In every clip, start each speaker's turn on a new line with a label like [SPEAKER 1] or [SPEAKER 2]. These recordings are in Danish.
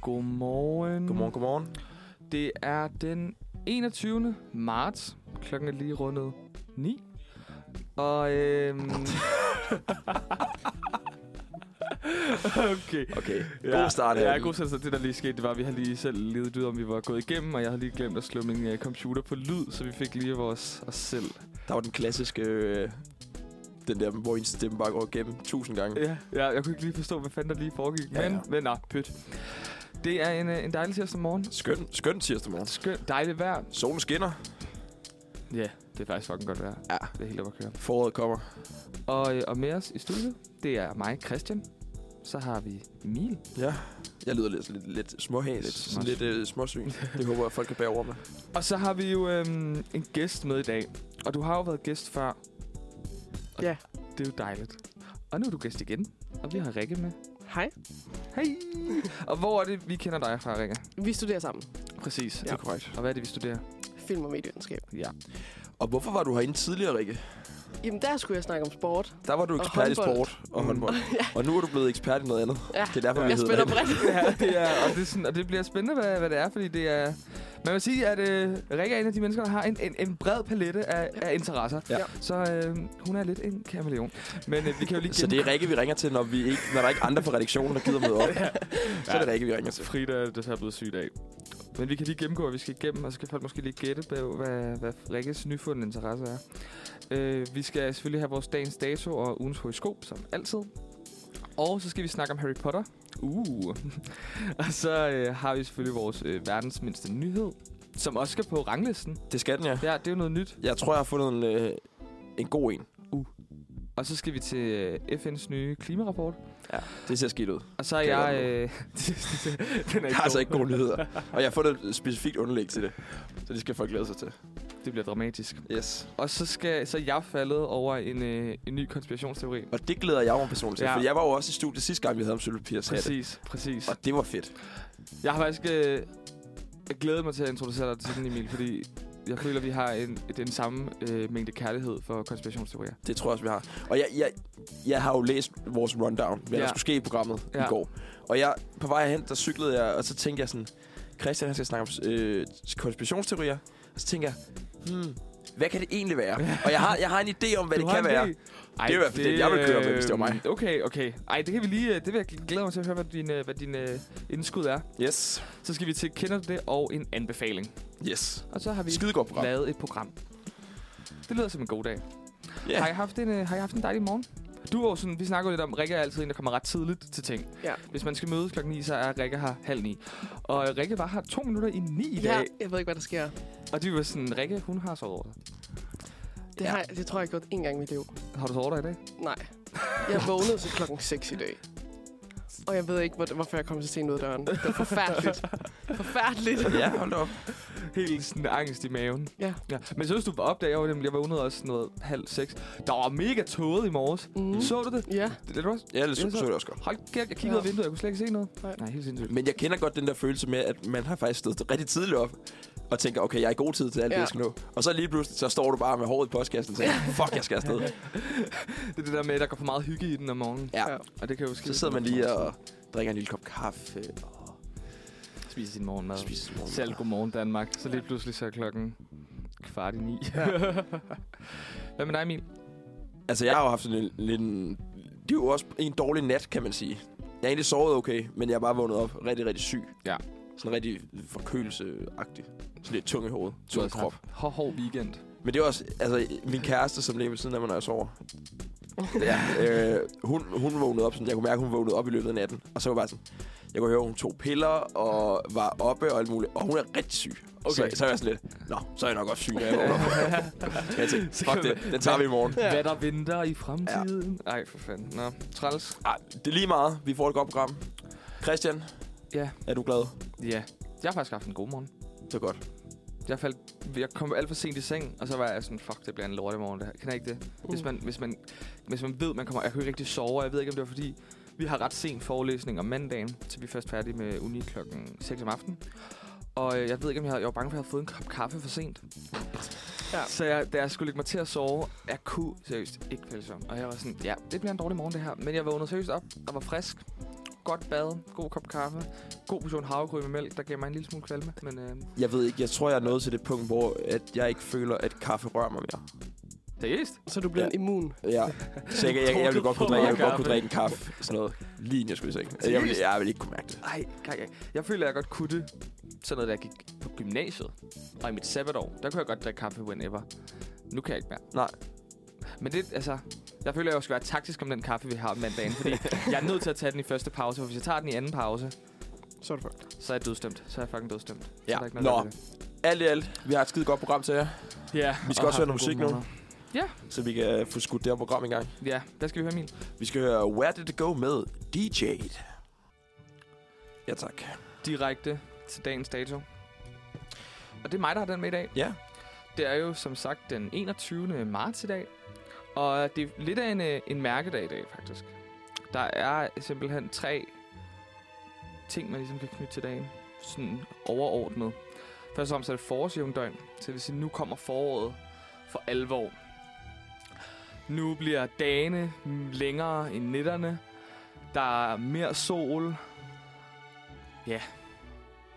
[SPEAKER 1] Godmorgen.
[SPEAKER 2] Godmorgen, godmorgen.
[SPEAKER 1] Det er den 21. marts. Klokken er lige rundet 9. Og øhm... okay.
[SPEAKER 2] Okay,
[SPEAKER 1] Ja,
[SPEAKER 2] god start
[SPEAKER 1] Ja,
[SPEAKER 2] her.
[SPEAKER 1] god start. Så det, der lige skete, det var, at vi har lige selv ledet ud, om vi var gået igennem, og jeg har lige glemt at slå min uh, computer på lyd, så vi fik lige vores os selv.
[SPEAKER 2] Der var den klassiske... Øh, den der, hvor ens stemme bare går igennem tusind gange.
[SPEAKER 1] Ja, ja, jeg kunne ikke lige forstå, hvad fanden der lige foregik.
[SPEAKER 2] Ja,
[SPEAKER 1] Ja, men,
[SPEAKER 2] ja.
[SPEAKER 1] ja. men nej, pyt. Det er en, øh, en dejlig tirsdag morgen.
[SPEAKER 2] Skøn, skøn tirsdag morgen.
[SPEAKER 1] Skøn, dejligt vejr.
[SPEAKER 2] Solen skinner.
[SPEAKER 1] Ja, det er faktisk fucking godt vejr.
[SPEAKER 2] Ja.
[SPEAKER 1] Det er helt op at køre.
[SPEAKER 2] Foråret kommer.
[SPEAKER 1] Og, øh, og med os i studiet, det er mig, Christian. Så har vi Emil.
[SPEAKER 2] Ja. Jeg lyder lidt, lidt, lidt småhæs.
[SPEAKER 1] Lidt
[SPEAKER 2] Lidt, sådan lidt øh, småsyn. det håber jeg, folk kan bære over med.
[SPEAKER 1] Og så har vi jo øhm, en gæst med i dag. Og du har jo været gæst før. Og
[SPEAKER 3] Ja.
[SPEAKER 1] Det er jo dejligt. Og nu er du gæst igen. Og vi har Rikke med.
[SPEAKER 3] Hej.
[SPEAKER 1] Hej. Og hvor er det, vi kender dig fra, Rikke?
[SPEAKER 3] Vi studerer sammen.
[SPEAKER 1] Præcis.
[SPEAKER 2] Det er korrekt.
[SPEAKER 1] Og hvad er det, vi studerer?
[SPEAKER 3] Film og medievidenskab.
[SPEAKER 1] Ja.
[SPEAKER 2] Og hvorfor var du herinde tidligere, Rikke?
[SPEAKER 3] Jamen, der skulle jeg snakke om sport.
[SPEAKER 2] Der var du
[SPEAKER 3] Og
[SPEAKER 2] ekspert i
[SPEAKER 3] håndbold.
[SPEAKER 2] sport og håndbold. Og nu er du blevet ekspert i noget andet.
[SPEAKER 3] Ja,
[SPEAKER 2] Det er derfor, vi
[SPEAKER 3] jeg
[SPEAKER 2] hedder
[SPEAKER 3] spiller
[SPEAKER 2] det.
[SPEAKER 3] bredt.
[SPEAKER 1] ja det er, og, det er sådan, og det bliver spændende, hvad, hvad det er, fordi det er... Man vil sige, at øh, Rikke er en af de mennesker, der har en, en, en bred palette af, af interesser.
[SPEAKER 2] Ja.
[SPEAKER 1] Så øh, hun er lidt en kameleon. Men øh, vi kan jo lige
[SPEAKER 2] Så det er Rikke, vi ringer til, når, vi ikke, når der ikke er andre fra redaktionen, der gider møde op. Så er det Rikke, vi ringer til.
[SPEAKER 1] Frida er desværre blevet syg i dag. Men vi kan lige gennemgå, hvad vi skal igennem, og så kan folk måske lige gætte på, hvad, hvad Rikkes nyfundne interesse er. Øh, vi skal selvfølgelig have vores dagens dato og ugens horoskop, som altid. Og så skal vi snakke om Harry Potter. Uh. og så øh, har vi selvfølgelig vores øh, verdens mindste nyhed, som også skal på ranglisten.
[SPEAKER 2] Det skal den, ja.
[SPEAKER 1] Ja, det er jo noget nyt.
[SPEAKER 2] Jeg tror, jeg har fundet en, øh, en god en.
[SPEAKER 1] Og så skal vi til øh, FN's nye klimarapport.
[SPEAKER 2] Det ser skidt ud.
[SPEAKER 1] Og så er
[SPEAKER 2] Det er
[SPEAKER 1] jeg...
[SPEAKER 2] godt
[SPEAKER 1] Øh, den er
[SPEAKER 2] Jeg har altså ikke gode nyheder. Og jeg har fundet et specifikt underlæg til det. Så det skal folk glæde sig til.
[SPEAKER 1] Det bliver dramatisk.
[SPEAKER 2] Yes.
[SPEAKER 1] Og så, skal, så er jeg faldet over en, øh, en ny konspirationsteori.
[SPEAKER 2] Og det glæder jeg mig personligt til,
[SPEAKER 1] Ja.
[SPEAKER 2] ja. for jeg var jo også i studiet sidste gang, vi havde om sølvpapirs hatte.
[SPEAKER 1] Præcis, præcis.
[SPEAKER 2] Og det var fedt.
[SPEAKER 1] Jeg har faktisk øh, jeg glæder mig til at introducere dig til den, Emil, fordi jeg føler, vi har en, den samme øh, mængde kærlighed for konspirationsteorier.
[SPEAKER 2] Det tror jeg også, vi har. Og jeg, jeg, jeg har jo læst vores rundown, hvad
[SPEAKER 1] Ja.
[SPEAKER 2] ja. der skulle ske i programmet ja.
[SPEAKER 1] Ja.
[SPEAKER 2] i går. Og jeg, på vej hen, der cyklede jeg, og så tænkte jeg sådan, Christian han skal snakke om øh, konspirationsteorier. Og så tænker jeg, hmm, hvad kan det egentlig være? og jeg har, jeg har en idé om, hvad
[SPEAKER 1] Du
[SPEAKER 2] det
[SPEAKER 1] har
[SPEAKER 2] kan
[SPEAKER 1] en
[SPEAKER 2] være.
[SPEAKER 1] idé? Ej,
[SPEAKER 2] Det er i hvert fald den, jeg vil køre med, hvis det var mig.
[SPEAKER 1] øh, Okay, okay. Ej, det kan vi lige... øh, Det vil jeg glæde mig til at høre, hvad din, øh, hvad din øh, indskud er.
[SPEAKER 2] Yes.
[SPEAKER 1] Så skal vi til kender du det og en anbefaling.
[SPEAKER 2] Yes.
[SPEAKER 1] Og så har vi
[SPEAKER 2] Skidegodt program.
[SPEAKER 1] lavet et program. Det lyder som en god dag.
[SPEAKER 2] Ja.
[SPEAKER 1] Har, I haft en, øh, har I haft en dejlig morgen? Du var jo sådan, vi snakker jo lidt om, Rikke er altid en, der kommer ret tidligt til ting.
[SPEAKER 3] Ja.
[SPEAKER 1] Hvis man skal mødes klokken 9, så er Rikke her halv 9. Og øh, Rikke var her to minutter i 9 i
[SPEAKER 3] Ja,
[SPEAKER 1] dag.
[SPEAKER 3] jeg ved ikke, hvad der sker.
[SPEAKER 1] Og det var sådan, Rikke, hun har sovet over dig.
[SPEAKER 3] Det, har, jeg- det tror jeg, jeg har gjort én gang i mit liv.
[SPEAKER 1] Har du sovet dig i dag?
[SPEAKER 3] Nej. Jeg vågnede til klokken 6 i dag. Og jeg ved ikke, hvor, hvorfor jeg kom så sent ud af døren. Det var forfærdeligt. Forfærdeligt.
[SPEAKER 2] Ja, hold da op.
[SPEAKER 1] Helt sådan angst i maven.
[SPEAKER 3] Ja.
[SPEAKER 1] ja. Men så hvis du var op der, jeg, var nemlig- jeg vågnede også sådan noget halv seks. Der var mega tåget i morges.
[SPEAKER 3] Mm.
[SPEAKER 1] Så du det?
[SPEAKER 3] Ja,
[SPEAKER 1] Det, det var også...
[SPEAKER 2] Ja, det så,
[SPEAKER 1] Jeg så-
[SPEAKER 2] så det også godt.
[SPEAKER 1] Hold kæft, jeg kiggede ud af
[SPEAKER 3] Ja.
[SPEAKER 1] vinduet, jeg kunne slet ikke se noget.
[SPEAKER 3] Nej.
[SPEAKER 1] Nej helt sindssygt.
[SPEAKER 2] Men jeg kender godt den der følelse med, at man har faktisk stået rigtig tidligt op og tænker, okay, jeg er i god tid til alt ja. det,
[SPEAKER 3] Ja.
[SPEAKER 2] jeg skal nå. Og så lige pludselig, så står du bare med håret i postkassen og tænker, fuck, jeg skal afsted.
[SPEAKER 1] Det er det der med, at der går for meget hygge i den om morgenen.
[SPEAKER 2] Ja.
[SPEAKER 1] Og det kan jo ske.
[SPEAKER 2] Så sidder man lige og drikker en lille kop kaffe
[SPEAKER 1] spiser sin morgenmad.
[SPEAKER 2] og spiser morgenmad.
[SPEAKER 1] Selv godmorgen Danmark. Så lige pludselig så er klokken kvart i ni. Hvad med dig, Emil?
[SPEAKER 2] Altså, jeg har jo haft sådan en lidt... en- Det er jo også en dårlig nat, kan man sige. Jeg har egentlig sovet okay, men jeg er bare vågnet op rigtig, rigtig syg.
[SPEAKER 1] Ja.
[SPEAKER 2] Sådan rigtig forkølelseagtig. Sådan lidt tung i hovedet,
[SPEAKER 1] Du har
[SPEAKER 2] tung i krop.
[SPEAKER 1] haft Hård, hård weekend.
[SPEAKER 2] Men det er også, altså, min kæreste, som lever ved siden af mig, når jeg sover. Ja, øh, hun, hun vågnede op, sådan, jeg kunne mærke, hun vågnede op i løbet af natten. Og så var jeg bare sådan, jeg kunne høre, hun tog piller og var oppe og alt muligt. Og hun er rigtig syg. Okay.
[SPEAKER 1] Okay.
[SPEAKER 2] Så, så er jeg sådan lidt, nå, så er jeg nok også syg, når jeg vågner op. Men jeg tænkte, fuck det, den tager vi i morgen.
[SPEAKER 1] Ja. Hvad der venter i fremtiden? Nej, for fanden. Nå, træls.
[SPEAKER 2] Ej, det er lige meget. Vi får et godt program. Christian,
[SPEAKER 1] Ja.
[SPEAKER 2] er du glad?
[SPEAKER 1] Ja. Jeg har faktisk haft en god morgen.
[SPEAKER 2] Det er godt.
[SPEAKER 1] Jeg, faldt, jeg kom alt for sent i seng, og så var jeg sådan, fuck, det bliver en lorte morgen. Det her. Kan jeg ikke det?
[SPEAKER 3] Uh.
[SPEAKER 1] Hvis man, hvis, man, hvis man ved, man kommer... Jeg kunne ikke rigtig sove, og jeg ved ikke, om det var fordi... Vi har ret sen forelæsning om mandagen, så vi er først færdige med uni klokken 6 om aftenen. Og øh, jeg ved ikke, om jeg, havde, jeg var bange for, at jeg havde fået en kop kaffe for sent.
[SPEAKER 3] Ja.
[SPEAKER 1] Så jeg, da jeg skulle lægge mig til at sove, jeg kunne seriøst ikke falde i søvn. Og jeg var sådan, ja, det bliver en dårlig morgen det her. Men jeg vågnede seriøst op og var frisk. godt bad, god kop kaffe, god portion havregryn med mælk, der giver mig en lille smule kvalme. Men øh,
[SPEAKER 2] Jeg ved ikke, jeg tror, jeg er nået til det punkt, hvor at jeg ikke føler, at kaffe rører mig mere.
[SPEAKER 1] seriøst?
[SPEAKER 3] Så du bliver
[SPEAKER 2] Ja.
[SPEAKER 3] en immun.
[SPEAKER 2] Ja. Så jeg, jeg, jeg, ville godt kunne drikke, jeg ville godt kunne
[SPEAKER 1] Kaffe.
[SPEAKER 2] drikke en kaffe, sådan noget, lige inden jeg skulle i seng. Jeg ville, jeg ville ikke kunne mærke det.
[SPEAKER 1] Ej, kan jeg, jeg føler, at jeg godt kunne det. Sådan noget, da jeg gik på gymnasiet. Og i mit sabbatår, der kunne jeg godt drikke kaffe whenever. Nu kan jeg ikke mere.
[SPEAKER 2] Nej.
[SPEAKER 1] Men det, altså... Jeg føler, at jeg skal være taktisk om den kaffe, vi har om mandagen. Fordi jeg er nødt til at tage den i første pause. For hvis jeg tager den i anden pause,
[SPEAKER 3] Så er du fucked.
[SPEAKER 1] så er jeg dødstemt. Så er jeg fucking dødstemt. Så
[SPEAKER 2] Ja.
[SPEAKER 1] er der ikke
[SPEAKER 2] Nå.
[SPEAKER 1] at gøre ved det.
[SPEAKER 2] Alt i alt, vi har et skide godt program til jer,
[SPEAKER 1] Ja.
[SPEAKER 2] Vi skal
[SPEAKER 1] og
[SPEAKER 2] også høre
[SPEAKER 1] har nogle
[SPEAKER 2] noget musik
[SPEAKER 1] gode
[SPEAKER 2] nu. så vi kan øh, få skudt det her program i gang.
[SPEAKER 1] måneder. Ja, der skal vi høre Emil.
[SPEAKER 2] Vi skal høre Where Did It Go med DJ'd. Ja, tak.
[SPEAKER 1] Direkte til dagens dato. Og det er mig, der har den med i dag.
[SPEAKER 2] Ja.
[SPEAKER 1] Det er jo som sagt den 21. marts i dag, og det er lidt af en, øh, en mærkedag i dag faktisk. Der er simpelthen tre ting, man ligesom kan knytte til dagen, sådan overordnet. Først og fremmest er det forårsjævndøgn, så det vil sige, nu kommer foråret for alvor. Nu bliver dagene mm, længere end nætterne. Der er mere sol. Ja.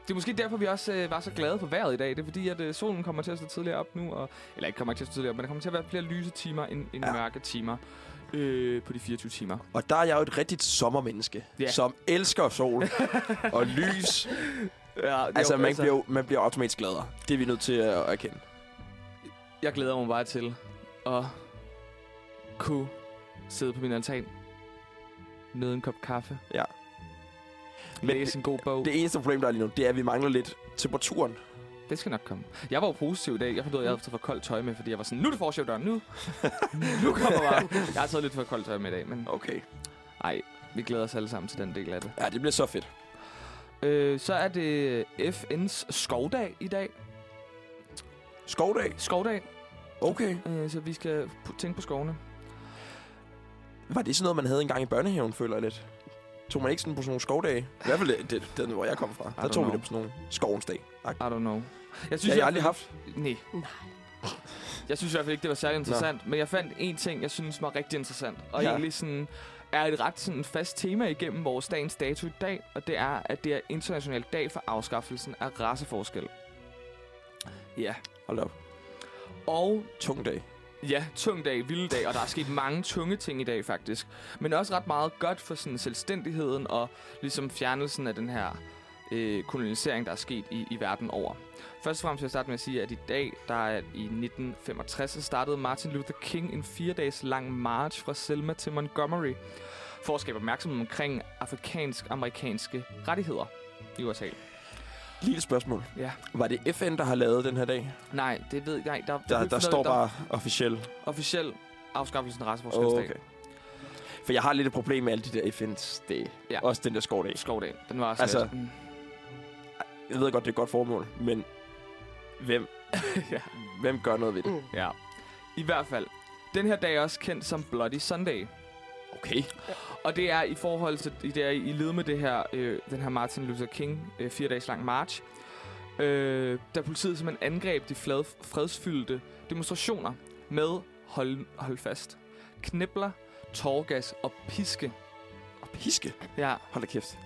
[SPEAKER 1] Det er måske derfor, vi også øh, var så glade for vejret i dag. Det er fordi, at øh, solen kommer til at stå tidligere op nu. Og, eller ikke kommer ikke til at stå tidligere op, men der kommer til at være flere lyse timer end, end
[SPEAKER 2] Ja.
[SPEAKER 1] ja. mørke timer øh, på de 24 timer.
[SPEAKER 2] Og der er jeg jo et rigtigt sommermenneske,
[SPEAKER 1] Ja.
[SPEAKER 2] yeah. som elsker sol og lys.
[SPEAKER 1] Ja, jo,
[SPEAKER 2] Altså, man bliver, jo, man bliver automatisk gladere. Det er vi nødt til at erkende.
[SPEAKER 1] Jeg glæder mig bare til at kunne sidde på min altan, nyde en kop kaffe,
[SPEAKER 2] Ja. Men
[SPEAKER 1] læse en god bog. Det,
[SPEAKER 2] Det eneste problem, der er lige nu, det er, at vi mangler lidt temperaturen.
[SPEAKER 1] det skal nok komme. Jeg var jo positiv i dag. Jeg fandt ud af, at jeg havde taget for koldt tøj med, fordi jeg var sådan, nu er det forsøgdøren, nu. nu kommer bare. Jeg har taget lidt for koldt tøj med i dag, men
[SPEAKER 2] Okay.
[SPEAKER 1] nej, vi glæder os alle sammen til den del af det.
[SPEAKER 2] Ja, det bliver så fedt.
[SPEAKER 1] Øh, så er det FN's skovdag i dag.
[SPEAKER 2] Skovdag.
[SPEAKER 1] Skovdag,
[SPEAKER 2] Okay.
[SPEAKER 1] øh, så vi skal p- tænke på skovene.
[SPEAKER 2] Var det sådan noget, man havde engang i børnehaven, føler jeg lidt? Tog man ikke sådan på sådan nogle skovdage? I hvert fald øh, det, det, den, hvor jeg kom fra. Der
[SPEAKER 1] don't
[SPEAKER 2] tog vi
[SPEAKER 1] know.
[SPEAKER 2] det på sådan nogle skovens dag.
[SPEAKER 1] I don't know. Jeg
[SPEAKER 2] Det har jeg aldrig haft.
[SPEAKER 1] Nej. Jeg synes i hvert fald ikke, det var særlig interessant, Nå. men jeg fandt en ting, jeg synes var rigtig interessant, og
[SPEAKER 2] Ja.
[SPEAKER 1] ja. egentlig sådan er et ret sådan fast tema igennem vores dagens dato i dag, og det er, at det er international dag for afskaffelsen af raceforskel. Ja.
[SPEAKER 2] Hold da op.
[SPEAKER 1] Og
[SPEAKER 2] Tung dag.
[SPEAKER 1] ja, tung dag, vild dag, og der er sket mange tunge ting i dag faktisk. Men også ret meget godt for sådan selvstændigheden og ligesom fjernelsen af den her øh, kolonisering, der er sket i, i verden over. Først og fremmest vil jeg starte med at sige, at i dag, der er i 1965, så startede Martin Luther King en fire dages lang march fra Selma til Montgomery for at skabe opmærksomhed omkring afrikansk-amerikanske rettigheder i USA.
[SPEAKER 2] Lille spørgsmål.
[SPEAKER 1] Ja.
[SPEAKER 2] Var det FN, der har lavet den her dag?
[SPEAKER 1] Nej, det ved jeg ikke. Der,
[SPEAKER 2] Der, der står bare officielt.
[SPEAKER 1] Officiel afskaffelsen af raceforskelsdag.
[SPEAKER 2] Okay. For jeg har lidt et problem med alle de der FN's dage.
[SPEAKER 1] Ja.
[SPEAKER 2] Også den der skovdag.
[SPEAKER 1] Skovdag. Den var også
[SPEAKER 2] Altså-
[SPEAKER 1] lidt, mm.
[SPEAKER 2] Jeg ved godt, det er et godt formål, men hvem,
[SPEAKER 1] ja.
[SPEAKER 2] hvem gør noget ved det?
[SPEAKER 3] Mm.
[SPEAKER 1] ja. I hvert fald. Den her dag er også kendt som Bloody Sunday.
[SPEAKER 2] Okay.
[SPEAKER 1] Og det er i forhold til, det er i led med det her, øh, den her Martin Luther King, øh, fire dages lang march, øh, da politiet simpelthen angreb de flad, fredsfyldte demonstrationer med, hold, hold fast, knibler, tårgas og piske.
[SPEAKER 2] Og piske.
[SPEAKER 1] Ja.
[SPEAKER 2] Hold da kæft.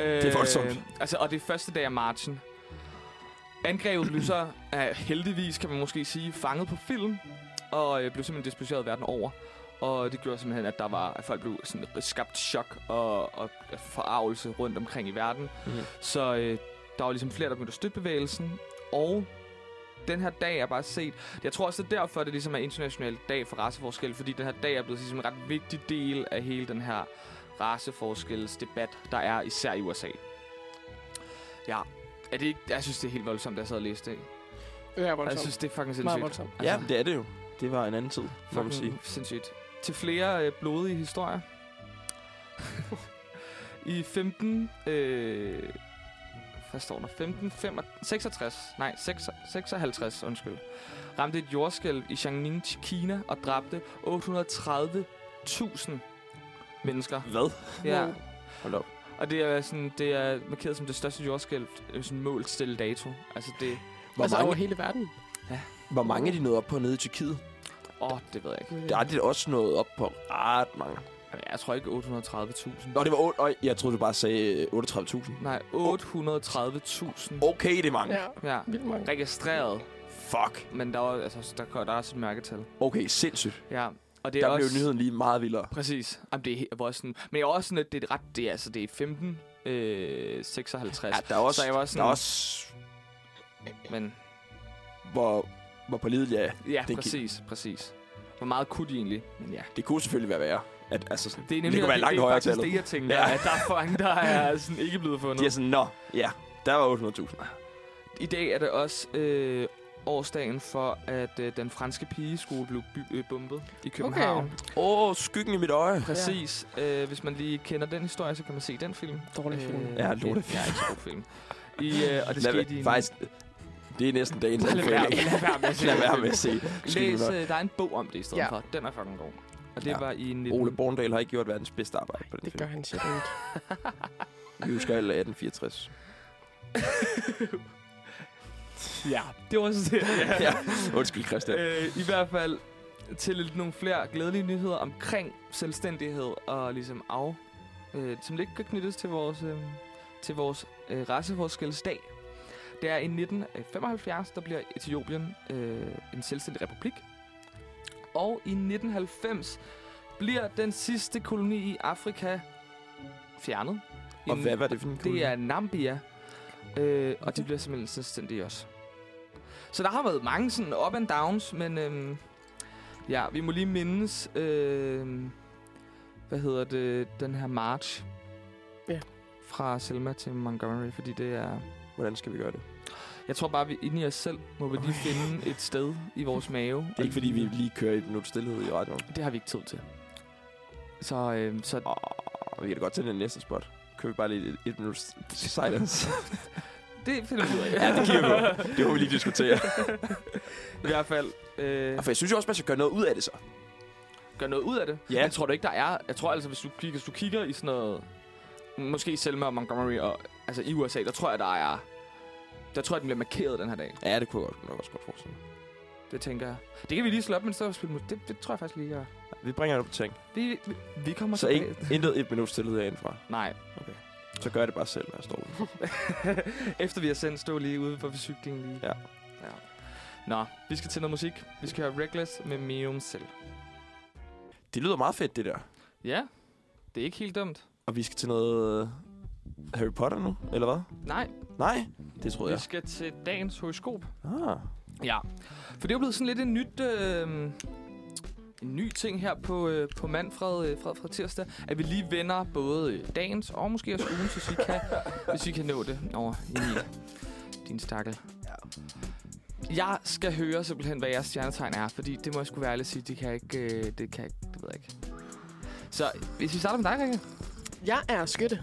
[SPEAKER 1] Øh,
[SPEAKER 2] er voldsomt.
[SPEAKER 1] Altså, og det er første dag af marchen. Angrebet blev så uh, heldigvis, kan man måske sige, fanget på film, og øh, blev simpelthen displaceret verden over. Og det gjorde simpelthen, at der var at folk blev sådan skabt chok og, og forarvelse rundt omkring i verden.
[SPEAKER 2] Mhm.
[SPEAKER 1] Mm. Så øh, der var ligesom flere, der begyndte at støtte bevægelsen. Og den her dag er bare set... Jeg tror også, det er derfor, det ligesom er international dag for raceforskel, fordi den her dag er blevet ligesom, en ret vigtig del af hele den her raceforskelsdebat, der er især i USA. Ja, er det ikke, jeg synes, det er helt voldsomt, da jeg sad og læste det.
[SPEAKER 3] Ja,
[SPEAKER 1] Jeg
[SPEAKER 3] voldsomt.
[SPEAKER 1] synes, det er fucking
[SPEAKER 3] Meget
[SPEAKER 1] sindssygt.
[SPEAKER 3] voldsomt.
[SPEAKER 2] Altså, ja, men det er det jo. Det var en anden tid, må man
[SPEAKER 1] Fucking
[SPEAKER 2] sige.
[SPEAKER 1] sindssygt. Til flere øh, blodige historier. I 15... Øh, hvad står der? 15... 66... Nej, 6, 56, undskyld. Ramte et jordskælv i Changning, Kina og dræbte 830.000 mennesker.
[SPEAKER 2] Hvad?
[SPEAKER 1] Ja.
[SPEAKER 3] Wow.
[SPEAKER 2] Hold da op.
[SPEAKER 1] Og det er, sådan, det er markeret som det største jordskælv, øh, sådan målt stille dato. Altså det...
[SPEAKER 2] Hvor, altså,
[SPEAKER 3] altså over
[SPEAKER 2] mange,
[SPEAKER 3] hele verden.
[SPEAKER 2] hvor mange er de nået op på nede i Tyrkiet?
[SPEAKER 1] Åh, oh, det ved jeg ikke.
[SPEAKER 2] Der er de da også nået op på ret mange.
[SPEAKER 1] Jeg tror ikke 830.000.
[SPEAKER 2] Nå, det var 8. Øj, jeg troede, du bare sagde øh, 38.000.
[SPEAKER 1] Nej, 830.000.
[SPEAKER 2] Okay, det er mange.
[SPEAKER 3] Ja,
[SPEAKER 1] Ja,
[SPEAKER 3] vildt mange.
[SPEAKER 1] registreret.
[SPEAKER 2] Fuck.
[SPEAKER 1] Men der, var, altså, der, der er også et mørketal.
[SPEAKER 2] Okay, sindssygt.
[SPEAKER 1] Ja, og det er
[SPEAKER 2] Der
[SPEAKER 1] også...
[SPEAKER 2] blev nyheden lige meget vildere.
[SPEAKER 1] Præcis. Jamen, det er også sådan... Men jeg er også sådan, at det er ret... Det er, altså, det er 15, øh, 56.
[SPEAKER 2] Ja, Altså, der er også,
[SPEAKER 1] så jeg var
[SPEAKER 2] der
[SPEAKER 1] sådan...
[SPEAKER 2] er også
[SPEAKER 1] Men,
[SPEAKER 2] hvor, hvor pålidelig jeg er.
[SPEAKER 1] ja,
[SPEAKER 2] Det-
[SPEAKER 1] præcis, præcis. Hvor meget kunne de egentlig? Men ja.
[SPEAKER 2] Det kunne selvfølgelig være værre. At, altså, sådan,
[SPEAKER 1] Det er nemlig
[SPEAKER 2] det kunne være
[SPEAKER 1] det,
[SPEAKER 2] langt
[SPEAKER 1] det er
[SPEAKER 2] højere
[SPEAKER 1] faktisk
[SPEAKER 2] tallet.
[SPEAKER 1] det, jeg tænker.
[SPEAKER 2] Ja.
[SPEAKER 1] Ja. At der er for mange, der er sådan ikke blevet fundet.
[SPEAKER 2] De er sådan, nå, ja, der var 800.000.
[SPEAKER 1] I dag er det også øh, årsdagen for, at øh, den franske pigeskole blev by- øh, bombet i København. Okay.
[SPEAKER 2] Åh, oh, skyggen i mit øje.
[SPEAKER 1] Præcis. Øh, hvis man lige kender den historie, så kan man se den film.
[SPEAKER 3] Dårlig film.
[SPEAKER 1] Øh,
[SPEAKER 2] Ja, lortefilm.
[SPEAKER 1] Ja, ikke så god film. I, øh, og det
[SPEAKER 2] Lad,
[SPEAKER 1] skete i...
[SPEAKER 2] være- faktisk, det er næsten dagens
[SPEAKER 1] Lad være,
[SPEAKER 2] anbefaling.
[SPEAKER 1] lad være med at se
[SPEAKER 2] Lad
[SPEAKER 1] den film.
[SPEAKER 2] være med at se skyggen i mit
[SPEAKER 1] Læs,
[SPEAKER 2] øje.
[SPEAKER 1] øh, der er en bog om det i stedet
[SPEAKER 3] Ja.
[SPEAKER 1] ja. for. Den er fucking god. Og det
[SPEAKER 2] Ja.
[SPEAKER 1] ja. var i 19...
[SPEAKER 2] Ole Borndal har ikke gjort verdens bedste arbejde på den
[SPEAKER 3] Det
[SPEAKER 2] film.
[SPEAKER 3] gør han sjældent.
[SPEAKER 1] Mm.
[SPEAKER 2] Vi husker alle 1864.
[SPEAKER 1] Ja, det var så det.
[SPEAKER 2] ja, undskyld Christian.
[SPEAKER 1] øh, I hvert fald til lidt nogle flere glædelige nyheder omkring selvstændighed og ligesom af, øh, som lidt kan knyttes til vores, øh, til vores øh, raceforskelsdag. Det er i 1975, der bliver Etiopien øh, en selvstændig republik. Og i 1990 bliver den sidste koloni i Afrika fjernet.
[SPEAKER 2] Og
[SPEAKER 1] En-
[SPEAKER 2] hvad var det for en
[SPEAKER 1] det er Nambia. Øh, og de bliver simpelthen selvstændige også. Så der har været mange sådan up and downs, men øhm, ja, vi må lige mindes, øh, hvad hedder det, den her march
[SPEAKER 3] Ja.
[SPEAKER 1] fra Selma til Montgomery, fordi det er...
[SPEAKER 2] Hvordan skal vi gøre det?
[SPEAKER 1] Jeg tror bare, vi inde i os selv må vi lige finde et sted i vores mave.
[SPEAKER 2] Det er ikke fordi, vi lige kører et minut stillhed i radioen.
[SPEAKER 1] Det har vi ikke tid til. Så, øh, så
[SPEAKER 2] Og vi kan da godt tage den næste spot. Kører vi bare lige et, et minut silence.
[SPEAKER 1] det finder vi ud af.
[SPEAKER 2] ja, det kigger vi på. Det må vi lige diskutere.
[SPEAKER 1] I hvert fald... Øh,
[SPEAKER 2] Og for jeg synes jo også, man skal gøre noget ud af det så.
[SPEAKER 1] gør noget ud af det.
[SPEAKER 2] Ja.
[SPEAKER 1] Jeg tror da ikke, der er... Jeg tror altså, hvis du kigger, hvis du kigger i sådan noget... Måske Selma og Montgomery og... Altså i USA, der tror jeg, der er... Der tror jeg, den bliver markeret den her dag.
[SPEAKER 2] Ja, det kunne jeg godt- nok også godt forestille mig.
[SPEAKER 1] Det tænker jeg. Det kan vi lige slå op, men så spille musik. Det, det, tror jeg faktisk lige, jeg...
[SPEAKER 2] Vi bringer det på ting.
[SPEAKER 1] Vi, vi, vi kommer
[SPEAKER 2] Så
[SPEAKER 1] tilbage.
[SPEAKER 2] ikke, intet et minut stillhed herindefra.
[SPEAKER 1] Nej.
[SPEAKER 2] Så gør jeg det bare selv, når jeg står ude.
[SPEAKER 1] Efter vi har sendt, stå lige ude for cyklen lige.
[SPEAKER 2] Ja.
[SPEAKER 1] ja. Nå, vi skal til noget musik. Vi skal høre Reckless med Mium selv.
[SPEAKER 2] Det lyder meget fedt, det der.
[SPEAKER 1] Ja, det er ikke helt dumt.
[SPEAKER 2] Og vi skal til noget øh, Harry Potter nu, eller hvad?
[SPEAKER 1] Nej,
[SPEAKER 2] Nej, det troede
[SPEAKER 1] vi
[SPEAKER 2] jeg.
[SPEAKER 1] skal til dagens horoskop.
[SPEAKER 2] Ah.
[SPEAKER 1] Ja, for det er jo blevet sådan lidt en nyt... Øh, en ny ting her på, øh, på Manfred øh, Fred fra tirsdag, at vi lige vender både øh, dagens og måske også ugen, hvis vi kan,
[SPEAKER 2] Ah.
[SPEAKER 1] hvis vi kan nå det over Emil, din stakkel. Jeg skal høre simpelthen, hvad jeres stjernetegn er, fordi det må jeg sgu være ærlig at sige, det kan jeg ikke, øh, det kan jeg, ikke- det ved jeg ikke. Så hvis vi starter med dig, Rikke.
[SPEAKER 3] Jeg er skytte.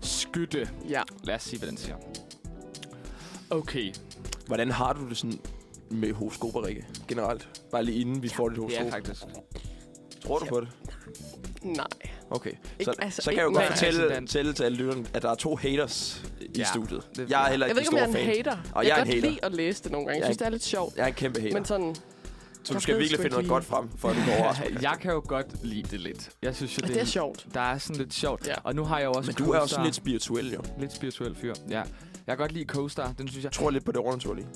[SPEAKER 1] Skytte.
[SPEAKER 3] Ja.
[SPEAKER 1] Lad os se, hvad den siger. Okay,
[SPEAKER 2] Hvordan har du det sådan med horoskoper, Rikke? Generelt. Bare lige inden vi får dit
[SPEAKER 1] det
[SPEAKER 2] horoskop.
[SPEAKER 1] er faktisk.
[SPEAKER 2] Tror du på det?
[SPEAKER 3] Nej.
[SPEAKER 2] Okay.
[SPEAKER 3] Ikke-
[SPEAKER 2] Så,
[SPEAKER 3] altså,
[SPEAKER 2] så kan
[SPEAKER 3] ikke
[SPEAKER 2] jeg jo godt
[SPEAKER 3] nej.
[SPEAKER 2] fortælle,
[SPEAKER 1] Altså, den-
[SPEAKER 2] fortælle til alle lytterne, at der er to haters i
[SPEAKER 1] Ja,
[SPEAKER 2] studiet.
[SPEAKER 1] det-
[SPEAKER 2] jeg er heller
[SPEAKER 3] Jeg
[SPEAKER 2] ikke en
[SPEAKER 3] ved ikke, om
[SPEAKER 2] stor
[SPEAKER 3] jeg er en
[SPEAKER 2] fan.
[SPEAKER 3] hater.
[SPEAKER 2] Og jeg
[SPEAKER 3] jeg
[SPEAKER 2] er
[SPEAKER 3] kan
[SPEAKER 2] en
[SPEAKER 3] godt
[SPEAKER 2] hater.
[SPEAKER 3] lide at læse det nogle gange. Jeg
[SPEAKER 2] Jeg
[SPEAKER 3] synes,
[SPEAKER 2] er-
[SPEAKER 3] det er lidt sjovt.
[SPEAKER 2] Jeg er en kæmpe hater.
[SPEAKER 3] Men sådan,
[SPEAKER 2] så du
[SPEAKER 3] jeg
[SPEAKER 2] skal
[SPEAKER 3] ved
[SPEAKER 2] virkelig
[SPEAKER 3] sgu
[SPEAKER 2] finde noget
[SPEAKER 3] ikke
[SPEAKER 2] godt frem, for at du går overraske.
[SPEAKER 1] Jeg kan jo godt lide det lidt. Jeg synes jo,
[SPEAKER 3] det er sjovt.
[SPEAKER 1] Der er sådan lidt sjovt.
[SPEAKER 3] Ja.
[SPEAKER 1] Ja. Og nu har jeg jo også
[SPEAKER 2] Men du er jo
[SPEAKER 1] Co-Star.
[SPEAKER 2] sådan lidt spirituel, jo.
[SPEAKER 1] lidt spirituel fyr. Ja. Jeg kan godt lide CoStar. Den synes jeg...
[SPEAKER 2] Jeg tror lidt på det overnaturlige.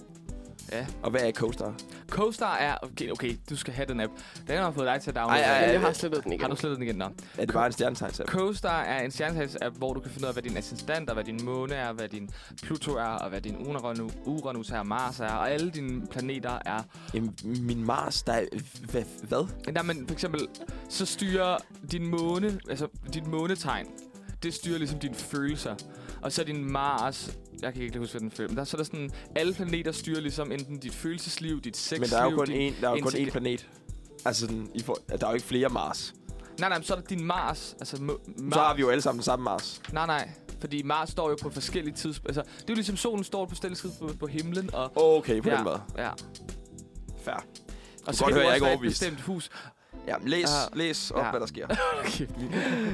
[SPEAKER 1] Ja.
[SPEAKER 2] Og hvad er co-star?
[SPEAKER 1] CoStar er... Okay, okay, du skal have den app. Den har fået dig til at downloade.
[SPEAKER 2] Ej, ej,
[SPEAKER 3] Men
[SPEAKER 2] ej.
[SPEAKER 3] jeg har slettet den igen.
[SPEAKER 1] Har du slettet den igen? Nå.
[SPEAKER 2] Er det bare en stjernetegn,
[SPEAKER 1] CoStar er en stjernetegns-app, hvor du kan finde ud af, hvad din assistent er, hvad din måne er, hvad din Pluto er, og hvad din Uranus, Uranus er, Mars er, og alle dine planeter er.
[SPEAKER 2] Jamen, min Mars, der er... Hvad? hvad?
[SPEAKER 1] Nej, men for eksempel, så styrer din måne, altså dit månetegn, det styrer ligesom dine følelser. Og så er din Mars, jeg kan ikke lige huske, hvad den føler, men der, så er der sådan, alle planeter styrer ligesom enten dit følelsesliv, dit sexliv.
[SPEAKER 2] Men der er jo kun
[SPEAKER 1] din,
[SPEAKER 2] én, der er jo kun
[SPEAKER 1] indsigt-
[SPEAKER 2] én planet. Altså, sådan, I får, der er jo ikke flere Mars.
[SPEAKER 1] Nej, nej, men så er der din Mars, altså Mars.
[SPEAKER 2] Så har vi jo alle sammen den samme Mars.
[SPEAKER 1] Nej, nej, fordi Mars står jo på forskellige tidspunkter. Altså, det er jo ligesom solen står på forskellige tidspunkter på himlen, og...
[SPEAKER 2] Okay, på
[SPEAKER 1] ja,
[SPEAKER 2] den måde.
[SPEAKER 1] Ja.
[SPEAKER 2] Fair.
[SPEAKER 1] Og
[SPEAKER 2] godt
[SPEAKER 1] så
[SPEAKER 2] høre,
[SPEAKER 1] kan
[SPEAKER 2] jeg
[SPEAKER 1] du
[SPEAKER 2] er ikke
[SPEAKER 1] også være et
[SPEAKER 2] overbevist.
[SPEAKER 1] bestemt hus.
[SPEAKER 2] Ja, men læs,
[SPEAKER 1] Ja.
[SPEAKER 2] læs op,
[SPEAKER 1] Ja.
[SPEAKER 2] hvad der sker.
[SPEAKER 1] Okay.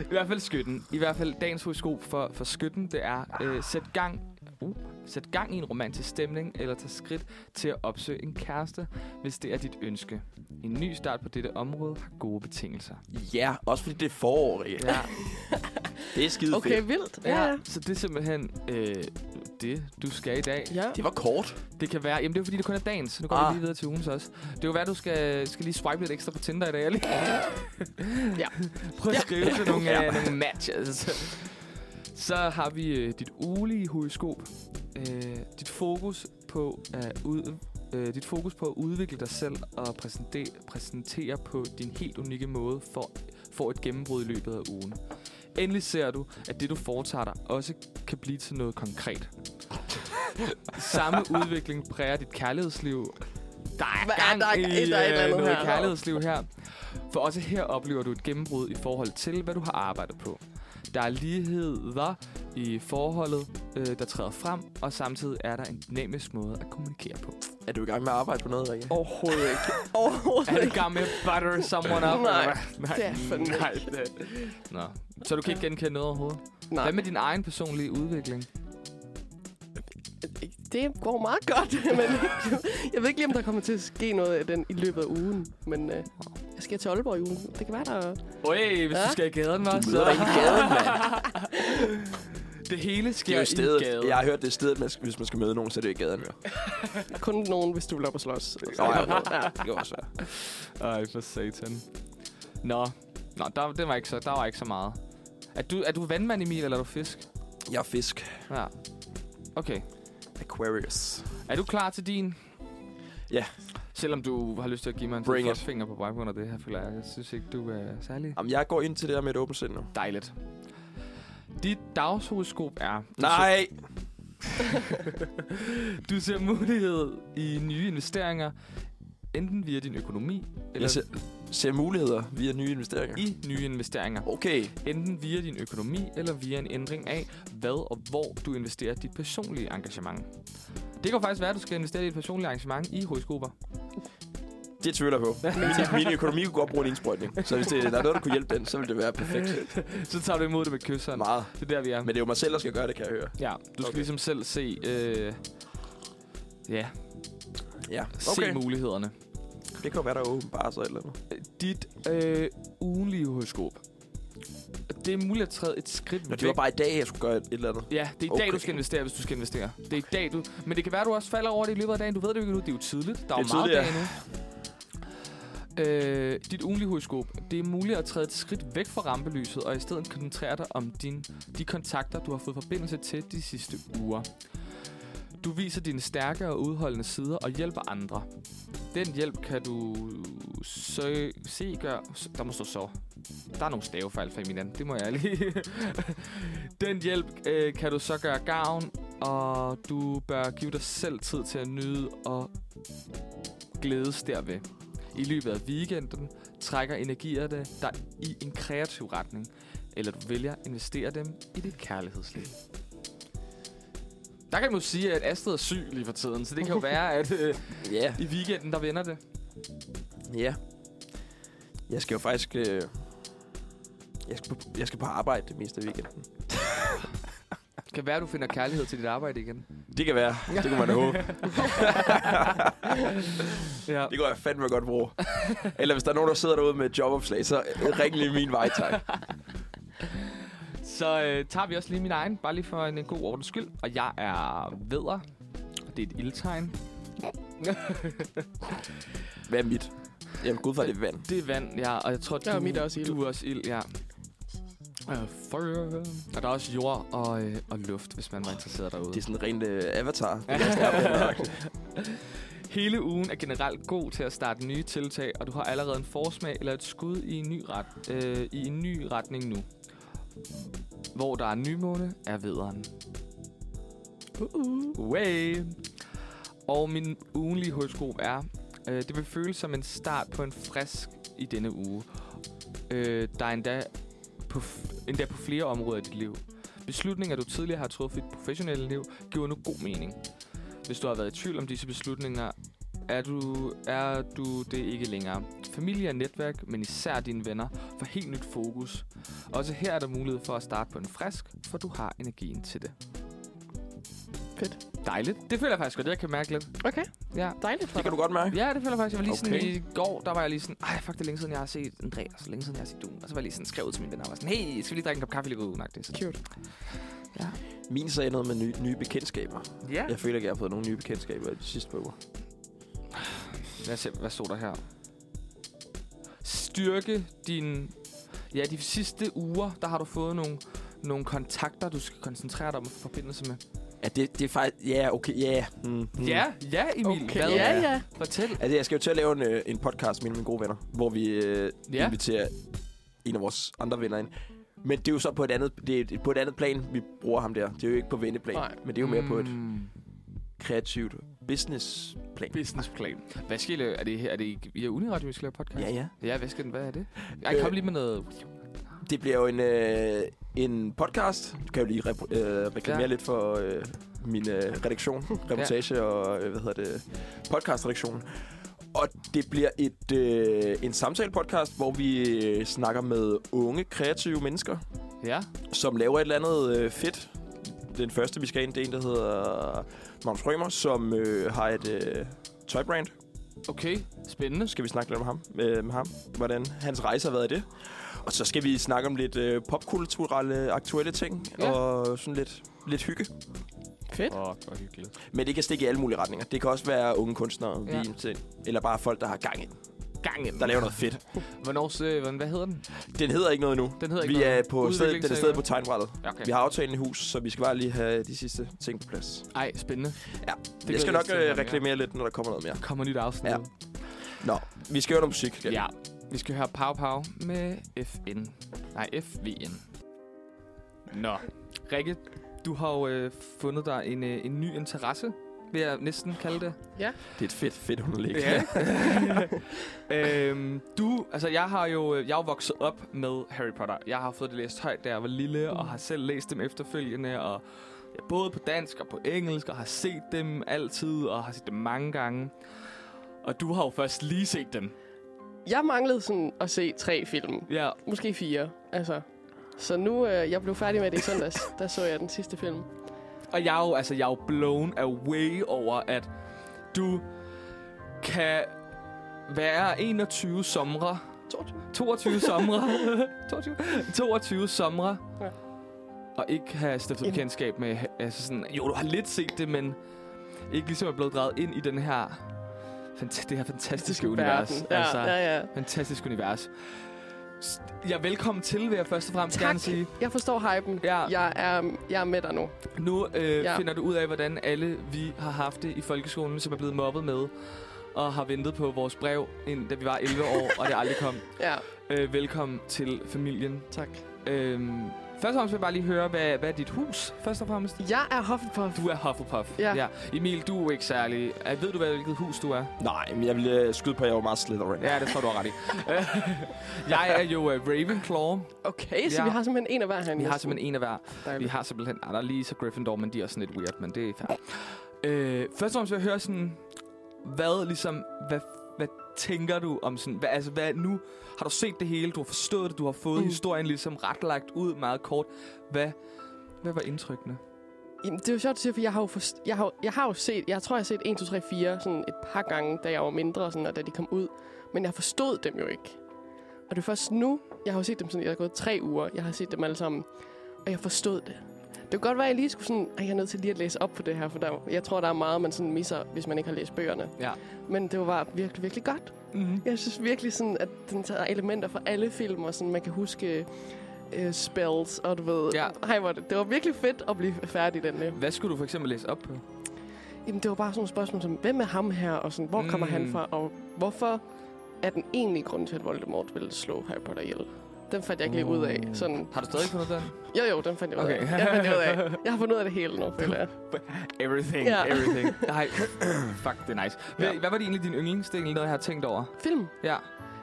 [SPEAKER 1] I hvert fald skytten. I hvert fald dagens horoskop for, for skytten, det er øh, sæt gang uh, sætte gang i en romantisk stemning eller tage skridt til at opsøge en kæreste, hvis det er dit ønske. En ny start på dette område har gode betingelser.
[SPEAKER 2] Ja, også fordi det er forår, Rikke.
[SPEAKER 1] Ja,
[SPEAKER 2] Det er skide
[SPEAKER 3] Okay,
[SPEAKER 2] fedt.
[SPEAKER 3] vildt. Ja,
[SPEAKER 1] ja.
[SPEAKER 3] ja.
[SPEAKER 1] Så det er simpelthen øh, det, du skal i dag.
[SPEAKER 3] ja.
[SPEAKER 2] Det var kort.
[SPEAKER 1] Det kan være, jamen det er fordi, det kun er dagens. Nu går ah.
[SPEAKER 2] Ah.
[SPEAKER 1] vi lige videre til ugens også. Det kan være, du skal, skal lige swipe lidt ekstra på Tinder i dag. Lige.
[SPEAKER 3] Ja.
[SPEAKER 1] Prøv at
[SPEAKER 3] Ja.
[SPEAKER 1] skrive til nogle,
[SPEAKER 2] Ja.
[SPEAKER 1] ja. øh, nogle matches. Så har vi øh, dit ugelige horoskop. Øh, dit fokus på at ud, øh, dit fokus på at udvikle dig selv og præsentere, præsentere på din helt unikke måde for, får et gennembrud i løbet af ugen. Endelig ser du, at det du foretager dig også kan blive til noget konkret. Samme udvikling præger dit kærlighedsliv. Der
[SPEAKER 3] Hvad
[SPEAKER 1] er
[SPEAKER 3] er
[SPEAKER 1] gang
[SPEAKER 3] der?
[SPEAKER 1] i
[SPEAKER 3] Der er et eller
[SPEAKER 1] øh,
[SPEAKER 3] andet
[SPEAKER 1] noget
[SPEAKER 3] her.
[SPEAKER 1] kærlighedsliv her. For også her oplever du et gennembrud i forhold til, hvad du har arbejdet på. Der er ligheder i forholdet, øh, der træder frem, og samtidig er der en dynamisk måde at kommunikere på.
[SPEAKER 2] Er du i gang med at arbejde på noget, Rikke?
[SPEAKER 1] Overhovedet ikke. Er
[SPEAKER 3] Overhovedet
[SPEAKER 1] du i
[SPEAKER 3] ikke.
[SPEAKER 1] gang med at butter someone up?
[SPEAKER 3] Nej,
[SPEAKER 1] eller hvad?
[SPEAKER 3] det er fandme
[SPEAKER 1] nej,
[SPEAKER 3] ikke.
[SPEAKER 1] det- Nå. Så du kan ikke genkende noget overhovedet?
[SPEAKER 3] Nej,
[SPEAKER 1] Hvad med din egen personlige udvikling?
[SPEAKER 3] det går meget godt, men jeg ved ikke lige, om der kommer til at ske noget af den i løbet af ugen. Men øh, jeg skal til Aalborg i ugen. Det kan være, der...
[SPEAKER 1] Øj, hvis ja?
[SPEAKER 3] Ja.
[SPEAKER 1] du skal i gaden, hva'?
[SPEAKER 2] Du møder dig i gaden, mand.
[SPEAKER 1] Det hele sker
[SPEAKER 2] Det er
[SPEAKER 1] i
[SPEAKER 2] jo
[SPEAKER 1] gaden.
[SPEAKER 2] stedet. Jeg har hørt, det er stedet, man skal, hvis man skal møde nogen, så er det jo i gaden. Jo.
[SPEAKER 3] Kun nogen, hvis du vil op og slås.
[SPEAKER 2] Nå, ja, ja. det kan også være.
[SPEAKER 1] Ej, for satan. Nå, Nå der, det var ikke så, der var ikke så meget. Er du, er du vandmand, Emil, eller er du fisk?
[SPEAKER 2] Jeg er fisk.
[SPEAKER 1] Ja. Okay.
[SPEAKER 2] Aquarius.
[SPEAKER 1] Er du klar til din?
[SPEAKER 2] Ja.
[SPEAKER 1] Selvom du har lyst til at give mig en
[SPEAKER 2] Bring it.
[SPEAKER 1] finger på baggrund af det her, føler jeg. Jeg synes ikke, du er særlig
[SPEAKER 2] Jamen, jeg går ind til det her med et åbent sind nu.
[SPEAKER 1] dejligt. Dit dagshoroskop er... Du
[SPEAKER 2] Nej!
[SPEAKER 1] Ser, du ser mulighed i nye investeringer, enten via din økonomi, eller
[SPEAKER 2] Jeg ser, ser muligheder via nye investeringer.
[SPEAKER 1] i nye investeringer.
[SPEAKER 2] Okay.
[SPEAKER 1] enten via din økonomi eller via en ændring af, hvad og hvor du investerer dit personlige engagement. Det kan jo faktisk være, at du skal investere dit personlige engagement i horoskoper.
[SPEAKER 2] Det tvivler jeg på. Min, min økonomi kunne godt bruge en indsprøjtning. Så hvis det, der er noget, der kunne hjælpe den, så ville det være perfekt.
[SPEAKER 1] Så tager du imod det med kysseren.
[SPEAKER 2] Meget.
[SPEAKER 1] Det er der, vi er.
[SPEAKER 2] Men det er jo mig selv, der skal gøre det, kan jeg høre.
[SPEAKER 1] Ja, du skal
[SPEAKER 2] Okay.
[SPEAKER 1] ligesom selv se, øh, ja,
[SPEAKER 2] Ja,
[SPEAKER 1] okay. se mulighederne.
[SPEAKER 2] Det kan jo være, der er åben bar så et eller andet.
[SPEAKER 1] Dit øh, ugenlige horoskop. Det er muligt at træde et skridt
[SPEAKER 2] Nå, det
[SPEAKER 1] væk.
[SPEAKER 2] var bare i dag, jeg skulle gøre et eller andet.
[SPEAKER 1] Ja, det er i okay. dag, du
[SPEAKER 2] Okay.
[SPEAKER 1] skal investere, hvis du skal investere. Det er i dag, du... Men det kan være, du også falder over det i løbet af dagen. Du ved det jo ikke nu. Det er jo tidligt. Der er,
[SPEAKER 2] Det er
[SPEAKER 1] jo meget
[SPEAKER 2] tidligt,
[SPEAKER 1] dag nu. Øh, dit ugenlige horoskop. Det er muligt at træde et skridt væk fra rampelyset, og i stedet koncentrere dig om din, de kontakter, du har fået forbindelse til de sidste uger. Du viser dine stærke og udholdende sider og hjælper andre. Den hjælp kan du søge, se, gør... Der må stå så. Der er nogle stavefejl fra min anden. Det må jeg lige... Den hjælp øh, kan du så gøre gavn, og du bør give dig selv tid til at nyde og glædes derved. I løbet af weekenden trækker energierne dig i en kreativ retning, eller du vælger at investere dem i dit kærlighedsliv. Der kan man jo sige, at Astrid er syg lige for tiden, så det kan jo være, at øh,
[SPEAKER 2] Ja,
[SPEAKER 1] i weekenden, der vender det.
[SPEAKER 2] ja. Jeg skal jo faktisk... Øh, jeg, skal på, jeg skal på arbejde det meste af weekenden.
[SPEAKER 1] Kan være, at du finder kærlighed til dit arbejde igen.
[SPEAKER 2] Det kan være. Det kunne man da håbe.
[SPEAKER 1] Ja.
[SPEAKER 2] Det kunne jeg fandme godt bruge. Eller hvis der er nogen, der sidder derude med et jobopslag, så ring lige min vej, tak.
[SPEAKER 1] Så øh, tager vi også lige min egen, bare lige for en, en god ordens skyld. Og jeg er veder, og det er et ildtegn.
[SPEAKER 2] Hvad er mit? Jamen, gud for det er vand.
[SPEAKER 1] Det er vand, ja, og jeg tror,
[SPEAKER 3] Ja,
[SPEAKER 1] du,
[SPEAKER 3] og mit er også ild.
[SPEAKER 1] du er også ild, ja. Uh, fire. Og der er også jord og, øh, og luft, hvis man var interesseret derude.
[SPEAKER 2] Det er sådan rent øh, avatar.
[SPEAKER 1] Hele ugen er generelt god til at starte nye tiltag, og du har allerede en forsmag eller et skud i en ny, ret, øh, i en ny retning nu. Hvor der er nymåne, er vederen.
[SPEAKER 3] Uh-uh.
[SPEAKER 1] Way. Og min ugenlige horoskop er, øh, det vil føles som en start på en frisk i denne uge. Øh, der er endda på, f- endda på flere områder i dit liv. Beslutninger, du tidligere har truffet i dit professionelle liv, giver nu god mening. Hvis du har været i tvivl om disse beslutninger, er du, er du det ikke længere. Familie og netværk, men især dine venner, får helt nyt fokus. Også her er der mulighed for at starte på en frisk, for du har energien til det. Dejligt. Det føler jeg faktisk godt, jeg kan mærke lidt.
[SPEAKER 3] Okay,
[SPEAKER 1] Ja.
[SPEAKER 3] dejligt for
[SPEAKER 2] Det kan du
[SPEAKER 3] dig.
[SPEAKER 2] godt mærke.
[SPEAKER 1] Ja, det føler jeg faktisk. Jeg var lige sådan,
[SPEAKER 2] Okay.
[SPEAKER 1] i går, der var jeg lige sådan, ej, fuck, det er længe siden, jeg har set Andreas, og længe siden, jeg har set Dune. Og så var jeg lige sådan skrevet til min venner, og var sådan, hey, skal vi lige drikke en kop kaffe lige ud, nagtigt.
[SPEAKER 3] Cute.
[SPEAKER 1] Ja.
[SPEAKER 2] Min sag er noget med nye, nye bekendtskaber.
[SPEAKER 1] Ja.
[SPEAKER 2] Jeg føler ikke, jeg har fået nogle nye bekendtskaber i de sidste par uger.
[SPEAKER 1] Lad os se, hvad stod der her? Styrke din... Ja, de sidste uger, der har du fået nogle, nogle kontakter, du skal koncentrere dig om at få forbindelse med.
[SPEAKER 2] Ja, det, det er faktisk... Ja, okay, ja. Mm, mm.
[SPEAKER 1] Mm. Ja, ja, Emil.
[SPEAKER 3] Okay.
[SPEAKER 1] Hvad?
[SPEAKER 3] Ja,
[SPEAKER 2] er-
[SPEAKER 3] ja.
[SPEAKER 1] Fortæl.
[SPEAKER 2] Altså, jeg skal jo til at lave en, øh, en podcast med en af mine gode venner, hvor vi øh,
[SPEAKER 1] Ja.
[SPEAKER 2] ja. inviterer en af vores andre venner ind. Men det er jo så på et andet, det er et- på et andet plan, vi bruger ham der. Det er jo ikke på venneplan,
[SPEAKER 3] Nej.
[SPEAKER 2] men det er jo mere mm. på et
[SPEAKER 1] Mm,
[SPEAKER 2] kreativt businessplan.
[SPEAKER 1] businessplan. Hvad skal I lave? Er det, her- er det i- i Uniradio, vi skal lave podcast?
[SPEAKER 2] Ja, ja.
[SPEAKER 1] Ja, hvad skal den? Hvad er det? Ej, kom
[SPEAKER 2] Øh.
[SPEAKER 1] lige med noget...
[SPEAKER 2] Det bliver jo en, øh, en podcast. Du kan jo lige rep- øh,
[SPEAKER 1] Ja.
[SPEAKER 2] reklamere ja. lidt for øh, min øh, redaktion, reportage og øh, hvad hedder det, podcastredaktionen. Og det bliver et øh, en samtale-podcast, hvor vi øh, snakker med unge, kreative mennesker,
[SPEAKER 1] Ja.
[SPEAKER 2] som laver et eller andet øh, fedt. Den første, vi skal ind, det er en, der hedder Magnus Rømer, som øh, har et øh, tøjbrand.
[SPEAKER 1] Okay, spændende.
[SPEAKER 2] Så skal vi snakke lidt om ham, øh, med ham, hvordan hans rejse har været i det. Og så skal vi snakke om lidt øh, popkulturelle, aktuelle ting,
[SPEAKER 1] Ja.
[SPEAKER 2] ja. og sådan lidt, lidt hygge.
[SPEAKER 1] Fuck,
[SPEAKER 3] Fedt.
[SPEAKER 1] hvor hyggeligt.
[SPEAKER 2] Men det kan stikke i alle mulige retninger. Det kan også være unge kunstnere,
[SPEAKER 1] Ja.
[SPEAKER 2] ja. til, eller bare folk, der har gang i,
[SPEAKER 1] Gangen.
[SPEAKER 2] der laver noget fedt.
[SPEAKER 1] Hvornår, så, hvordan- hvad hedder den?
[SPEAKER 2] Den hedder ikke noget nu.
[SPEAKER 1] Den hedder
[SPEAKER 2] Vi
[SPEAKER 1] ikke
[SPEAKER 2] er
[SPEAKER 1] noget.
[SPEAKER 2] på stedet, den er stadig på
[SPEAKER 1] Udviklingssag.
[SPEAKER 2] tegnbrættet.
[SPEAKER 1] Ja, Okay.
[SPEAKER 2] Vi har aftalen i hus, så vi skal bare lige have de sidste ting på plads.
[SPEAKER 1] Ej, spændende.
[SPEAKER 2] Ja,
[SPEAKER 1] Det
[SPEAKER 2] Det jeg
[SPEAKER 1] glæder
[SPEAKER 2] skal
[SPEAKER 1] jeg
[SPEAKER 2] nok
[SPEAKER 1] mig til at høre
[SPEAKER 2] øh,
[SPEAKER 1] mere.
[SPEAKER 2] reklamere lidt, når der kommer noget mere.
[SPEAKER 1] Der kommer nyt afsnit.
[SPEAKER 2] Ja. Nå, vi skal høre noget musik. skal vi?
[SPEAKER 1] Ja, vi skal høre Pow Pow med FN. Nej, FVN. Nå, Rikke, du har jo øh, fundet dig en, øh, en ny interesse, vil jeg næsten kalde det.
[SPEAKER 2] Det er et fedt, fedt underlæg.
[SPEAKER 1] øhm, du, altså jeg har jo, øh, jeg er jo vokset op med Harry Potter. Jeg har fået det læst højt, da jeg var lille, og har selv læst dem efterfølgende, og ja, både på dansk og på engelsk, og har set dem altid, og har set dem mange gange. Og du har jo først lige set dem.
[SPEAKER 3] Jeg manglede sådan at se tre film.
[SPEAKER 1] Ja,
[SPEAKER 3] Måske fire, altså. Så nu, øh, jeg blev færdig med det i søndags, der så jeg den sidste film.
[SPEAKER 1] Og jeg er jo, altså, jeg er jo blown away over, at du kan være 21 somre,
[SPEAKER 3] 22.
[SPEAKER 1] 22 somre, 22, 22 somre,
[SPEAKER 3] Ja.
[SPEAKER 1] ja. og ikke have stiftet
[SPEAKER 3] En-
[SPEAKER 1] bekendtskab med, altså sådan, jo, du har lidt set det, men ikke ligesom er blevet drejet ind i den her, fanta- det her fantastiske univers. altså.
[SPEAKER 3] Ja, ja, ja.
[SPEAKER 1] fantastisk univers. S- Ja, velkommen til, vil jeg først og fremmest gerne sige.
[SPEAKER 3] Jeg forstår hypen.
[SPEAKER 1] Ja.
[SPEAKER 3] Jeg, er, jeg er med dig nu.
[SPEAKER 1] Nu øh,
[SPEAKER 3] Ja.
[SPEAKER 1] ja. finder du ud af, hvordan alle vi har haft det i folkeskolen, som er blevet mobbet med, og har ventet på vores brev, ind, da vi var 11 år, og det aldrig kom.
[SPEAKER 3] Ja,
[SPEAKER 1] Øh, velkommen til familien.
[SPEAKER 3] tak.
[SPEAKER 1] Øhm, først og fremmest vil jeg bare lige høre, hvad, hvad er dit hus, først og fremmest?
[SPEAKER 3] Jeg er Hufflepuff.
[SPEAKER 1] Du er Hufflepuff.
[SPEAKER 3] Ja.
[SPEAKER 1] Emil, du er ikke særlig... Øh, ved du, hvad, hvilket hus du er?
[SPEAKER 2] Nej, men jeg vil øh, skyde på, at jeg var meget Slytherin.
[SPEAKER 1] Ja, det tror du har ret i. Øh, jeg er jo øh, Ravenclaw.
[SPEAKER 3] Okay, så
[SPEAKER 1] Ja.
[SPEAKER 3] vi har simpelthen en af hver her.
[SPEAKER 1] Vi har simpelthen en af hver. Vi
[SPEAKER 3] Dejligt.
[SPEAKER 1] har simpelthen... Ah, der er lige så Gryffindor, men de er også sådan lidt weird, men det er fair. Øh, først og fremmest vil jeg høre sådan... Hvad ligesom... Hvad, hvad tænker du om sådan... Hvad, altså, hvad nu? Har du set det hele? Du har forstået det? Du har fået
[SPEAKER 3] Mm.
[SPEAKER 1] mm. historien ligesom retlagt ud meget kort. Hvad, hvad var indtrykkene?
[SPEAKER 3] Jamen, det er jo sjovt, du siger, for jeg har jo, forst- jeg har, jo- jeg har jo set, jeg tror, jeg har set 1, 2, 3, 4 sådan et par gange, da jeg var mindre, sådan, og da de kom ud. Men jeg forstod dem jo ikke. Og det er først nu, jeg har jo set dem sådan, jeg har gået tre uger, jeg har set dem alle sammen, og jeg forstod det. Det kunne godt være, at jeg lige skulle sådan, at jeg er nødt til lige at læse op på det her, for der, jeg tror, der er meget, man sådan misser, hvis man ikke har læst bøgerne.
[SPEAKER 1] Ja.
[SPEAKER 3] Men det var bare virkelig, virkelig godt.
[SPEAKER 1] Mm-hmm.
[SPEAKER 3] Jeg synes virkelig sådan, at den tager elementer fra alle film, og sådan, man kan huske uh, spells, og du ved...
[SPEAKER 1] Ja.
[SPEAKER 3] Ej, hvor, er det, det var virkelig fedt at blive færdig den der.
[SPEAKER 1] Hvad skulle du for eksempel læse op på?
[SPEAKER 3] Jamen, det var bare sådan nogle spørgsmål som, hvem er ham her, og sådan, hvor mm. kommer han
[SPEAKER 1] Mm.
[SPEAKER 3] fra, og hvorfor er den egentlige grund til, at Voldemort ville slå Harry Potter ihjel? Den fandt jeg ikke lige ud af. Sådan,
[SPEAKER 1] Har du stadig fundet den?
[SPEAKER 3] jo, jo, den fandt jeg ud af.
[SPEAKER 1] Mm. Okay.
[SPEAKER 3] Okay. Jeg, fandt jeg, ud af. jeg har fundet ud af det hele nu, føler jeg.
[SPEAKER 1] Everything,
[SPEAKER 3] Ja.
[SPEAKER 1] everything. Nej, fuck, det er nice. Hvad,
[SPEAKER 3] Ja.
[SPEAKER 1] ja. hvad var det egentlig din yndlingsdel, noget jeg har tænkt over?
[SPEAKER 3] Film.
[SPEAKER 1] Ja.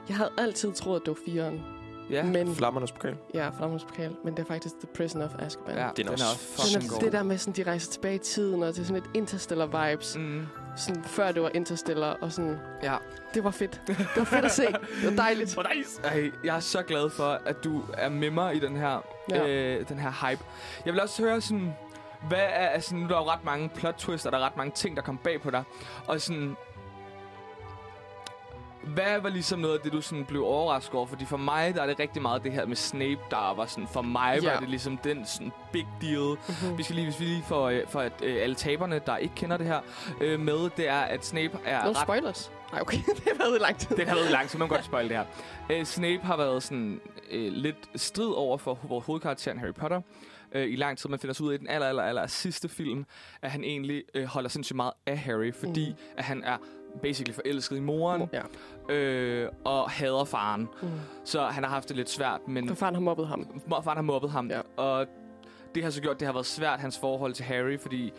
[SPEAKER 3] Jeg havde altid troet, at det var fireren.
[SPEAKER 1] Ja.
[SPEAKER 3] Men,
[SPEAKER 2] Flammernes pokal.
[SPEAKER 3] ja, Flammens pokal. Men det er faktisk The Prison of Azkaban.
[SPEAKER 1] ja
[SPEAKER 2] Den er også
[SPEAKER 3] Den
[SPEAKER 2] fucking
[SPEAKER 3] er,
[SPEAKER 2] god.
[SPEAKER 3] det der med, sådan, de rejser tilbage i tiden, og det er sådan lidt Interstellar-vibes.
[SPEAKER 1] Mm.
[SPEAKER 3] Sådan, før det var Interstellar, og sådan...
[SPEAKER 1] Ja.
[SPEAKER 3] Det var fedt. Det var fedt at se. Det var dejligt.
[SPEAKER 1] Hvor nice. Ej, jeg er så glad for, at du er med mig i den her,
[SPEAKER 3] Ja.
[SPEAKER 1] Øh, ja. øh, den her hype. Jeg vil også høre sådan... Hvad er, altså, nu er der jo ret mange plot twists, og der er ret mange ting, der kom bag på dig. Og sådan... Hvad var ligesom noget af det, du sådan blev overrasket over? Fordi for mig, der er det rigtig meget det her med Snape, der var sådan... For mig ja.
[SPEAKER 3] Ja.
[SPEAKER 1] var det ligesom den sådan big deal.
[SPEAKER 3] Mhm.
[SPEAKER 1] Vi skal lige, hvis vi lige får, øh, for at øh, alle taberne, der ikke kender det her, øh, med, det er, at Snape er
[SPEAKER 3] Nogle
[SPEAKER 1] ret
[SPEAKER 3] spoilers? Nej, okay. det har været lang tid.
[SPEAKER 1] den har været lang, så man kan godt spoil det her. Øh, Snape har været sådan øh, lidt strid over for ho- vores hovedkarakteren Harry Potter. Øh, I lang tid, man finder sig ud af i den aller, aller, aller sidste film, at han egentlig øh, holder sindssygt meget af Harry, fordi mm.
[SPEAKER 3] Mm.
[SPEAKER 1] at han er basically forelsket i moren
[SPEAKER 3] Ja.
[SPEAKER 1] øh, og hader faren.
[SPEAKER 3] Mm.
[SPEAKER 1] Så han har haft det lidt svært, men
[SPEAKER 3] For faren har mobbet ham.
[SPEAKER 1] mor- faren har mobbet ham.
[SPEAKER 3] Ja.
[SPEAKER 1] Og det har så gjort, det har været svært, hans forhold til Harry, fordi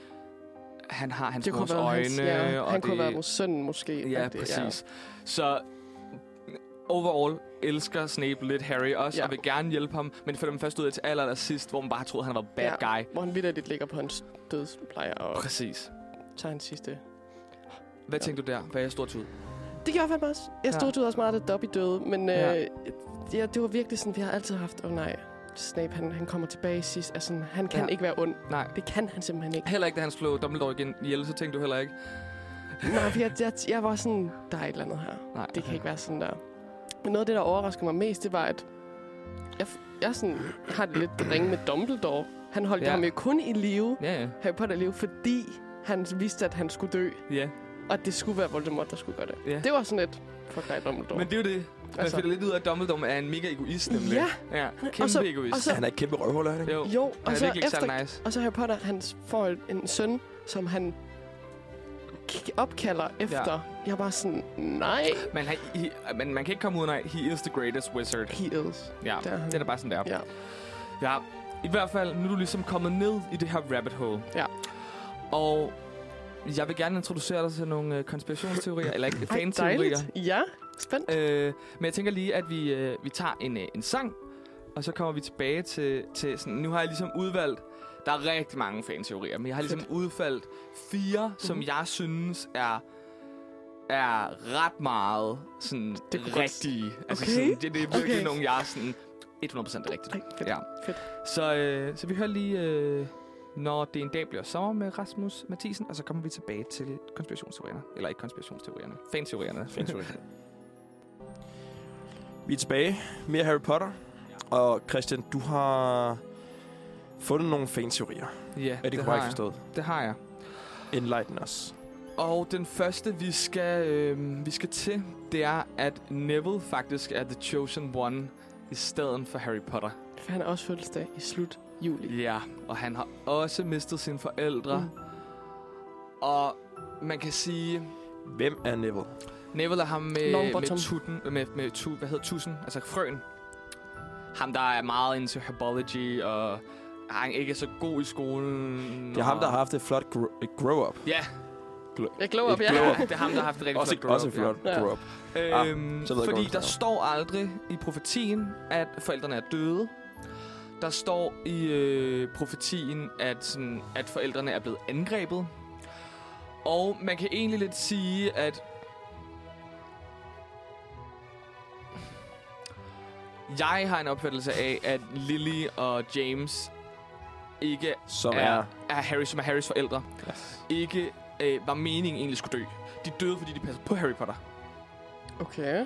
[SPEAKER 1] han har hans
[SPEAKER 3] Det kunne
[SPEAKER 1] mors
[SPEAKER 3] være
[SPEAKER 1] øjne.
[SPEAKER 3] hans, ja.
[SPEAKER 1] og
[SPEAKER 3] Han
[SPEAKER 1] det,
[SPEAKER 3] kunne være vores søn, måske.
[SPEAKER 1] Ja,
[SPEAKER 3] agtigt,
[SPEAKER 1] præcis. Så overall elsker Snape lidt Harry også, ja.
[SPEAKER 3] Ja.
[SPEAKER 1] og vil gerne hjælpe ham, men finder man først ud af til aller, aller sidst, hvor man bare troede, han var bad ja.
[SPEAKER 3] Ja.
[SPEAKER 1] guy.
[SPEAKER 3] Hvor han vidderligt ligger på hans dødsplejer og
[SPEAKER 1] Præcis.
[SPEAKER 3] tager hans sidste
[SPEAKER 1] Hvad
[SPEAKER 3] Ja.
[SPEAKER 1] tænkte du der? Hvad er jeg stort ud?
[SPEAKER 3] Det gjorde jeg fandme også. Jeg stod ja. også meget, da Dobby døde, men
[SPEAKER 1] Ja.
[SPEAKER 3] ja. øh, ja, det var virkelig sådan, vi har altid haft, åh oh, nej, Snape, han, han kommer tilbage sidst. Altså, han kan
[SPEAKER 1] Ja.
[SPEAKER 3] ja. ikke være ond.
[SPEAKER 1] Nej.
[SPEAKER 3] Det kan han simpelthen ikke.
[SPEAKER 1] Heller ikke, da han slog Dumbledore igen ihjel, så tænkte du heller ikke.
[SPEAKER 3] nej, for jeg, jeg, jeg var sådan, der er et eller andet her.
[SPEAKER 1] Nej.
[SPEAKER 3] Det kan ikke være sådan der. Men noget af det, der overraskede mig mest, det var, at jeg, jeg sådan, har det lidt ringe med Dumbledore. Han holdt
[SPEAKER 1] Ja.
[SPEAKER 3] ja. ham jo kun i live,
[SPEAKER 1] Ja, ja.
[SPEAKER 3] Harry Potter i live, fordi han vidste, at han skulle dø.
[SPEAKER 1] ja.
[SPEAKER 3] Og det skulle være Voldemort, der skulle gøre det.
[SPEAKER 1] Ja.
[SPEAKER 3] Ja. Det var sådan lidt, fuck dig, Dumbledore.
[SPEAKER 1] Men det er jo det. Man altså.
[SPEAKER 3] Altså.
[SPEAKER 1] finder lidt ud af, at Dumbledore er en mega egoist, nemlig.
[SPEAKER 3] Ja.
[SPEAKER 1] ja. Kæmpe
[SPEAKER 3] Og så-
[SPEAKER 1] egoist.
[SPEAKER 3] og
[SPEAKER 2] Så...
[SPEAKER 3] Så-
[SPEAKER 2] Han er et kæmpe røvhul, er han ikke?
[SPEAKER 1] jo.
[SPEAKER 3] jo, og
[SPEAKER 1] han er
[SPEAKER 3] så
[SPEAKER 1] virkelig ikke
[SPEAKER 3] efter,
[SPEAKER 1] særlig nice.
[SPEAKER 3] Og så Harry Potter, han får en søn, som han k- opkalder efter. Ja. Jeg var sådan, nej,
[SPEAKER 1] Men, han, he, men man kan ikke komme uden af, he is the greatest wizard.
[SPEAKER 3] he is.
[SPEAKER 1] Ja,
[SPEAKER 3] Det er han.
[SPEAKER 1] det er bare sådan, der.
[SPEAKER 3] Mm-hmm. Ja.
[SPEAKER 1] Ja, i hvert fald, nu er du ligesom kommet ned i det her rabbit hole.
[SPEAKER 3] Ja.
[SPEAKER 1] Og jeg vil gerne introducere dig til nogle øh, konspirationsteorier, eller ikke,
[SPEAKER 3] Ej,
[SPEAKER 1] fanteorier.
[SPEAKER 3] Ja, spændt.
[SPEAKER 1] Øh, men jeg tænker lige, at vi, øh, vi tager en, øh, en sang, og så kommer vi tilbage til, til sådan, nu har jeg ligesom udvalgt, der er rigtig mange fanteorier, men jeg har ligesom
[SPEAKER 3] Fedt. Mhm.
[SPEAKER 1] udvalgt fire, mm-hmm. som jeg synes er er ret meget sådan
[SPEAKER 3] Det kunne godt-
[SPEAKER 1] rigtige. Altså,
[SPEAKER 3] Okay.
[SPEAKER 1] sådan, det, det er virkelig okay.
[SPEAKER 3] Okay.
[SPEAKER 1] nogle, jeg er sådan 100% er rigtigt.
[SPEAKER 3] Ej, fedt.
[SPEAKER 1] Ja.
[SPEAKER 3] Fedt.
[SPEAKER 1] Så, øh, så vi hører lige, øh, når det en dag bliver sommer med Rasmus Mathisen, og så kommer vi tilbage til konspirationsteorierne. Eller ikke konspirationsteorierne. Fanteorierne.
[SPEAKER 2] Vi er tilbage. Mere Harry Potter. Og Christian, du har fundet nogle fanteorier.
[SPEAKER 1] ja,
[SPEAKER 2] Er det, det
[SPEAKER 1] har
[SPEAKER 2] korrekt
[SPEAKER 1] jeg.
[SPEAKER 2] forstået?
[SPEAKER 1] Det har jeg.
[SPEAKER 2] Enlighten os.
[SPEAKER 1] Og den første, vi skal, øh, vi skal til, det er, at Neville faktisk er The Chosen One i stedet for Harry Potter.
[SPEAKER 3] For han har også fødselsdag i slut juli.
[SPEAKER 1] Ja, og han har også mistet sine forældre. Mm.
[SPEAKER 3] Mm.
[SPEAKER 1] Og man kan sige,
[SPEAKER 2] Hvem er Neville?
[SPEAKER 1] Neville er ham med,
[SPEAKER 3] Longbottom.
[SPEAKER 1] med tutten, øh, med, med tu, hvad hedder tusen, altså frøen. Ham, der er meget into herbology, og han ikke er så god i skolen.
[SPEAKER 2] Det er ham, der har haft et flot gr- et grow-up.
[SPEAKER 1] Ja,
[SPEAKER 3] Jeg glow up,
[SPEAKER 2] Et
[SPEAKER 3] ja.
[SPEAKER 2] glow up.
[SPEAKER 1] det er ham, der har haft et rigtig
[SPEAKER 2] Også,
[SPEAKER 1] flot grow-up,
[SPEAKER 2] også et flot
[SPEAKER 3] Ja.
[SPEAKER 2] grow-up.
[SPEAKER 1] Ja.
[SPEAKER 2] Ah,
[SPEAKER 1] Øhm,
[SPEAKER 2] så ved jeg
[SPEAKER 1] fordi
[SPEAKER 2] godt, hvad
[SPEAKER 1] der
[SPEAKER 2] du
[SPEAKER 1] står aldrig i profetien, at forældrene er døde. Der står i øh, profetien, at, sådan, at forældrene er blevet angrebet. Og man kan egentlig lidt sige, at... Jeg har en opfattelse af, at Lily og James ikke
[SPEAKER 2] Som
[SPEAKER 1] er,
[SPEAKER 2] er...
[SPEAKER 1] er Harry, som er Harrys forældre, ikke øh, var meningen egentlig skulle dø. De døde, fordi de passede på Harry Potter.
[SPEAKER 3] Okay.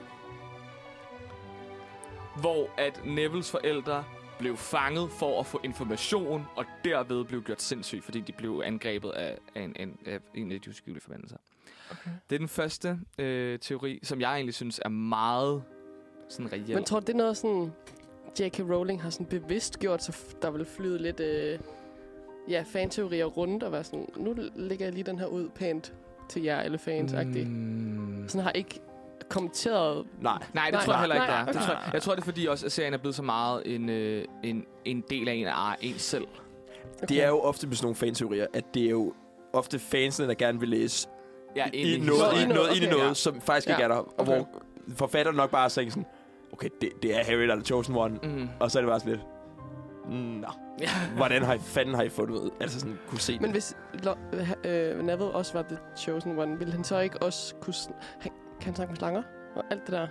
[SPEAKER 1] hvor at Nevilles forældre blev fanget for at få information, og derved blev gjort sindssyg, fordi de blev angrebet af, af, en, en, af en af de uskyldige forbandelser. Okay. Det er den første øh, teori, som jeg egentlig synes er meget sådan reelt.
[SPEAKER 3] Men tror du, det er noget sådan... J.K. Rowling har sådan bevidst gjort, så f- der vil flyde lidt... Øh, ja, fanteorier rundt og være sådan... Nu lægger jeg lige den her ud pænt til jer alle fans mm.
[SPEAKER 1] Mm.
[SPEAKER 3] Sådan har ikke kommenteret...
[SPEAKER 2] Nej.
[SPEAKER 1] Nej, det
[SPEAKER 3] Nej,
[SPEAKER 1] tror jeg
[SPEAKER 3] nej,
[SPEAKER 1] heller ikke,
[SPEAKER 3] nej,
[SPEAKER 1] det er. Det
[SPEAKER 3] okay.
[SPEAKER 1] tror jeg, jeg tror, det er fordi også, at serien er blevet så meget en, øh, en, en del af en af en selv.
[SPEAKER 3] Okay.
[SPEAKER 2] Det er jo ofte med sådan nogle fanteorier, at det er jo ofte fansene, der gerne vil læse
[SPEAKER 1] Ja,
[SPEAKER 2] i, i
[SPEAKER 1] en
[SPEAKER 2] noget, i
[SPEAKER 3] historien.
[SPEAKER 2] noget, okay. i
[SPEAKER 3] Okay.
[SPEAKER 2] noget
[SPEAKER 1] Ja.
[SPEAKER 2] som faktisk
[SPEAKER 3] Ja.
[SPEAKER 2] ikke er der. Og okay. hvor forfatteren nok bare tænker sådan, okay, det, det er Harry, der er the chosen one.
[SPEAKER 1] Mm.
[SPEAKER 2] Og så er det bare sådan lidt, nå, hvordan har I, fanden har I fundet ud? Altså sådan, kunne se
[SPEAKER 3] Men
[SPEAKER 2] det.
[SPEAKER 3] hvis Lo- øh, Neville også var The Chosen One, ville han så ikke også kunne... sn- Han, kan han snakke med slanger? Og alt det der.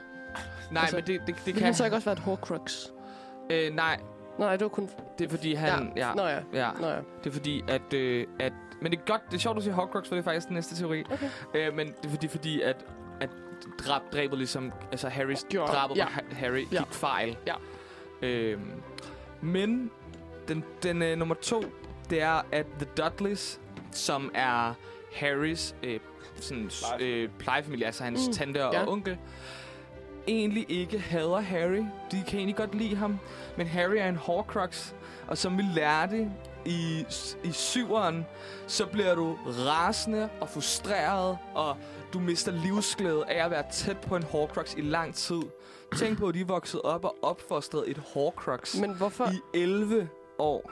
[SPEAKER 1] Nej,
[SPEAKER 3] Altså,
[SPEAKER 1] men det, det, det
[SPEAKER 3] Ville
[SPEAKER 1] kan...
[SPEAKER 3] han så ikke også være et Horcrux?
[SPEAKER 1] Øh, nej,
[SPEAKER 3] Nej, det var kun...
[SPEAKER 1] Det er fordi han... Ja.
[SPEAKER 3] Nå ja.
[SPEAKER 1] ja.
[SPEAKER 3] Nå ja.
[SPEAKER 1] Det er fordi, at... Øh, at men det er godt, det er sjovt, du siger Horcrux, for det er faktisk den næste teori.
[SPEAKER 3] Okay.
[SPEAKER 1] Øh, men det er fordi, fordi at, at drab, dræbet ligesom... Altså, Harrys
[SPEAKER 3] Gjorde-
[SPEAKER 1] drab på
[SPEAKER 3] ja.
[SPEAKER 1] Ha- Harry
[SPEAKER 3] Ja.
[SPEAKER 1] gik fejl.
[SPEAKER 3] Ja.
[SPEAKER 1] Øh, men den, den øh, nummer to, det er, at The Dudleys, som er Harrys øh, sådan, s-
[SPEAKER 2] Plejefamilie.
[SPEAKER 1] øh, plejefamilie, altså hans
[SPEAKER 3] Mm,
[SPEAKER 1] mm, tante og
[SPEAKER 3] ja.
[SPEAKER 1] onkel, egentlig ikke hader Harry. De kan egentlig godt lide ham, men Harry er en Horcrux, og som vi lærte i, i syveren, så bliver du rasende og frustreret, og du mister livsglæde af at være tæt på en Horcrux i lang tid. Tænk på, at de er vokset op og opfostret et Horcrux
[SPEAKER 3] Men hvorfor,
[SPEAKER 1] i 11 år.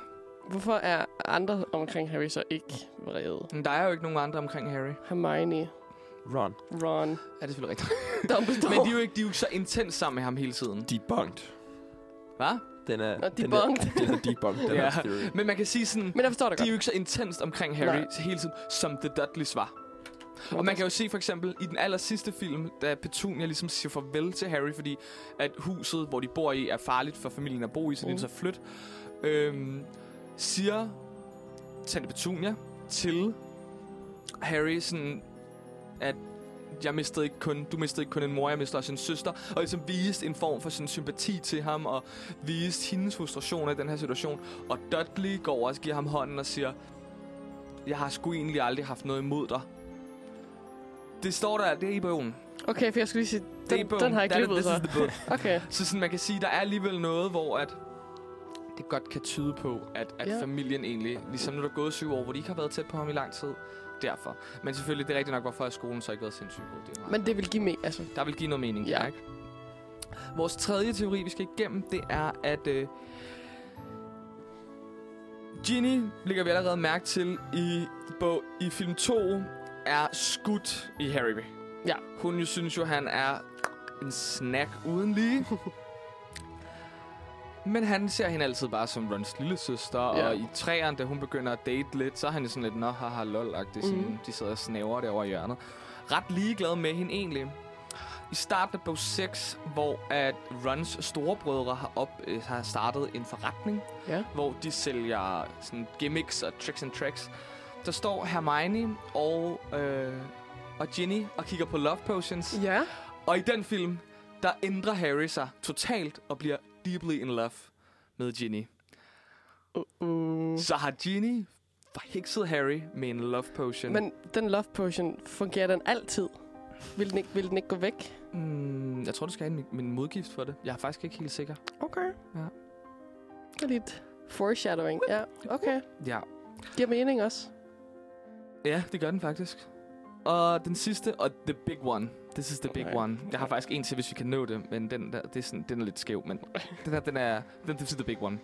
[SPEAKER 3] hvorfor er andre omkring Harry så ikke vrede?
[SPEAKER 1] Men der er jo ikke nogen andre omkring Harry.
[SPEAKER 3] Hermione,
[SPEAKER 2] Ron.
[SPEAKER 3] Ron,
[SPEAKER 1] Ja, det er selvfølgelig rigtigt.
[SPEAKER 3] Dumbledore.
[SPEAKER 1] Men de er jo ikke, de er jo ikke så intens sammen med ham hele tiden.
[SPEAKER 2] Debunked.
[SPEAKER 1] Hvad?
[SPEAKER 2] Den er...
[SPEAKER 3] Nå,
[SPEAKER 2] den er,
[SPEAKER 3] debunked.
[SPEAKER 2] den er debunked, den
[SPEAKER 1] Ja.
[SPEAKER 2] ja. her theory.
[SPEAKER 1] Men man kan sige sådan,
[SPEAKER 3] Men jeg forstår det
[SPEAKER 1] de er
[SPEAKER 3] godt.
[SPEAKER 1] jo ikke så intenst omkring Harry
[SPEAKER 3] Nej.
[SPEAKER 1] hele tiden, som The Dudleys var. Og man kan jo se for eksempel i den aller sidste film, da Petunia ligesom siger farvel til Harry, fordi at huset, hvor de bor i, er farligt for familien at bo i, så de
[SPEAKER 3] Mm.
[SPEAKER 1] er så flytte. Øhm, siger Tante Petunia til Harry sådan, at jeg mistede ikke kun, du mistede ikke kun en mor, jeg mistede også en søster, og ligesom viste en form for sådan sympati til ham, og viste hendes frustrationer i den her situation. Og Dudley går over og giver ham hånden og siger, jeg har sgu egentlig aldrig haft noget imod dig. Det står der, det er i bogen.
[SPEAKER 3] Okay, for jeg skulle lige sige,
[SPEAKER 1] Det er i
[SPEAKER 3] den,
[SPEAKER 1] bogen.
[SPEAKER 3] den har jeg
[SPEAKER 1] Der er
[SPEAKER 3] ikke løbet
[SPEAKER 1] det-
[SPEAKER 3] så.
[SPEAKER 1] this is the book.
[SPEAKER 3] Okay.
[SPEAKER 1] Så sådan, man kan sige, der er alligevel noget, hvor at det godt kan tyde på, at, at
[SPEAKER 3] Ja.
[SPEAKER 1] yeah. familien egentlig, ligesom nu er der er gået syv år, hvor de ikke har været tæt på ham i lang tid, derfor. Men selvfølgelig, det er rigtigt nok, hvorfor er skolen så ikke været sindssygt god. Det er meget
[SPEAKER 3] Men det vil give mig, altså.
[SPEAKER 1] der vil give noget mening,
[SPEAKER 3] Ja.
[SPEAKER 1] ja. ikke? Vores tredje teori, vi skal igennem, det er, at... Øh, Ginny, ligger vi allerede mærke til, i, bog, i film 2, er skudt i Harry.
[SPEAKER 3] Ja.
[SPEAKER 1] Hun jo synes jo, han er en snack uden lige. Men han ser hende altid bare som Rons lille søster,
[SPEAKER 3] Ja.
[SPEAKER 1] ja. og i træerne, da hun begynder at date lidt, så er han jo sådan lidt, nå, haha, lol-agtig.
[SPEAKER 3] Mhm.
[SPEAKER 1] Mm. De sidder og snæver derovre i hjørnet. Ret ligeglad med hende egentlig. I starten af bog 6, hvor at Rons storebrødre har, op, øh, har startet en forretning,
[SPEAKER 3] Ja.
[SPEAKER 1] hvor de sælger sådan gimmicks og tricks and tracks. Der står Hermione og, øh, og Ginny og kigger på love potions.
[SPEAKER 3] Ja.
[SPEAKER 1] Og i den film, der ændrer Harry sig totalt og bliver deeply in love med Ginny.
[SPEAKER 3] Uh, uh.
[SPEAKER 1] Så har Ginny forhekset Harry med en love potion.
[SPEAKER 3] Men den love potion, fungerer den altid? Vil den ikke, vil den ikke gå væk?
[SPEAKER 1] Mm, jeg tror, du skal have en, min modgift for det. Jeg er faktisk ikke helt sikker.
[SPEAKER 3] Okay.
[SPEAKER 1] Ja.
[SPEAKER 3] Det er lidt foreshadowing. Ja, okay.
[SPEAKER 1] Ja.
[SPEAKER 3] Giver mening også.
[SPEAKER 1] Ja, det gør den faktisk. Og den sidste, og the big one. This is the big
[SPEAKER 3] Okay.
[SPEAKER 1] one. Jeg har faktisk en til, hvis vi kan nå det, men den, der, det er sådan, den er lidt skæv, men den her, den er, den this is the big one.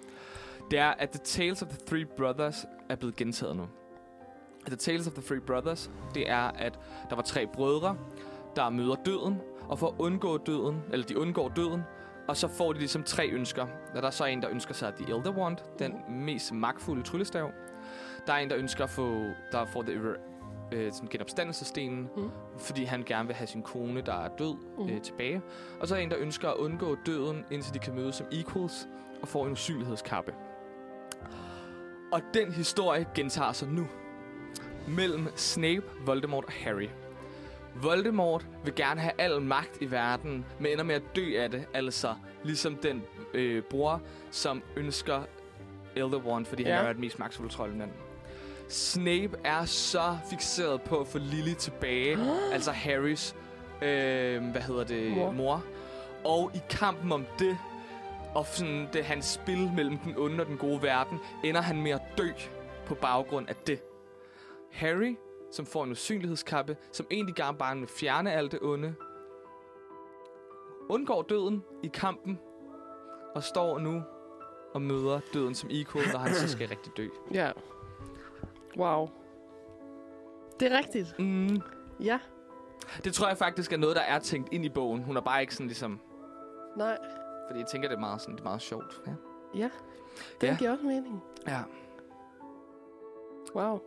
[SPEAKER 1] Det er, at The Tales of the Three Brothers er blevet gentaget nu. The Tales of the Three Brothers, det er, at der var tre brødre, der møder døden, og for at undgå døden, eller de undgår døden, og så får de ligesom tre ønsker. Og der er så en, der ønsker sig The Elder Wand, den mest magtfulde tryllestav. Der er en, der ønsker at få, der får det øh, sådan genopstandelsestenen,
[SPEAKER 3] Mm.
[SPEAKER 1] mm. fordi han gerne vil have sin kone, der er død,
[SPEAKER 3] Mhm.
[SPEAKER 1] mm. øh, tilbage. Og så er der en, der ønsker at undgå døden, indtil de kan mødes som equals og får en usynlighedskappe. Og den historie gentager sig nu mellem Snape, Voldemort og Harry. Voldemort vil gerne have al magt i verden, men ender med at dø af det, altså ligesom den øh, bror, som ønsker Elder Wand, fordi ja.
[SPEAKER 3] Ja.
[SPEAKER 1] han er den mest magtfulde trold i verden. Snape er så fixeret på at få Lily tilbage, altså Harrys, øh, hvad hedder det, mor.
[SPEAKER 3] Mor.
[SPEAKER 1] mor. Og i kampen om det, og sådan det hans spil mellem den onde og den gode verden, ender han med at dø på baggrund af det. Harry, som får en usynlighedskappe, som egentlig gerne bare vil fjerne alt det onde, undgår døden i kampen, og står nu og møder døden som equal, når han så skal rigtig dø.
[SPEAKER 3] Ja. Wow. Det er rigtigt.
[SPEAKER 1] Mm.
[SPEAKER 3] Ja.
[SPEAKER 1] Det tror jeg faktisk er noget, der er tænkt ind i bogen. Hun er bare ikke sådan ligesom...
[SPEAKER 3] Nej.
[SPEAKER 1] Fordi jeg tænker, det er meget, sådan, det er meget sjovt. Ja.
[SPEAKER 3] Ja. Den ja.
[SPEAKER 1] Ja.
[SPEAKER 3] giver også mening.
[SPEAKER 1] ja.
[SPEAKER 3] Wow.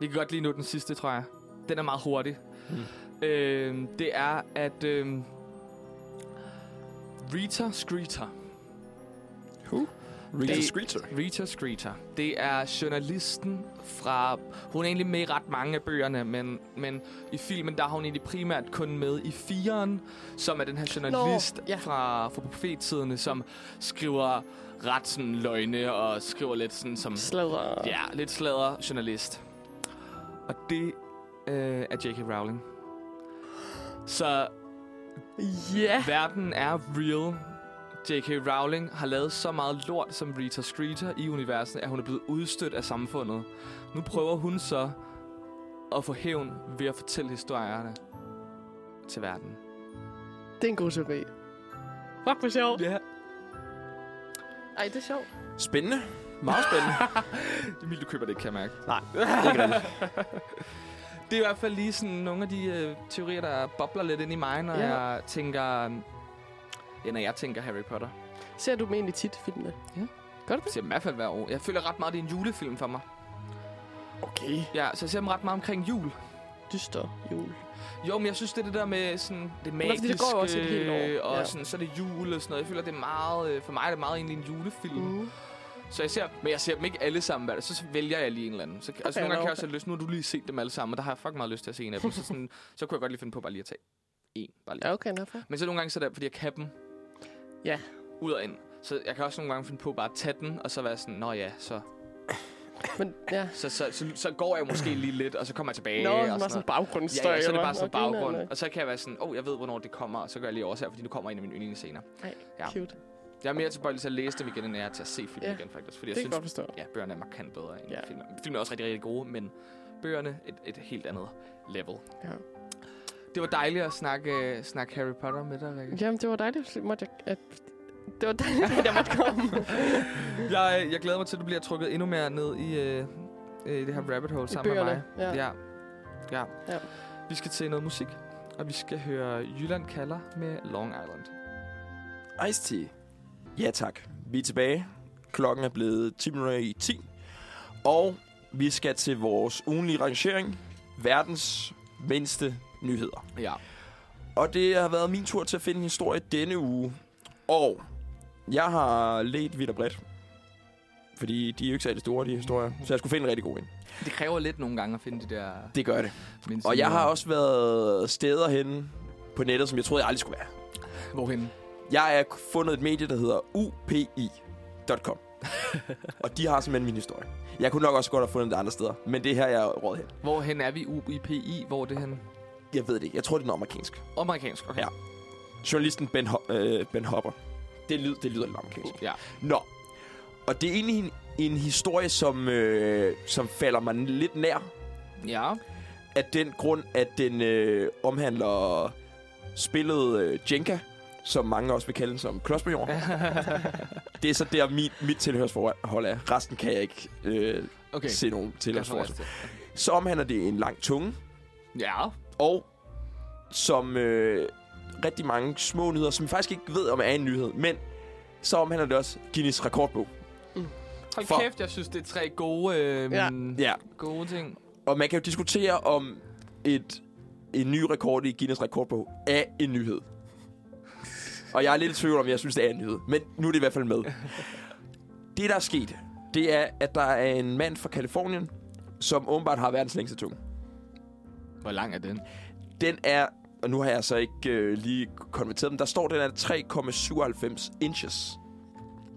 [SPEAKER 1] Vi kan godt lige nå den sidste, tror jeg. Den er meget hurtig. Mm. Øh, det er, at... Øh, Rita Screeter.
[SPEAKER 2] Who? Rita
[SPEAKER 1] Det-
[SPEAKER 2] Skeeter.
[SPEAKER 1] Rita Skeeter. Det er journalisten fra... Hun er egentlig med i ret mange af bøgerne, men, men i filmen, der har hun egentlig primært kun med i firen, som er den her journalist Nå,
[SPEAKER 3] ja.
[SPEAKER 1] ja. fra, fra profettiderne, som skriver ret sådan løgne og skriver lidt sådan som...
[SPEAKER 3] Sladder.
[SPEAKER 1] Mm. Ja, lidt sladder journalist. Og det øh, er J.K. Rowling. Så
[SPEAKER 3] Ja.
[SPEAKER 1] Verden er real. J.K. Rowling har lavet så meget lort som Rita Skeeter i universet, at hun er blevet udstødt af samfundet. Nu prøver hun så at få hævn ved at fortælle historierne til verden.
[SPEAKER 3] Det er en god teori. Fuck, hvor sjovt.
[SPEAKER 1] Ja,
[SPEAKER 3] Ej, det er sjovt.
[SPEAKER 2] Spændende. Meget spændende.
[SPEAKER 1] Emil, du køber det, kan jeg mærke.
[SPEAKER 2] Nej, ikke rigtigt.
[SPEAKER 1] Det er i hvert fald lige sådan nogle af de øh, teorier, der bobler lidt ind i mig, når
[SPEAKER 3] Ja.
[SPEAKER 1] jeg tænker... øhm, Ja, når jeg tænker Harry Potter.
[SPEAKER 3] Ser du dem egentlig tit, filmene?
[SPEAKER 1] Ja.
[SPEAKER 3] Gør du
[SPEAKER 1] Jeg
[SPEAKER 3] det?
[SPEAKER 1] ser dem i hvert fald hver år. Jeg føler ret meget, det er en julefilm for mig.
[SPEAKER 2] Okay.
[SPEAKER 1] Ja, så jeg ser dem ret meget omkring jul.
[SPEAKER 3] Dyster jul.
[SPEAKER 1] Jo, men jeg synes, det er det der med sådan, det
[SPEAKER 3] Men også,
[SPEAKER 1] magiske,
[SPEAKER 3] fordi det går jo også et helt år.
[SPEAKER 1] og
[SPEAKER 3] Ja.
[SPEAKER 1] sådan, så er det jul og sådan noget. Jeg føler, det er meget, øh, for mig er det meget egentlig en julefilm. Mm.
[SPEAKER 3] Mm.
[SPEAKER 1] Så jeg ser, men jeg ser dem ikke alle sammen, hver dag. så vælger jeg lige en eller anden. Så, okay, altså, nogle gange
[SPEAKER 3] nå,
[SPEAKER 1] kan jeg
[SPEAKER 3] okay.
[SPEAKER 1] også have lyst, nu har du lige set dem alle sammen, og der har jeg fucking meget lyst til at se en af dem. Så, sådan, så kunne jeg godt lige finde på bare lige at tage en. Bare lige.
[SPEAKER 3] Ja, okay, nok for.
[SPEAKER 1] Men så nogle gange, så er det, fordi jeg kan dem
[SPEAKER 3] Ja.
[SPEAKER 1] ud og ind. Så jeg kan også nogle gange finde på bare at tage den, og så være sådan, nå ja, så,
[SPEAKER 3] Men ja.
[SPEAKER 1] så, så, så, så går jeg måske lige lidt, og så kommer jeg tilbage.
[SPEAKER 3] Nå,
[SPEAKER 1] og
[SPEAKER 3] det var sådan en baggrundsstøj.
[SPEAKER 1] Ja, ja, så er det bare
[SPEAKER 3] eller hvad?
[SPEAKER 1] sådan
[SPEAKER 3] Nå,
[SPEAKER 1] baggrund.
[SPEAKER 3] grineren,
[SPEAKER 1] Og så kan jeg være sådan, åh, oh, jeg ved, hvornår det kommer, og så gør jeg lige årsager, fordi nu kommer en af mine yndlinge senere.
[SPEAKER 3] ja.
[SPEAKER 1] Ja.
[SPEAKER 3] Cute.
[SPEAKER 1] Jeg er mere tilbøjelig til at læse dem igen, end jeg er til at se filmen
[SPEAKER 3] Ja,
[SPEAKER 1] ja. igen, faktisk. Fordi
[SPEAKER 3] Det
[SPEAKER 1] jeg
[SPEAKER 3] kan jeg
[SPEAKER 1] synes,
[SPEAKER 3] godt forstå.
[SPEAKER 1] ja, bøgerne er markant bedre end
[SPEAKER 3] Ja.
[SPEAKER 1] ja. filmen. Filmen er også rigtig, rigtig gode, men bøgerne et, et helt andet level.
[SPEAKER 3] Ja.
[SPEAKER 1] Det var dejligt at snakke, øh, snakke Harry Potter med dig, Rikke.
[SPEAKER 3] Jamen, det var dejligt, at- måtte jeg, at det var dejligt, at jeg måtte komme.
[SPEAKER 1] Jeg, øh, jeg glæder mig til, at du bliver trukket endnu mere ned i, øh, øh, det her rabbit hole
[SPEAKER 3] I
[SPEAKER 1] sammen med mig.
[SPEAKER 3] bøgerne. Ja.
[SPEAKER 1] Ja. ja.
[SPEAKER 3] Ja.
[SPEAKER 1] ja. Vi skal til noget musik, og vi skal høre Jylland kalder med Long Island.
[SPEAKER 2] Ice tea. Ja tak. Vi er tilbage. Klokken er blevet 10 minutter i 10. Og vi skal til vores ugenlige rangering. Verdens mindste nyheder.
[SPEAKER 1] Ja.
[SPEAKER 2] Og det har været min tur til at finde en historie denne uge. Og jeg har let vidt og bredt. Fordi de er jo ikke særlig store, de historier. Så jeg skulle finde en rigtig god en.
[SPEAKER 1] Det kræver lidt nogle gange at finde de der...
[SPEAKER 2] Det gør det.
[SPEAKER 1] mindste
[SPEAKER 2] Og jeg har
[SPEAKER 1] nyheder.
[SPEAKER 2] også været steder henne på nettet, som jeg troede, jeg aldrig skulle være.
[SPEAKER 1] Hvorhen?
[SPEAKER 2] Jeg er fundet et medie, der hedder upi.com. og de har simpelthen min historie. Jeg kunne nok også godt have fundet det andre steder, men det her, jeg er råd hen.
[SPEAKER 1] Hvorhen er vi U- i PI? Hvor er det hen?
[SPEAKER 2] Jeg ved det ikke. Jeg tror, det er noget amerikansk.
[SPEAKER 1] Amerikansk, okay.
[SPEAKER 2] Ja. Journalisten Ben, Ho- øh, ben Hopper. Det, lyd, det lyder lidt amerikansk.
[SPEAKER 1] ja.
[SPEAKER 2] Nå. Og det er egentlig en, en historie, som, øh, som falder mig lidt nær.
[SPEAKER 1] Ja.
[SPEAKER 2] Af den grund, at den øh, omhandler spillet øh, Jenga, som mange også vil kalde den som klodsbejord. det er så der, mit, mit tilhørsforhold er. Resten kan jeg ikke øh,
[SPEAKER 1] Okay.
[SPEAKER 2] okay. se nogen
[SPEAKER 1] Jeg får
[SPEAKER 2] tilhørsforhold.
[SPEAKER 1] lyst
[SPEAKER 2] til.
[SPEAKER 1] til.
[SPEAKER 2] Så omhandler det en lang tunge,
[SPEAKER 1] Ja.
[SPEAKER 2] og som øh, rigtig mange små nyheder, som jeg faktisk ikke ved, om er en nyhed, men så omhandler det også Guinness rekordbog.
[SPEAKER 1] Hold
[SPEAKER 2] For-
[SPEAKER 1] For... kæft, jeg synes, det er tre gode, øh,
[SPEAKER 3] Ja.
[SPEAKER 1] ja.
[SPEAKER 2] Ja.
[SPEAKER 1] gode ting.
[SPEAKER 2] Og man kan jo diskutere, om et, en ny rekord i Guinness rekordbog er en nyhed. Og jeg er lidt i tvivl om, jeg synes, det er en nyhed. Men nu er det i hvert fald med. Det, der er sket, det er, at der er en mand fra Kalifornien, som åbenbart har verdens længste tunge.
[SPEAKER 1] Hvor lang er den?
[SPEAKER 2] Den er, og nu har jeg så ikke øh, lige konverteret den, der står, den er 3,97 inches.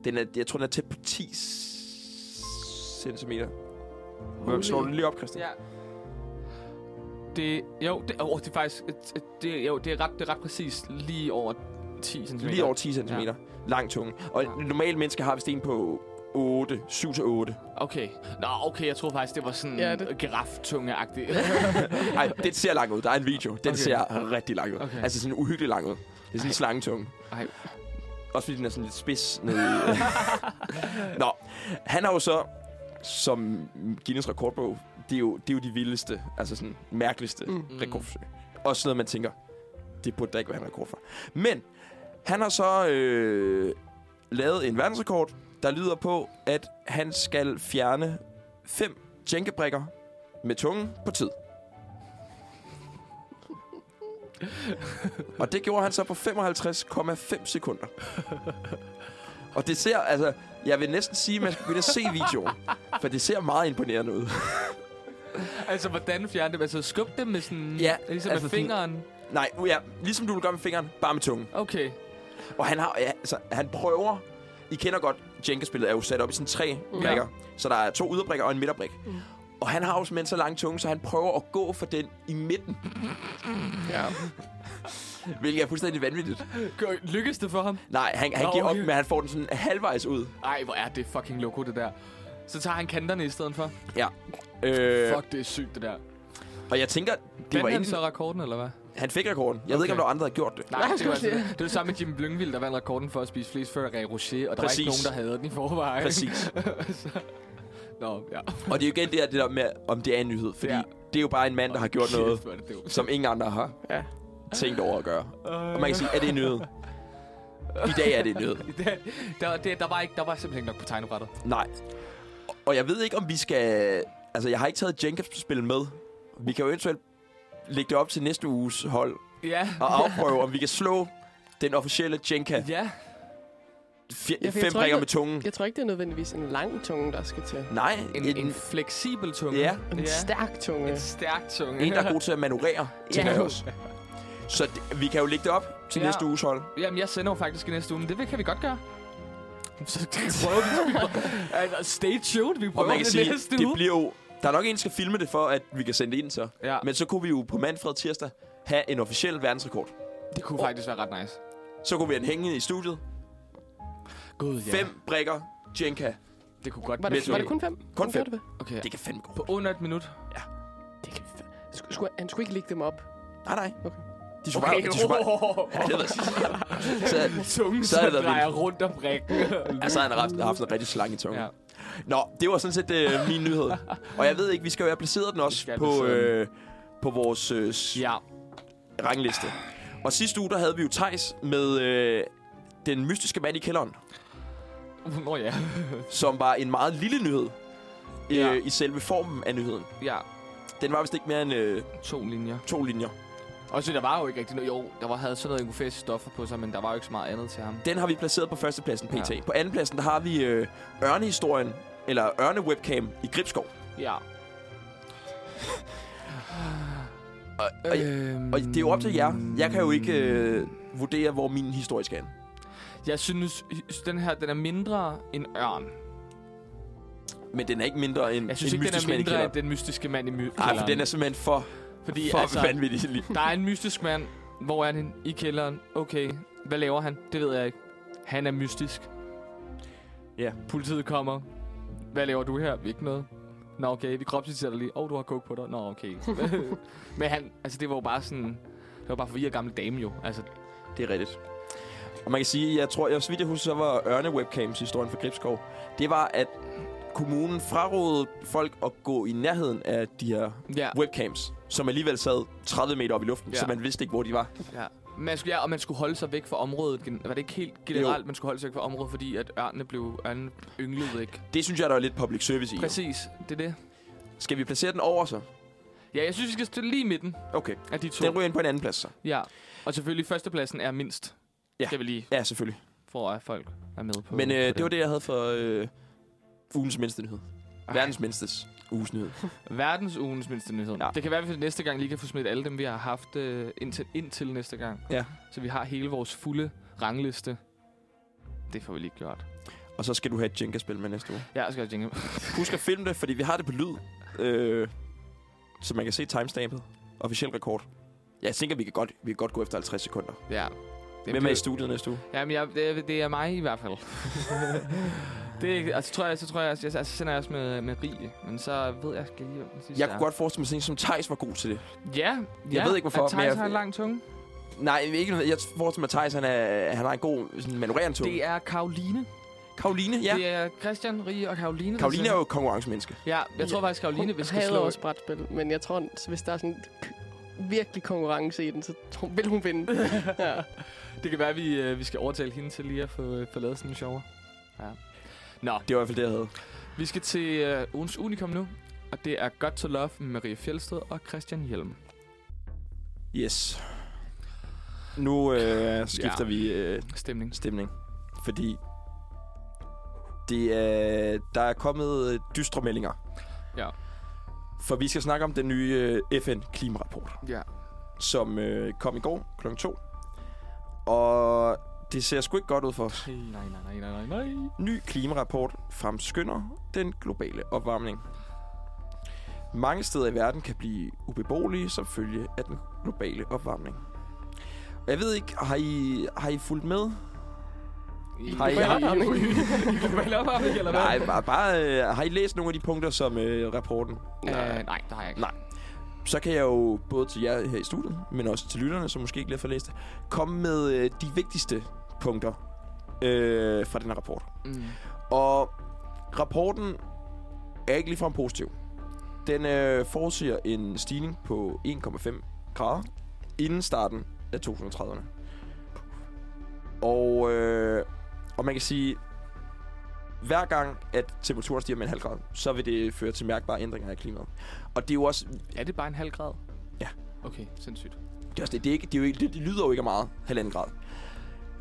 [SPEAKER 2] Den er, jeg tror, den er tæt på 10 centimeter.
[SPEAKER 3] Holy.
[SPEAKER 2] Slår du den lige op, Christian?
[SPEAKER 1] Ja. Det, jo, det, oh, det er faktisk, det, jo, det er ret, det er ret præcis lige over 10 cm.
[SPEAKER 2] Lige over 10 cm. Ja. Lang tunge. Og ja.
[SPEAKER 1] Ja.
[SPEAKER 2] normalt menneske har vist en på 8, 7 til 8.
[SPEAKER 1] Okay. Nå, okay, jeg troede faktisk, det var sådan
[SPEAKER 3] Ja,
[SPEAKER 1] ja,
[SPEAKER 3] det-
[SPEAKER 1] det... giraftunge-agtigt.
[SPEAKER 2] Nej, den ser lang ud. Der er en video. Den okay.
[SPEAKER 1] Okay.
[SPEAKER 2] ser rigtig lang ud. Okay.
[SPEAKER 1] Okay.
[SPEAKER 2] Altså sådan uhyggeligt lang ud. Det er sådan en slangetunge.
[SPEAKER 1] Ej.
[SPEAKER 2] Også fordi den er sådan lidt spids nede i. øh. Nå, han har jo så, som Guinness rekordbog, det er jo, det er jo de vildeste, altså sådan mærkeligste mm. rekordforsøg. Også sådan noget, man tænker, det burde der ikke være en rekord for. Men han har så øh, lavet en verdensrekord, der lyder på, at han skal fjerne fem jænkebrikker med tungen på tid. Og det gjorde han så på 55,5 sekunder. Og det ser, altså, jeg vil næsten sige, at man skal begynde at se videoen. For det ser meget imponerende ud.
[SPEAKER 1] Altså, hvordan fjerne dem? Altså, skub dem med sådan...
[SPEAKER 2] Ja,
[SPEAKER 1] ligesom
[SPEAKER 2] altså
[SPEAKER 1] med
[SPEAKER 2] sådan-
[SPEAKER 1] fingeren.
[SPEAKER 2] Nej, nu ja, ligesom du vil gøre med fingeren, bare med tungen.
[SPEAKER 1] Okay.
[SPEAKER 2] Og han har, ja, altså, han prøver... I kender godt, Jenga-spillet er jo sat op i sådan tre
[SPEAKER 1] Mm.
[SPEAKER 2] brækker. Så der er to yderbrækker og en midterbrik. Og han har jo simpelthen så lang tunge, så han prøver at gå for den i midten.
[SPEAKER 3] Ja.
[SPEAKER 2] Hvilket er fuldstændig vanvittigt.
[SPEAKER 1] Gør- Lykkes det for ham?
[SPEAKER 2] Nej, han, han
[SPEAKER 1] Nå,
[SPEAKER 2] giver op,
[SPEAKER 1] okay.
[SPEAKER 2] men han får den sådan halvvejs ud.
[SPEAKER 1] Ej, hvor er det fucking loco, det der. Så tager han kanterne i stedet for.
[SPEAKER 2] Ja. Øh,
[SPEAKER 1] Fuck, det er sygt, det der.
[SPEAKER 2] og jeg tænker, det var
[SPEAKER 1] Vandt han
[SPEAKER 2] ikke...
[SPEAKER 1] så rekorden, eller hvad?
[SPEAKER 2] Han fik rekorden. Jeg okay. ved ikke, om
[SPEAKER 1] Okay.
[SPEAKER 2] der var andre, der havde gjort det.
[SPEAKER 3] jeg
[SPEAKER 1] det,
[SPEAKER 3] skulle
[SPEAKER 1] var altså,
[SPEAKER 3] sige
[SPEAKER 1] det. det var samme med Jim Lyngvild, der vandt rekorden for at spise flest før Ray Rocher, og der
[SPEAKER 2] Præcis.
[SPEAKER 1] var ikke nogen, der havde den i forvejen.
[SPEAKER 2] Præcis.
[SPEAKER 1] Så- Nå, ja.
[SPEAKER 2] Og det er jo igen det, der, det der med, om det er en nyhed. Fordi
[SPEAKER 1] Ja.
[SPEAKER 2] det er jo bare en mand, der har gjort
[SPEAKER 1] Kæft,
[SPEAKER 2] noget,
[SPEAKER 1] hvor er det dumt.
[SPEAKER 2] som ingen andre har
[SPEAKER 3] Ja.
[SPEAKER 2] tænkt over at gøre. Og man
[SPEAKER 1] Øh.
[SPEAKER 2] kan sige, er det en nyhed? I dag er det en nyhed.
[SPEAKER 1] Det, der, det, der, var ikke, der var simpelthen ikke nok på tegnebrættet.
[SPEAKER 2] Nej. Og jeg ved ikke, om vi skal... Altså, jeg har ikke taget Jenkins-spil med. Vi kan jo eventuelt lægge det op til næste uges hold
[SPEAKER 1] Ja.
[SPEAKER 2] og afprøve, om vi kan slå den officielle Jenka.
[SPEAKER 1] Ja.
[SPEAKER 2] Fj-
[SPEAKER 3] Ja, for jeg
[SPEAKER 2] fem
[SPEAKER 3] tror
[SPEAKER 2] brikker
[SPEAKER 3] ikke-
[SPEAKER 2] med tungen.
[SPEAKER 3] Jeg tror ikke, det er nødvendigvis en lang tunge, der skal til.
[SPEAKER 2] Nej,
[SPEAKER 1] En, en, fleksibel tunge.
[SPEAKER 2] Ja.
[SPEAKER 3] En
[SPEAKER 1] ja.
[SPEAKER 3] stærk tunge.
[SPEAKER 1] En stærk tunge.
[SPEAKER 2] en, der er god til at manøvrere, tænker jeg også. Så det, vi kan jo lægge det op til
[SPEAKER 1] Ja.
[SPEAKER 2] næste uges hold.
[SPEAKER 1] Jamen, jeg sender jo faktisk i næste uge, men det kan vi godt gøre. Så prøver vi. vi prøver- altså, stay tuned, vi
[SPEAKER 2] Og
[SPEAKER 1] prøver
[SPEAKER 2] man kan
[SPEAKER 1] det
[SPEAKER 2] sige,
[SPEAKER 1] næste
[SPEAKER 2] det
[SPEAKER 1] uge.
[SPEAKER 2] bliver jo... Der er nok en, der skal filme det for, at vi kan sende det ind så.
[SPEAKER 1] Ja, men
[SPEAKER 2] Men så kunne vi jo på mandfred tirsdag have en officiel verdensrekord.
[SPEAKER 1] det kunne faktisk være ret nice.
[SPEAKER 2] Så kunne vi have den hængende i studiet.
[SPEAKER 1] Gud, ja.
[SPEAKER 2] Ja. Fem brikker, Jenka.
[SPEAKER 1] Det kunne godt
[SPEAKER 3] Var
[SPEAKER 2] Lidt
[SPEAKER 1] være-
[SPEAKER 3] det, var det
[SPEAKER 2] tunge.
[SPEAKER 3] kun fem?
[SPEAKER 2] Kun fem.
[SPEAKER 3] gjorde Det,
[SPEAKER 1] Okay.
[SPEAKER 2] Det kan fandme gå.
[SPEAKER 1] På under et minut.
[SPEAKER 3] det kan fa- Sk- skulle, han skulle ikke lægge dem op.
[SPEAKER 2] Nej, nej.
[SPEAKER 3] Okay.
[SPEAKER 2] De skulle bare... De skulle bare... Ja, det ved jeg. så,
[SPEAKER 1] Tungen,
[SPEAKER 2] Så er
[SPEAKER 1] som
[SPEAKER 2] det da
[SPEAKER 1] drejer rundt om brækken.
[SPEAKER 2] altså, han har haft, haft en rigtig slange tunge.
[SPEAKER 1] ja.
[SPEAKER 2] Ja. Nå, det var sådan set øh, min nyhed. Og jeg ved ikke, vi skal jo have placeret den
[SPEAKER 1] Vi
[SPEAKER 2] også
[SPEAKER 1] skal
[SPEAKER 2] på,
[SPEAKER 1] placere
[SPEAKER 2] øh, på vores øh, s-
[SPEAKER 1] ja.
[SPEAKER 2] rangliste. Og sidste uge, der havde vi jo Tejs med øh, den mystiske mand i kælderen,
[SPEAKER 1] Nå ja.
[SPEAKER 2] som var en meget lille nyhed øh,
[SPEAKER 1] Ja.
[SPEAKER 2] i selve formen af nyheden.
[SPEAKER 1] Ja,
[SPEAKER 2] Den var vist ikke mere end øh,
[SPEAKER 1] to linjer.
[SPEAKER 2] to linjer.
[SPEAKER 1] Og så der var jo ikke rigtig noget. Jo, der var, havde sådan noget ingefæs stoffer på sig, men der var jo ikke så meget andet til ham.
[SPEAKER 2] Den har vi placeret på førstepladsen, pt.
[SPEAKER 1] Ja.
[SPEAKER 2] På andenpladsen, der har vi øh, ørnehistorien, eller ørnewebcam i Gribskov.
[SPEAKER 1] Ja.
[SPEAKER 2] Og, og,
[SPEAKER 1] Øhm,
[SPEAKER 2] og det er jo op til jer. Jeg kan jo ikke øh, vurdere, hvor min historie skal hen.
[SPEAKER 1] Øhm, Jeg synes, den her den er mindre end ørn.
[SPEAKER 2] Men den er ikke mindre end
[SPEAKER 1] Jeg synes
[SPEAKER 2] en
[SPEAKER 1] ikke, den
[SPEAKER 2] mystisk
[SPEAKER 1] er
[SPEAKER 2] mand i
[SPEAKER 1] mindre
[SPEAKER 2] kælderen.
[SPEAKER 1] end den mystiske mand i my-
[SPEAKER 2] Nej, for den er simpelthen for,
[SPEAKER 1] Fordi
[SPEAKER 2] for
[SPEAKER 1] altså,
[SPEAKER 2] vanvittig.
[SPEAKER 1] der er en mystisk mand. Hvor er han? I kælderen. Okay, hvad laver han? Det ved jeg ikke. Han er mystisk.
[SPEAKER 2] Ja.
[SPEAKER 1] Politiet kommer. Hvad laver du her? Ikke noget. Nå, okay, vi kropsvisiterer dig lige. Åh, oh, du har coke på dig. Nå, okay. Men han, altså det var jo bare sådan... Det var bare forvirret gamle dame jo. Altså,
[SPEAKER 2] Det er rigtigt. Og man kan sige, jeg tror, jeg, så vidt jeg husker, så var ørnewebcams historien for Gribskov. Det var, at kommunen frarådede folk at gå i nærheden af de her
[SPEAKER 1] ja.
[SPEAKER 2] webcams, som alligevel sad 30 meter op i luften,
[SPEAKER 1] Ja.
[SPEAKER 2] ja. så man vidste ikke, hvor de var.
[SPEAKER 1] Ja. Man skulle, ja, og man skulle holde sig væk fra området. Gen- Var det ikke helt generelt, man skulle holde sig væk fra området, fordi at ørnene blev ørnene ynglede ikke?
[SPEAKER 2] Det synes jeg, der er lidt public service i. jo.
[SPEAKER 1] Præcis, det er det.
[SPEAKER 2] Skal vi placere den over så?
[SPEAKER 1] Ja, jeg synes, vi skal stille lige i midten
[SPEAKER 2] Okay.
[SPEAKER 1] af de to.
[SPEAKER 2] Den ryger ind på en anden plads så.
[SPEAKER 1] Ja, og selvfølgelig førstepladsen er mindst.
[SPEAKER 2] Ja.
[SPEAKER 1] Skal vi lige
[SPEAKER 2] Ja, selvfølgelig.
[SPEAKER 1] for at folk er med på.
[SPEAKER 2] Men øh,
[SPEAKER 1] på
[SPEAKER 2] det var det, jeg havde for øh, ugens mindste nyhed. Verdens mindstes uges nyhed.
[SPEAKER 1] Verdens ugens mindste nyhed.
[SPEAKER 2] Ja.
[SPEAKER 1] Ja. Det kan være, at vi næste gang lige kan få smidt alle dem, vi har haft øh, indtil, indtil næste gang.
[SPEAKER 2] Ja.
[SPEAKER 1] Så vi har hele vores fulde rangliste. Det får vi lige gjort.
[SPEAKER 2] Og så skal du have et Jenga-spil med næste uge.
[SPEAKER 1] Ja, skal jeg tænke.
[SPEAKER 2] Husk at filme det, fordi vi har det på lyd. Øh, så man kan se timestampet. Officiel rekord. Jeg tænker, vi kan godt, vi kan godt gå efter 50 sekunder.
[SPEAKER 1] Ja.
[SPEAKER 2] Hvem er i studiet næste uge?
[SPEAKER 1] Jamen, jeg, det, er- det er mig i hvert fald. det er, ikke- altså, tror jeg, så tror jeg, altså, jeg altså, sender jeg også med, med Rie, men så ved jeg skal lige, hvem den sidste
[SPEAKER 2] Jeg
[SPEAKER 1] er.
[SPEAKER 2] kunne godt forestille mig, at sådan en som Thijs var god til det.
[SPEAKER 1] Ja, ja.
[SPEAKER 2] ved ikke, hvorfor,
[SPEAKER 1] At
[SPEAKER 2] men
[SPEAKER 1] Thijs
[SPEAKER 2] jeg-
[SPEAKER 1] har en lang tunge.
[SPEAKER 2] Nej, ikke noget. Jeg forestiller mig, at Thijs han er, han har en god sådan, manøvrerende tog.
[SPEAKER 1] Det er Karoline.
[SPEAKER 2] Karoline, ja.
[SPEAKER 1] Ja. Det er Christian, Rie og Karoline. der
[SPEAKER 2] Karoline er
[SPEAKER 1] sender-
[SPEAKER 2] jo et konkurrencemenneske.
[SPEAKER 1] Ja, jeg tror
[SPEAKER 3] Ja.
[SPEAKER 1] faktisk, Karoline
[SPEAKER 3] Hun
[SPEAKER 1] vil skal
[SPEAKER 3] hader
[SPEAKER 1] slå...
[SPEAKER 3] også brætspil, men jeg tror, hvis der er sådan virkelig konkurrence i den, så tror, vil hun vinde. ja.
[SPEAKER 1] Det kan være, at vi, øh, vi skal overtale hende til lige at få, øh, få lavet sådan en sjovere. Ja. Nå,
[SPEAKER 2] Det var i hvert fald det, jeg havde.
[SPEAKER 1] vi skal til øh, ugens unikum nu, og det er Godt to Love med Maria Fjeldsted og Christian Hjelm.
[SPEAKER 2] Yes. Nu øh, skifter ja. vi øh,
[SPEAKER 1] Stemning.
[SPEAKER 2] stemning. Fordi Det er, der er kommet øh, dystre meldinger.
[SPEAKER 1] Ja.
[SPEAKER 2] For vi skal snakke om den nye øh, FN-klimarapport,
[SPEAKER 1] Ja.
[SPEAKER 2] som øh, kom i går kl. 2. Og det ser sgu ikke godt ud for os.
[SPEAKER 1] Nej, nej, nej, nej, nej, nej.
[SPEAKER 2] Ny klimarapport fremskynder den globale opvarmning. Mange steder i verden kan blive ubeboelige som følge af den globale opvarmning. Og Jeg ved ikke, har I, har I fulgt med? Har I-
[SPEAKER 1] global
[SPEAKER 2] har I-
[SPEAKER 1] opvarmning? I global opvarmning, eller hvad?
[SPEAKER 2] Nej, bare, bare øh, har I læst nogle af de punkter, som øh, rapporten?
[SPEAKER 1] nej. nej, det har jeg ikke.
[SPEAKER 2] Nej. Så kan jeg jo både til jer her i studiet, men også til lytterne, som måske ikke lige har fået læst det, komme med øh, de vigtigste punkter øh, fra den her rapport.
[SPEAKER 1] Mm.
[SPEAKER 2] Og rapporten er ikke ligefrem positiv. Den øh, forudsiger en stigning på 1,5 grader inden starten af 2030'erne. Og, øh, og man kan sige, hver gang, at temperaturen stiger med en halv grad, så vil det føre til mærkbare ændringer af klimaet. Og det er jo også,
[SPEAKER 1] Er det bare en halv grad?
[SPEAKER 2] Ja.
[SPEAKER 1] Okay, sindssygt.
[SPEAKER 2] det, er også det, det, er ikke, det, er jo ikke, det, det lyder jo ikke af meget, halvanden grad.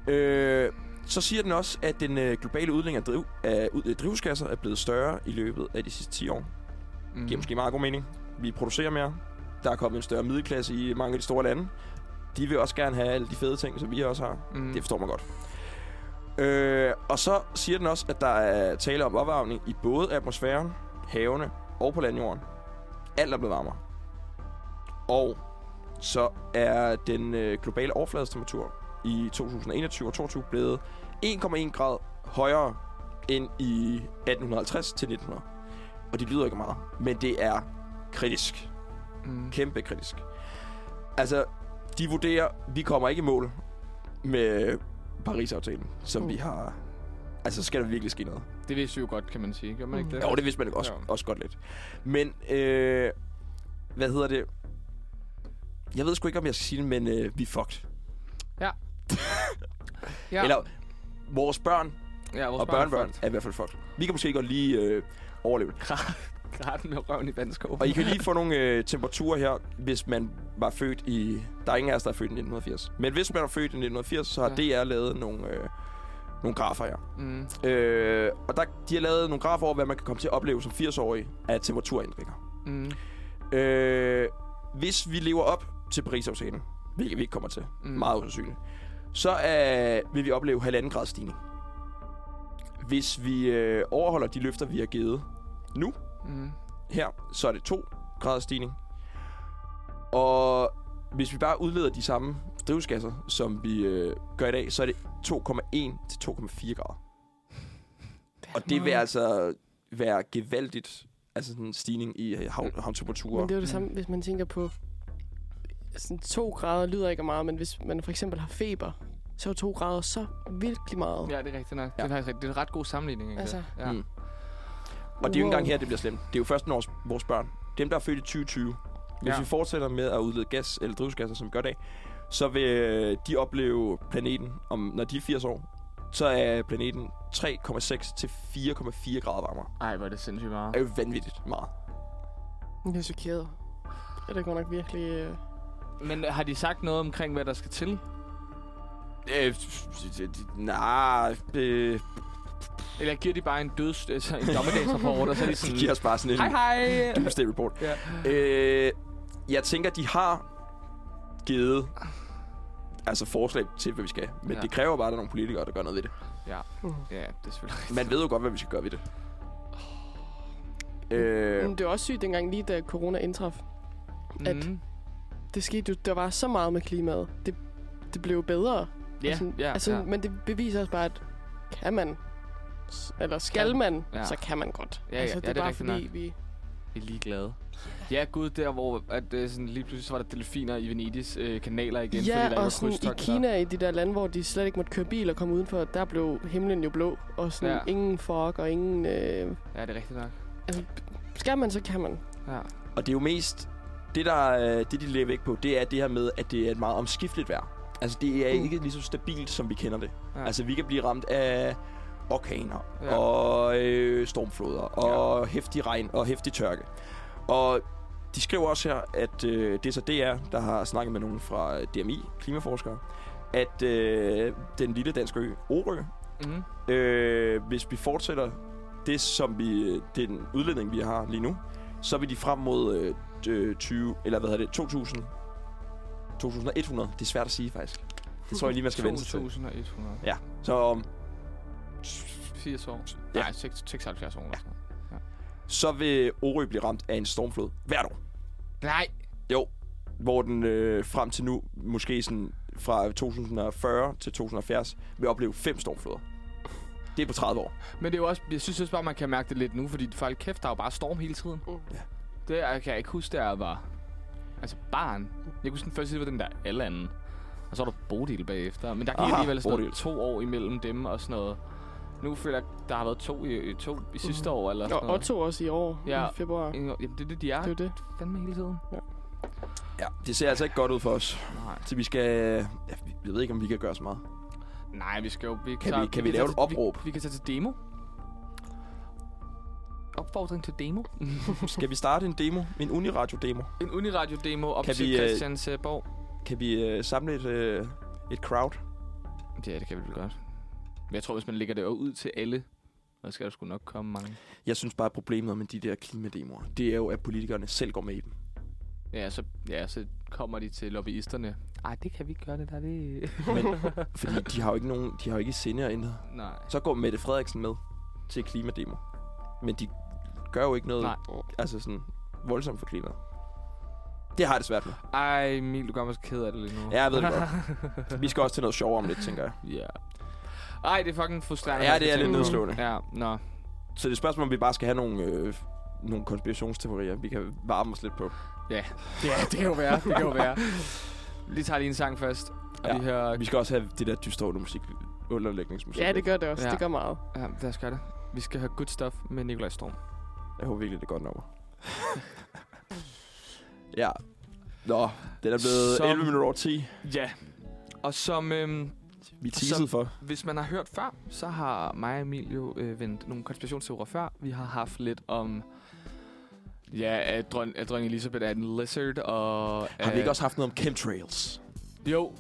[SPEAKER 2] Øh, så siger den også, at den øh, globale udledning af, driv, af ud- øh, drivhusgasser er blevet større i løbet af de sidste 10 år. Det
[SPEAKER 1] Mm.
[SPEAKER 2] giver måske meget god mening. Vi producerer mere. Der er kommet en større middelklasse i mange af de store lande. De vil også gerne have alle de fede ting, som vi også har.
[SPEAKER 1] Mm.
[SPEAKER 2] Det forstår man godt. Øh, og så siger den også, at der er tale om opvarmning i både atmosfæren, havene og på landjorden. Alt er blevet varmere. Og så er den øh, globale overfladestemperatur i 2021 og 2022 blevet 1,1 grad højere end i 1850 til 1900. Og det lyder ikke af meget, men det er kritisk.
[SPEAKER 1] Mm.
[SPEAKER 2] Kæmpe kritisk. Altså, de vurderer, vi kommer ikke i mål med Paris-aftalen, som
[SPEAKER 3] Mm.
[SPEAKER 2] vi har... Altså, skal der virkelig ske noget?
[SPEAKER 1] Det vidste vi jo godt, kan man sige. Gør man ikke
[SPEAKER 3] Mm.
[SPEAKER 1] det?
[SPEAKER 2] Jo, det vidste man også,
[SPEAKER 1] Ja.
[SPEAKER 2] også godt lidt. Men, øh, hvad hedder det? Jeg ved sgu ikke, om jeg skal sige det, men øh, vi er fucked.
[SPEAKER 1] ja.
[SPEAKER 2] Eller, vores børn
[SPEAKER 1] ja, vores
[SPEAKER 2] og børnebørn er i hvert fald fucked. Vi kan måske godt lige øh, overleve det.
[SPEAKER 1] Graten med røven i vandskåben.
[SPEAKER 2] Og I kan lige få nogle øh, temperaturer her, hvis man var født i... Der er ingen af os, der er født i 1980. Men hvis man var født i 1980, så har DR lavet nogle, øh, nogle grafer her.
[SPEAKER 1] Mm.
[SPEAKER 2] Øh, og der, de har lavet nogle grafer over, hvad man kan komme til at opleve som 80-årig af temperaturændringer.
[SPEAKER 1] Mm.
[SPEAKER 2] Øh, hvis vi lever op til Paris-aftalen, hvilket vi ikke kommer til, mm.
[SPEAKER 1] Mm.
[SPEAKER 2] meget usandsynligt, så øh, vil vi opleve halvanden grads stigning. Hvis vi øh, overholder de løfter, vi har givet nu
[SPEAKER 1] Mm.
[SPEAKER 2] her, så er det 2 graders stigning. Og hvis vi bare udleder de samme drivhusgasser, som vi øh, gør i dag, så er det 2,1 til 2,4 grader. Og det vil
[SPEAKER 3] meget.
[SPEAKER 2] altså være gevaldigt, altså sådan en stigning i øh, hav, havtemperaturer.
[SPEAKER 3] Men det er jo det
[SPEAKER 1] Mm.
[SPEAKER 3] samme, hvis man tænker på... Sådan to grader lyder ikke af meget, men hvis man for eksempel har feber, så er to grader så virkelig meget.
[SPEAKER 1] Ja, det er rigtigt nok.
[SPEAKER 2] Ja.
[SPEAKER 1] Ja. Det, er faktisk rigtigt. det er en ret god sammenligning. egentlig.
[SPEAKER 3] Altså.
[SPEAKER 1] ja.
[SPEAKER 2] Mm. Og det er jo ikke engang
[SPEAKER 3] Wow.
[SPEAKER 2] her, det bliver slemt. Det er jo først når vores børn, dem der er født i 2020, hvis ja.
[SPEAKER 1] Ja.
[SPEAKER 2] vi fortsætter med at udlede gas eller drivhusgasser, som vi gør i dag, så vil øh, de opleve planeten, om, når de er 80 år, så er planeten 3,6 til 4,4 grader varmere.
[SPEAKER 1] Ej, hvor er det sindssygt meget.
[SPEAKER 2] Det er jo vanvittigt meget.
[SPEAKER 3] Jeg er chokeret. Ja, det går nok virkelig... øh,
[SPEAKER 1] Men har de sagt noget omkring, hvad der skal til?
[SPEAKER 2] Øh, nej, øh,
[SPEAKER 1] Eller giver de bare en døds... Altså en dommedagsrapport, og så er de
[SPEAKER 2] de
[SPEAKER 1] sådan...
[SPEAKER 2] giver os bare sådan en
[SPEAKER 1] Hej, hej!
[SPEAKER 2] doomsday report.
[SPEAKER 1] Ja.
[SPEAKER 2] Øh, jeg tænker, de har givet altså forslag til, hvad vi skal. Men ja.
[SPEAKER 1] Ja.
[SPEAKER 2] det kræver bare, at der er nogle politikere, der gør noget ved det.
[SPEAKER 3] Mm.
[SPEAKER 1] Ja, det er selvfølgelig rigtigt.
[SPEAKER 2] Man ved jo godt, hvad vi skal gøre ved det. Øh,
[SPEAKER 3] Men Mm, det var også sygt dengang lige da corona indtraf. at-
[SPEAKER 1] Mm.
[SPEAKER 3] Det skete jo, der var så meget med klimaet. Det, det blev jo bedre.
[SPEAKER 1] Ja,
[SPEAKER 3] altså,
[SPEAKER 1] ja,
[SPEAKER 3] altså,
[SPEAKER 1] ja.
[SPEAKER 3] Men det beviser også bare, at kan man, s- eller skal
[SPEAKER 1] Kan.
[SPEAKER 3] man, ja.
[SPEAKER 1] Ja.
[SPEAKER 3] så kan man godt.
[SPEAKER 1] Ja, ja,
[SPEAKER 3] altså,
[SPEAKER 1] ja,
[SPEAKER 3] det
[SPEAKER 1] det
[SPEAKER 3] er
[SPEAKER 1] er
[SPEAKER 3] bare
[SPEAKER 1] rigtigt
[SPEAKER 3] fordi, vi...
[SPEAKER 1] Vi er ligeglade. Ja, gud, der hvor at, øh, sådan, lige pludselig så var der delfiner i Venedigs øh, kanaler igen, fordi der ikke
[SPEAKER 3] Ja,
[SPEAKER 1] var
[SPEAKER 3] og sådan i
[SPEAKER 1] krydstogt.
[SPEAKER 3] Kina, i de der lande, hvor de slet ikke måtte køre bil og komme udenfor, der blev himlen jo blå. Og sådan
[SPEAKER 1] Ja.
[SPEAKER 3] ja. ingen fog og ingen... Øh...
[SPEAKER 1] Ja, det er rigtigt nok.
[SPEAKER 3] Skal man, så kan man.
[SPEAKER 1] Ja.
[SPEAKER 2] og det er jo mest... Det, der, øh, det, de lever væk på, det er det her med, at det er et meget omskifteligt vejr. Altså, det er
[SPEAKER 3] Mm.
[SPEAKER 2] ikke lige så stabilt, som vi kender det.
[SPEAKER 1] Ja.
[SPEAKER 2] Altså, vi kan blive ramt af orkaner ja.
[SPEAKER 1] Ja.
[SPEAKER 2] og øh, stormfloder og ja. hæftig regn og hæftig tørke. Og de skriver også her, at øh, det er så DR, der har snakket med nogen fra DMI, klimaforskere, at øh, den lille øh, danske ø, Orø,
[SPEAKER 1] Mm.
[SPEAKER 2] Øh, hvis vi fortsætter det, som vi, den udledning, vi har lige nu, så vil de frem mod øh, øh, 20, eller hvad hedder det, 2000, 2100. Det er svært at sige, faktisk. Det tror jeg lige, man skal vende sig til.
[SPEAKER 1] 2100.
[SPEAKER 2] Så um, om
[SPEAKER 1] 80 år.
[SPEAKER 2] Ja.
[SPEAKER 1] Nej, 6, 76 år. Ja.
[SPEAKER 2] så vil Orø blive ramt af en stormflod hvert år.
[SPEAKER 1] Nej.
[SPEAKER 2] Jo, hvor den øh, frem til nu, måske sådan fra 2040 til 2070, vil opleve fem stormfloder. Det er på 30 år.
[SPEAKER 1] Men det er jo også, jeg synes også bare, man kan mærke det lidt nu, fordi folk kæft, der er jo bare storm hele tiden.
[SPEAKER 3] Mm.
[SPEAKER 2] Ja.
[SPEAKER 1] Det er- kan jeg ikke huske, da jeg var altså barn. Jeg kunne huske den første tid, var den der Allan. Og så var der Bodil bagefter. Men der gik
[SPEAKER 2] Aha,
[SPEAKER 1] Aha, alligevel sådan noget
[SPEAKER 2] Ah, Bodil.
[SPEAKER 1] to år imellem dem og sådan noget. Nu føler jeg, der har været to i, i- to i sidste år eller sådan
[SPEAKER 3] Mm. Og
[SPEAKER 1] noget.
[SPEAKER 3] Otto også i år,
[SPEAKER 1] Ja.
[SPEAKER 3] ja. i februar. Det
[SPEAKER 1] En- Jamen, det er det, de er.
[SPEAKER 3] er jo det.
[SPEAKER 1] fandme hele tiden.
[SPEAKER 2] Ja, det ser altså ikke godt ud for os.
[SPEAKER 1] Nej,
[SPEAKER 2] Så vi skal... Ja, vi- jeg ved ikke, om vi kan gøre så meget.
[SPEAKER 1] Nej vi skal jo... Vi
[SPEAKER 2] Kan vi- kan vi lave
[SPEAKER 1] tage
[SPEAKER 2] et
[SPEAKER 1] til-
[SPEAKER 2] opråb?
[SPEAKER 1] Vi, vi kan tage til demo. Opfordring til demo.
[SPEAKER 2] Skal vi starte en demo? En uniradio-demo?
[SPEAKER 1] En Uniradio-demo op
[SPEAKER 2] Kan
[SPEAKER 1] kan til
[SPEAKER 2] vi,
[SPEAKER 1] vi,
[SPEAKER 2] øh,
[SPEAKER 1] Christiansborg.
[SPEAKER 2] Kan vi øh, samle et, øh, et crowd?
[SPEAKER 1] Ja, det kan vi vel godt. Men jeg tror, hvis man lægger det ud til alle, så skal der sgu nok komme mange.
[SPEAKER 2] Jeg synes bare, at problemet med de der klimademoer, det er jo, at politikerne selv går med i dem.
[SPEAKER 1] Ja, så, ja, så kommer de til lobbyisterne. Ej, det kan vi ikke gøre det der, det...
[SPEAKER 2] Men, fordi de har jo ikke, nogen, de har jo ikke sinde og intet.
[SPEAKER 1] Nej.
[SPEAKER 2] Så går Mette Frederiksen med til klimademo. Men de gør jo ikke noget
[SPEAKER 1] Nej.
[SPEAKER 2] altså sådan, voldsomt for klimaet. Det har jeg det svært med.
[SPEAKER 1] Ej, Emil, du gør mig så ked af det lige nu.
[SPEAKER 2] Ja, jeg ved det godt. Vi skal også til noget sjovere om lidt, tænker jeg.
[SPEAKER 1] Ja. Ej, det er fucking frustrerende.
[SPEAKER 2] Ja,
[SPEAKER 1] man
[SPEAKER 2] det
[SPEAKER 1] skal
[SPEAKER 2] er lidt
[SPEAKER 1] tænke på.
[SPEAKER 2] nedslående.
[SPEAKER 1] Ja, nå.
[SPEAKER 2] Så det er et spørgsmål, om vi bare skal have nogle, øh, nogle konspirationsteorier, vi kan varme os lidt på.
[SPEAKER 1] Ja, det kan jo være, det kan jo være. Lige tager lige en sang først, og
[SPEAKER 2] Ja.
[SPEAKER 1] ja. vi hører...
[SPEAKER 2] Vi skal også have det der dystre musik, underlægningsmusik.
[SPEAKER 3] Ja, det gør det også.
[SPEAKER 1] Ja.
[SPEAKER 3] Ja. Det gør meget.
[SPEAKER 1] Ja, lad os gøre det. Vi skal høre Good Stuff med Nikolaj Storm.
[SPEAKER 2] Jeg håber virkelig, det er godt nummer. ja. Nå, den er blevet
[SPEAKER 1] Som-
[SPEAKER 2] 11 minutter over 10.
[SPEAKER 1] Ja. Og som... Øhm,
[SPEAKER 2] Vi er teaset for.
[SPEAKER 1] Hvis man har hørt før, så har mig og Emil jo øh, vendt nogle konspirationsteorier før. Vi har haft lidt om, ja, at dron, at dronning Elisabeth er en lizard, og...
[SPEAKER 2] Har vi
[SPEAKER 1] øh,
[SPEAKER 2] ikke også haft noget om chemtrails?
[SPEAKER 1] Jo,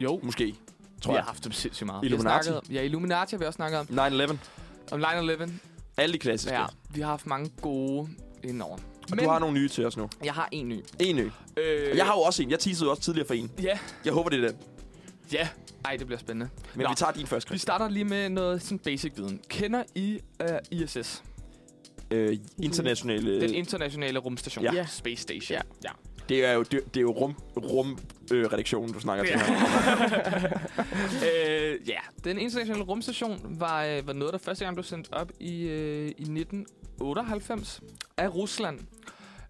[SPEAKER 1] jo.
[SPEAKER 2] Måske, tror
[SPEAKER 1] vi
[SPEAKER 2] jeg.
[SPEAKER 1] har haft dem sindssygt meget.
[SPEAKER 2] Illuminati.
[SPEAKER 1] Vi har snakket, om- ja, Illuminati har vi også snakket om.
[SPEAKER 2] 9-11.
[SPEAKER 1] Om 9-11.
[SPEAKER 2] Alle de klassiske.
[SPEAKER 1] Ja,
[SPEAKER 2] Ja.
[SPEAKER 1] vi har haft mange gode indenover.
[SPEAKER 2] Og
[SPEAKER 1] Men
[SPEAKER 2] du har nogle nye til os nu.
[SPEAKER 1] jeg har en ny.
[SPEAKER 2] En ny.
[SPEAKER 1] Øh,
[SPEAKER 2] Jeg har jo også en. Jeg teasede jo også tidligere for en.
[SPEAKER 1] Ja,
[SPEAKER 2] Jeg håber, det er den.
[SPEAKER 1] ja. Øh, Ej, det bliver spændende.
[SPEAKER 2] Men
[SPEAKER 1] Nå.
[SPEAKER 2] vi tager din først,
[SPEAKER 1] Vi
[SPEAKER 2] Christian.
[SPEAKER 1] starter lige med noget sådan basic viden. Kender I uh, ISS?
[SPEAKER 2] Øh, internationale...
[SPEAKER 1] Den internationale rumstation.
[SPEAKER 2] Ja.
[SPEAKER 1] Space Station.
[SPEAKER 3] Ja.
[SPEAKER 1] ja.
[SPEAKER 2] Det er jo, det, det er jo rum, rum øh, redaktionen, du snakker til her.
[SPEAKER 1] øh, ja, den internationale rumstation var, øh, var noget, der første gang blev sendt op i, øh, i 1998 af Rusland.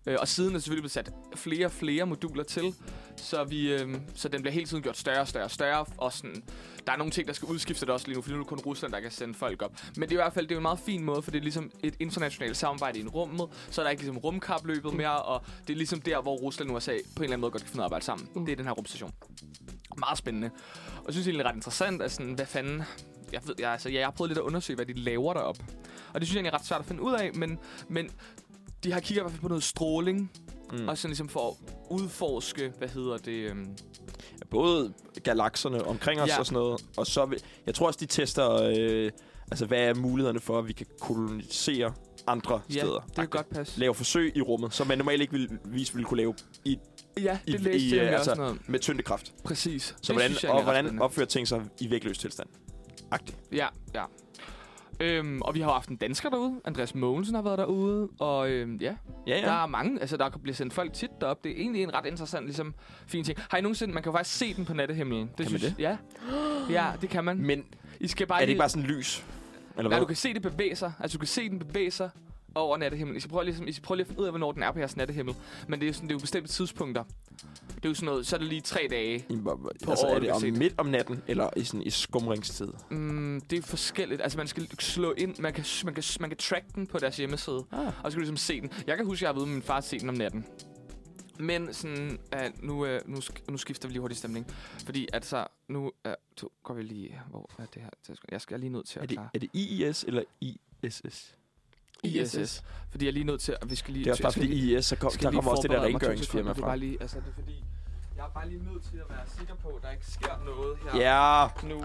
[SPEAKER 1] Øh, og siden er selvfølgelig blevet sat flere og flere moduler til, så, vi, øh, så den bliver hele tiden gjort større og større og større. Og sådan, der er nogle ting, der skal udskiftes det også lige nu, for nu er det kun Rusland, der kan sende folk op. Men det er i hvert fald det er jo en meget fin måde, for det er ligesom et internationalt samarbejde i en rummet. Så er der ikke ligesom rumkapløbet mere, og det er ligesom der, hvor Rusland og USA på en eller anden måde godt kan finde ud af at arbejde sammen. Det er den her rumstation. Meget spændende. Og jeg synes det er egentlig ret interessant, at sådan, hvad fanden... Jeg, ved, jeg, altså, jeg, jeg har prøvet lidt at undersøge, hvad de laver derop. Og det synes jeg egentlig er ret svært at finde ud af, men, men de har kigget i hvert fald på noget stråling,
[SPEAKER 2] Mm.
[SPEAKER 1] mm. og sådan ligesom for at udforske, hvad hedder det... Øhm,
[SPEAKER 2] Både galakserne omkring os
[SPEAKER 1] Ja.
[SPEAKER 2] ja. og sådan noget. Og så vil, jeg tror også, de tester, øh, altså, hvad er mulighederne for, at vi kan kolonisere andre
[SPEAKER 1] ja,
[SPEAKER 2] steder.
[SPEAKER 1] det kan godt passe.
[SPEAKER 2] Lave forsøg i rummet, som man normalt ikke ville, vise ville kunne lave i,
[SPEAKER 1] Ja,
[SPEAKER 2] i,
[SPEAKER 1] det læste
[SPEAKER 2] i,
[SPEAKER 1] jeg
[SPEAKER 2] øh,
[SPEAKER 1] altså,
[SPEAKER 2] altså,
[SPEAKER 1] også noget om.
[SPEAKER 2] med tyndekraft.
[SPEAKER 1] Præcis.
[SPEAKER 2] Så hvordan,
[SPEAKER 1] synes jeg egentlig
[SPEAKER 2] og
[SPEAKER 1] er ret
[SPEAKER 2] hvordan
[SPEAKER 1] spændende.
[SPEAKER 2] opfører ting sig i vægtløs tilstand? Agtigt.
[SPEAKER 1] Ja, ja. Øhm, og vi har jo haft en dansker derude. Andreas Mogensen har været derude. Og øhm, ja,
[SPEAKER 2] Ja,
[SPEAKER 1] Ja. Der er mange, altså der bliver sendt folk tit derop. Det er egentlig en ret interessant, ligesom, fin ting. Har I nogensinde, man kan jo faktisk se den på nattehimlen. Det
[SPEAKER 2] Kan man det?
[SPEAKER 1] Ja. ja, det kan man.
[SPEAKER 2] Men
[SPEAKER 1] I skal bare
[SPEAKER 2] er det ikke
[SPEAKER 1] lige-
[SPEAKER 2] bare sådan lys? Eller
[SPEAKER 1] Nej,
[SPEAKER 2] hvad?
[SPEAKER 1] du kan se det bevæge sig. Altså, du kan se den bevæge sig over nattehimlen. I skal prøve, ligesom, I skal prøve lige at finde ud af, hvornår den er på jeres nattehimmel. Men det er, jo sådan, det er jo bestemte tidspunkter. Det er jo sådan noget, så er det lige tre dage.
[SPEAKER 2] I- hvor-
[SPEAKER 1] På
[SPEAKER 2] altså,
[SPEAKER 1] året,
[SPEAKER 2] er
[SPEAKER 1] du
[SPEAKER 2] det
[SPEAKER 1] kan
[SPEAKER 2] om
[SPEAKER 1] se det.
[SPEAKER 2] midt om natten, eller i, sådan, i skumringstid?
[SPEAKER 1] Mm, det er forskelligt. Altså, man skal slå ind. Man kan, man kan, man kan track den på deres hjemmeside.
[SPEAKER 2] Ah.
[SPEAKER 1] Og så skal du ligesom se den. Jeg kan huske, at jeg har været ude med min far og se den om natten. Men sådan, uh, nu, uh, nu, sk- nu skifter vi lige hurtigt stemning. Fordi altså, nu uh, to, går vi lige... Hvor er det her? tidspunkt? Jeg skal jeg er lige nødt til
[SPEAKER 2] Er
[SPEAKER 1] at
[SPEAKER 2] det,
[SPEAKER 1] klare.
[SPEAKER 2] er det IIS eller ISS?
[SPEAKER 1] ISS. Fordi jeg er lige nødt til... at- Vi skal lige...
[SPEAKER 2] Det er også bare
[SPEAKER 1] jeg skal
[SPEAKER 2] fordi IIS, så kom,
[SPEAKER 1] skal
[SPEAKER 2] der
[SPEAKER 1] lige
[SPEAKER 2] kommer også det der
[SPEAKER 1] forberede mig to sekunder.
[SPEAKER 2] rengøringsfirma
[SPEAKER 1] Det er
[SPEAKER 2] fra.
[SPEAKER 1] bare lige... Altså, det er fordi... Jeg er bare lige nødt til at være sikker på, at der ikke sker noget her
[SPEAKER 2] Ja,
[SPEAKER 1] nu.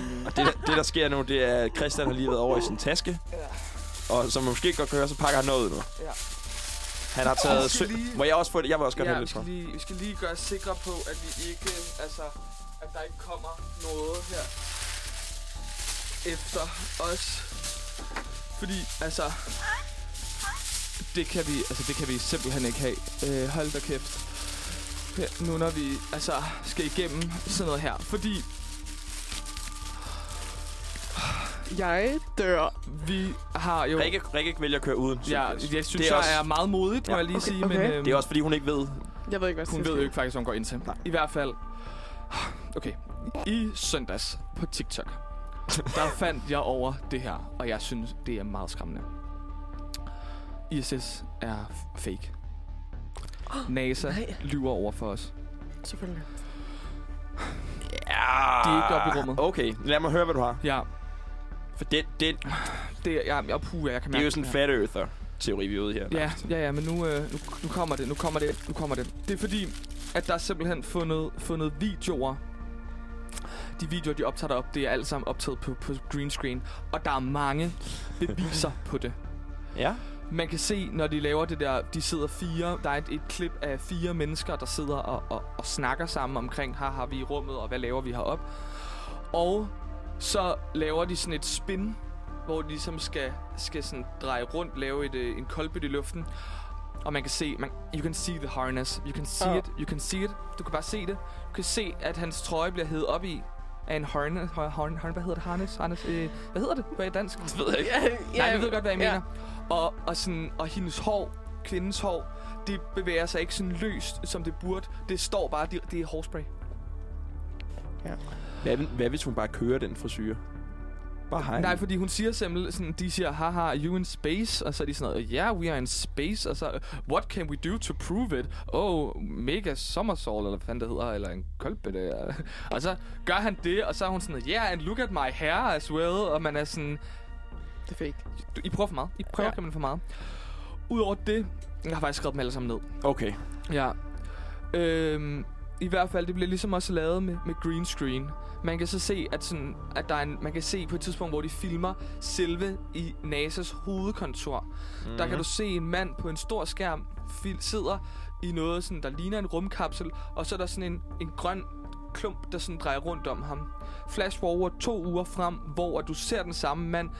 [SPEAKER 1] Øhm,
[SPEAKER 2] og det, det der sker nu, det er, at Christian har lige været over i sin taske. Og som man måske godt kan høre, så pakker han noget ud nu.
[SPEAKER 1] Ja.
[SPEAKER 2] Han har
[SPEAKER 1] Jeg
[SPEAKER 2] taget...
[SPEAKER 1] skal
[SPEAKER 2] Sø-
[SPEAKER 1] lige-
[SPEAKER 2] Må jeg også få det? Jeg vil også godt ja,
[SPEAKER 1] ja,
[SPEAKER 2] have
[SPEAKER 1] vi
[SPEAKER 2] lidt fra.
[SPEAKER 1] skal, lige, vi skal lige gøre os sikre på, at vi ikke, altså, at der ikke kommer noget her efter os. Fordi, altså, det kan vi, altså, det kan vi simpelthen ikke have. Øh, hold da kæft. Her, nu når vi, altså, skal igennem sådan noget her. Fordi
[SPEAKER 3] Jeg dør.
[SPEAKER 1] vi har jo...
[SPEAKER 2] Rikke, Rikke vælger at køre uden.
[SPEAKER 1] Ja,
[SPEAKER 2] suitcase.
[SPEAKER 1] jeg synes,
[SPEAKER 2] det
[SPEAKER 1] det
[SPEAKER 2] er
[SPEAKER 1] er jeg
[SPEAKER 2] også-
[SPEAKER 1] er meget modigt, må
[SPEAKER 2] Ja,
[SPEAKER 1] jeg lige
[SPEAKER 3] okay,
[SPEAKER 1] sige. Men,
[SPEAKER 3] okay.
[SPEAKER 1] øhm,
[SPEAKER 2] Det er også, fordi hun ikke ved...
[SPEAKER 3] Jeg ved ikke, hvad jeg
[SPEAKER 1] Hun
[SPEAKER 3] skal
[SPEAKER 1] ved jo
[SPEAKER 3] sige.
[SPEAKER 1] ikke faktisk, hvad hun går ind til.
[SPEAKER 2] Nej.
[SPEAKER 1] I hvert fald... Okay. I søndags på TikTok, der fandt jeg over det her, og jeg synes, det er meget skræmmende. ISS er f- fake. NASA
[SPEAKER 3] nej.
[SPEAKER 1] lyver over for os.
[SPEAKER 3] Selvfølgelig.
[SPEAKER 2] Ja.
[SPEAKER 1] De er ikke oppe i rummet.
[SPEAKER 2] Okay, lad mig høre, hvad du har.
[SPEAKER 1] Ja,
[SPEAKER 2] For det, det,
[SPEAKER 1] det er... Ja, jeg, puh, jeg kan mærke
[SPEAKER 2] det er jo sådan en
[SPEAKER 1] her.
[SPEAKER 2] flat earther-teori, vi er ude i her.
[SPEAKER 1] Ja, ja, ja, men nu, øh, nu, nu kommer det, nu kommer det, nu kommer det. Det er fordi, at der er simpelthen fundet, fundet videoer. De videoer, de optager op, det er alt sammen optaget på, på green screen. Og der er mange beviser på det.
[SPEAKER 2] Ja.
[SPEAKER 1] Man kan se, når de laver det der, de sidder fire, der er et, et klip af fire mennesker, der sidder og, og, og snakker sammen omkring, her har vi i rummet, og hvad laver vi herop. Og så laver de sådan et spin, hvor de ligesom skal, skal sådan dreje rundt, lave et, øh, en koldbyt i luften. Og man kan se, man, you can see the harness, you can see
[SPEAKER 3] Ja.
[SPEAKER 1] it, you can see it. Du kan bare se det. Du kan se, at hans trøje bliver hævet op i af en harness, harn, harn, hvad hedder det, harness, harness øh, hvad hedder det på dansk?
[SPEAKER 2] Det ved jeg ikke.
[SPEAKER 3] Ja,
[SPEAKER 1] Nej, vi ved godt, hvad jeg
[SPEAKER 3] ja.
[SPEAKER 1] mener. Og, og, sådan, og hendes hår, kvindens hår, det bevæger sig ikke sådan løst, som det burde. Det står bare, det, det er hårspray.
[SPEAKER 2] Hvad, hvad hvis hun bare kører den frisyr? Bare hej.
[SPEAKER 1] Nej, fordi hun siger simpelthen, sådan, de siger, haha, are you in space? Og så er de sådan noget, yeah, we are in space. Og så, what can we do to prove it? Oh, mega somersault, eller hvad fanden det hedder, eller en koldbætte. og så gør han det, og så er hun sådan, yeah, and look at my hair as well. Og man er sådan,
[SPEAKER 3] Det er fake.
[SPEAKER 1] du- I prøver for meget. I prøver,
[SPEAKER 3] Ja.
[SPEAKER 1] kan man for meget. Udover det, jeg har faktisk skrevet dem alle sammen ned.
[SPEAKER 2] Okay.
[SPEAKER 1] Ja. Øhm, I hvert fald, det bliver ligesom også lavet med, med green screen. Man kan så se, at, sådan, at der er en, man kan se på et tidspunkt, hvor de filmer selve i NASA's hovedkontor. Mm. Der kan
[SPEAKER 2] Mhm.
[SPEAKER 1] du se en mand på en stor skærm fil, sidder i noget, sådan, der ligner en rumkapsel, og så er der sådan en, en grøn klump, der sådan drejer rundt om ham. Flash forward to uger frem, hvor at du ser den samme mand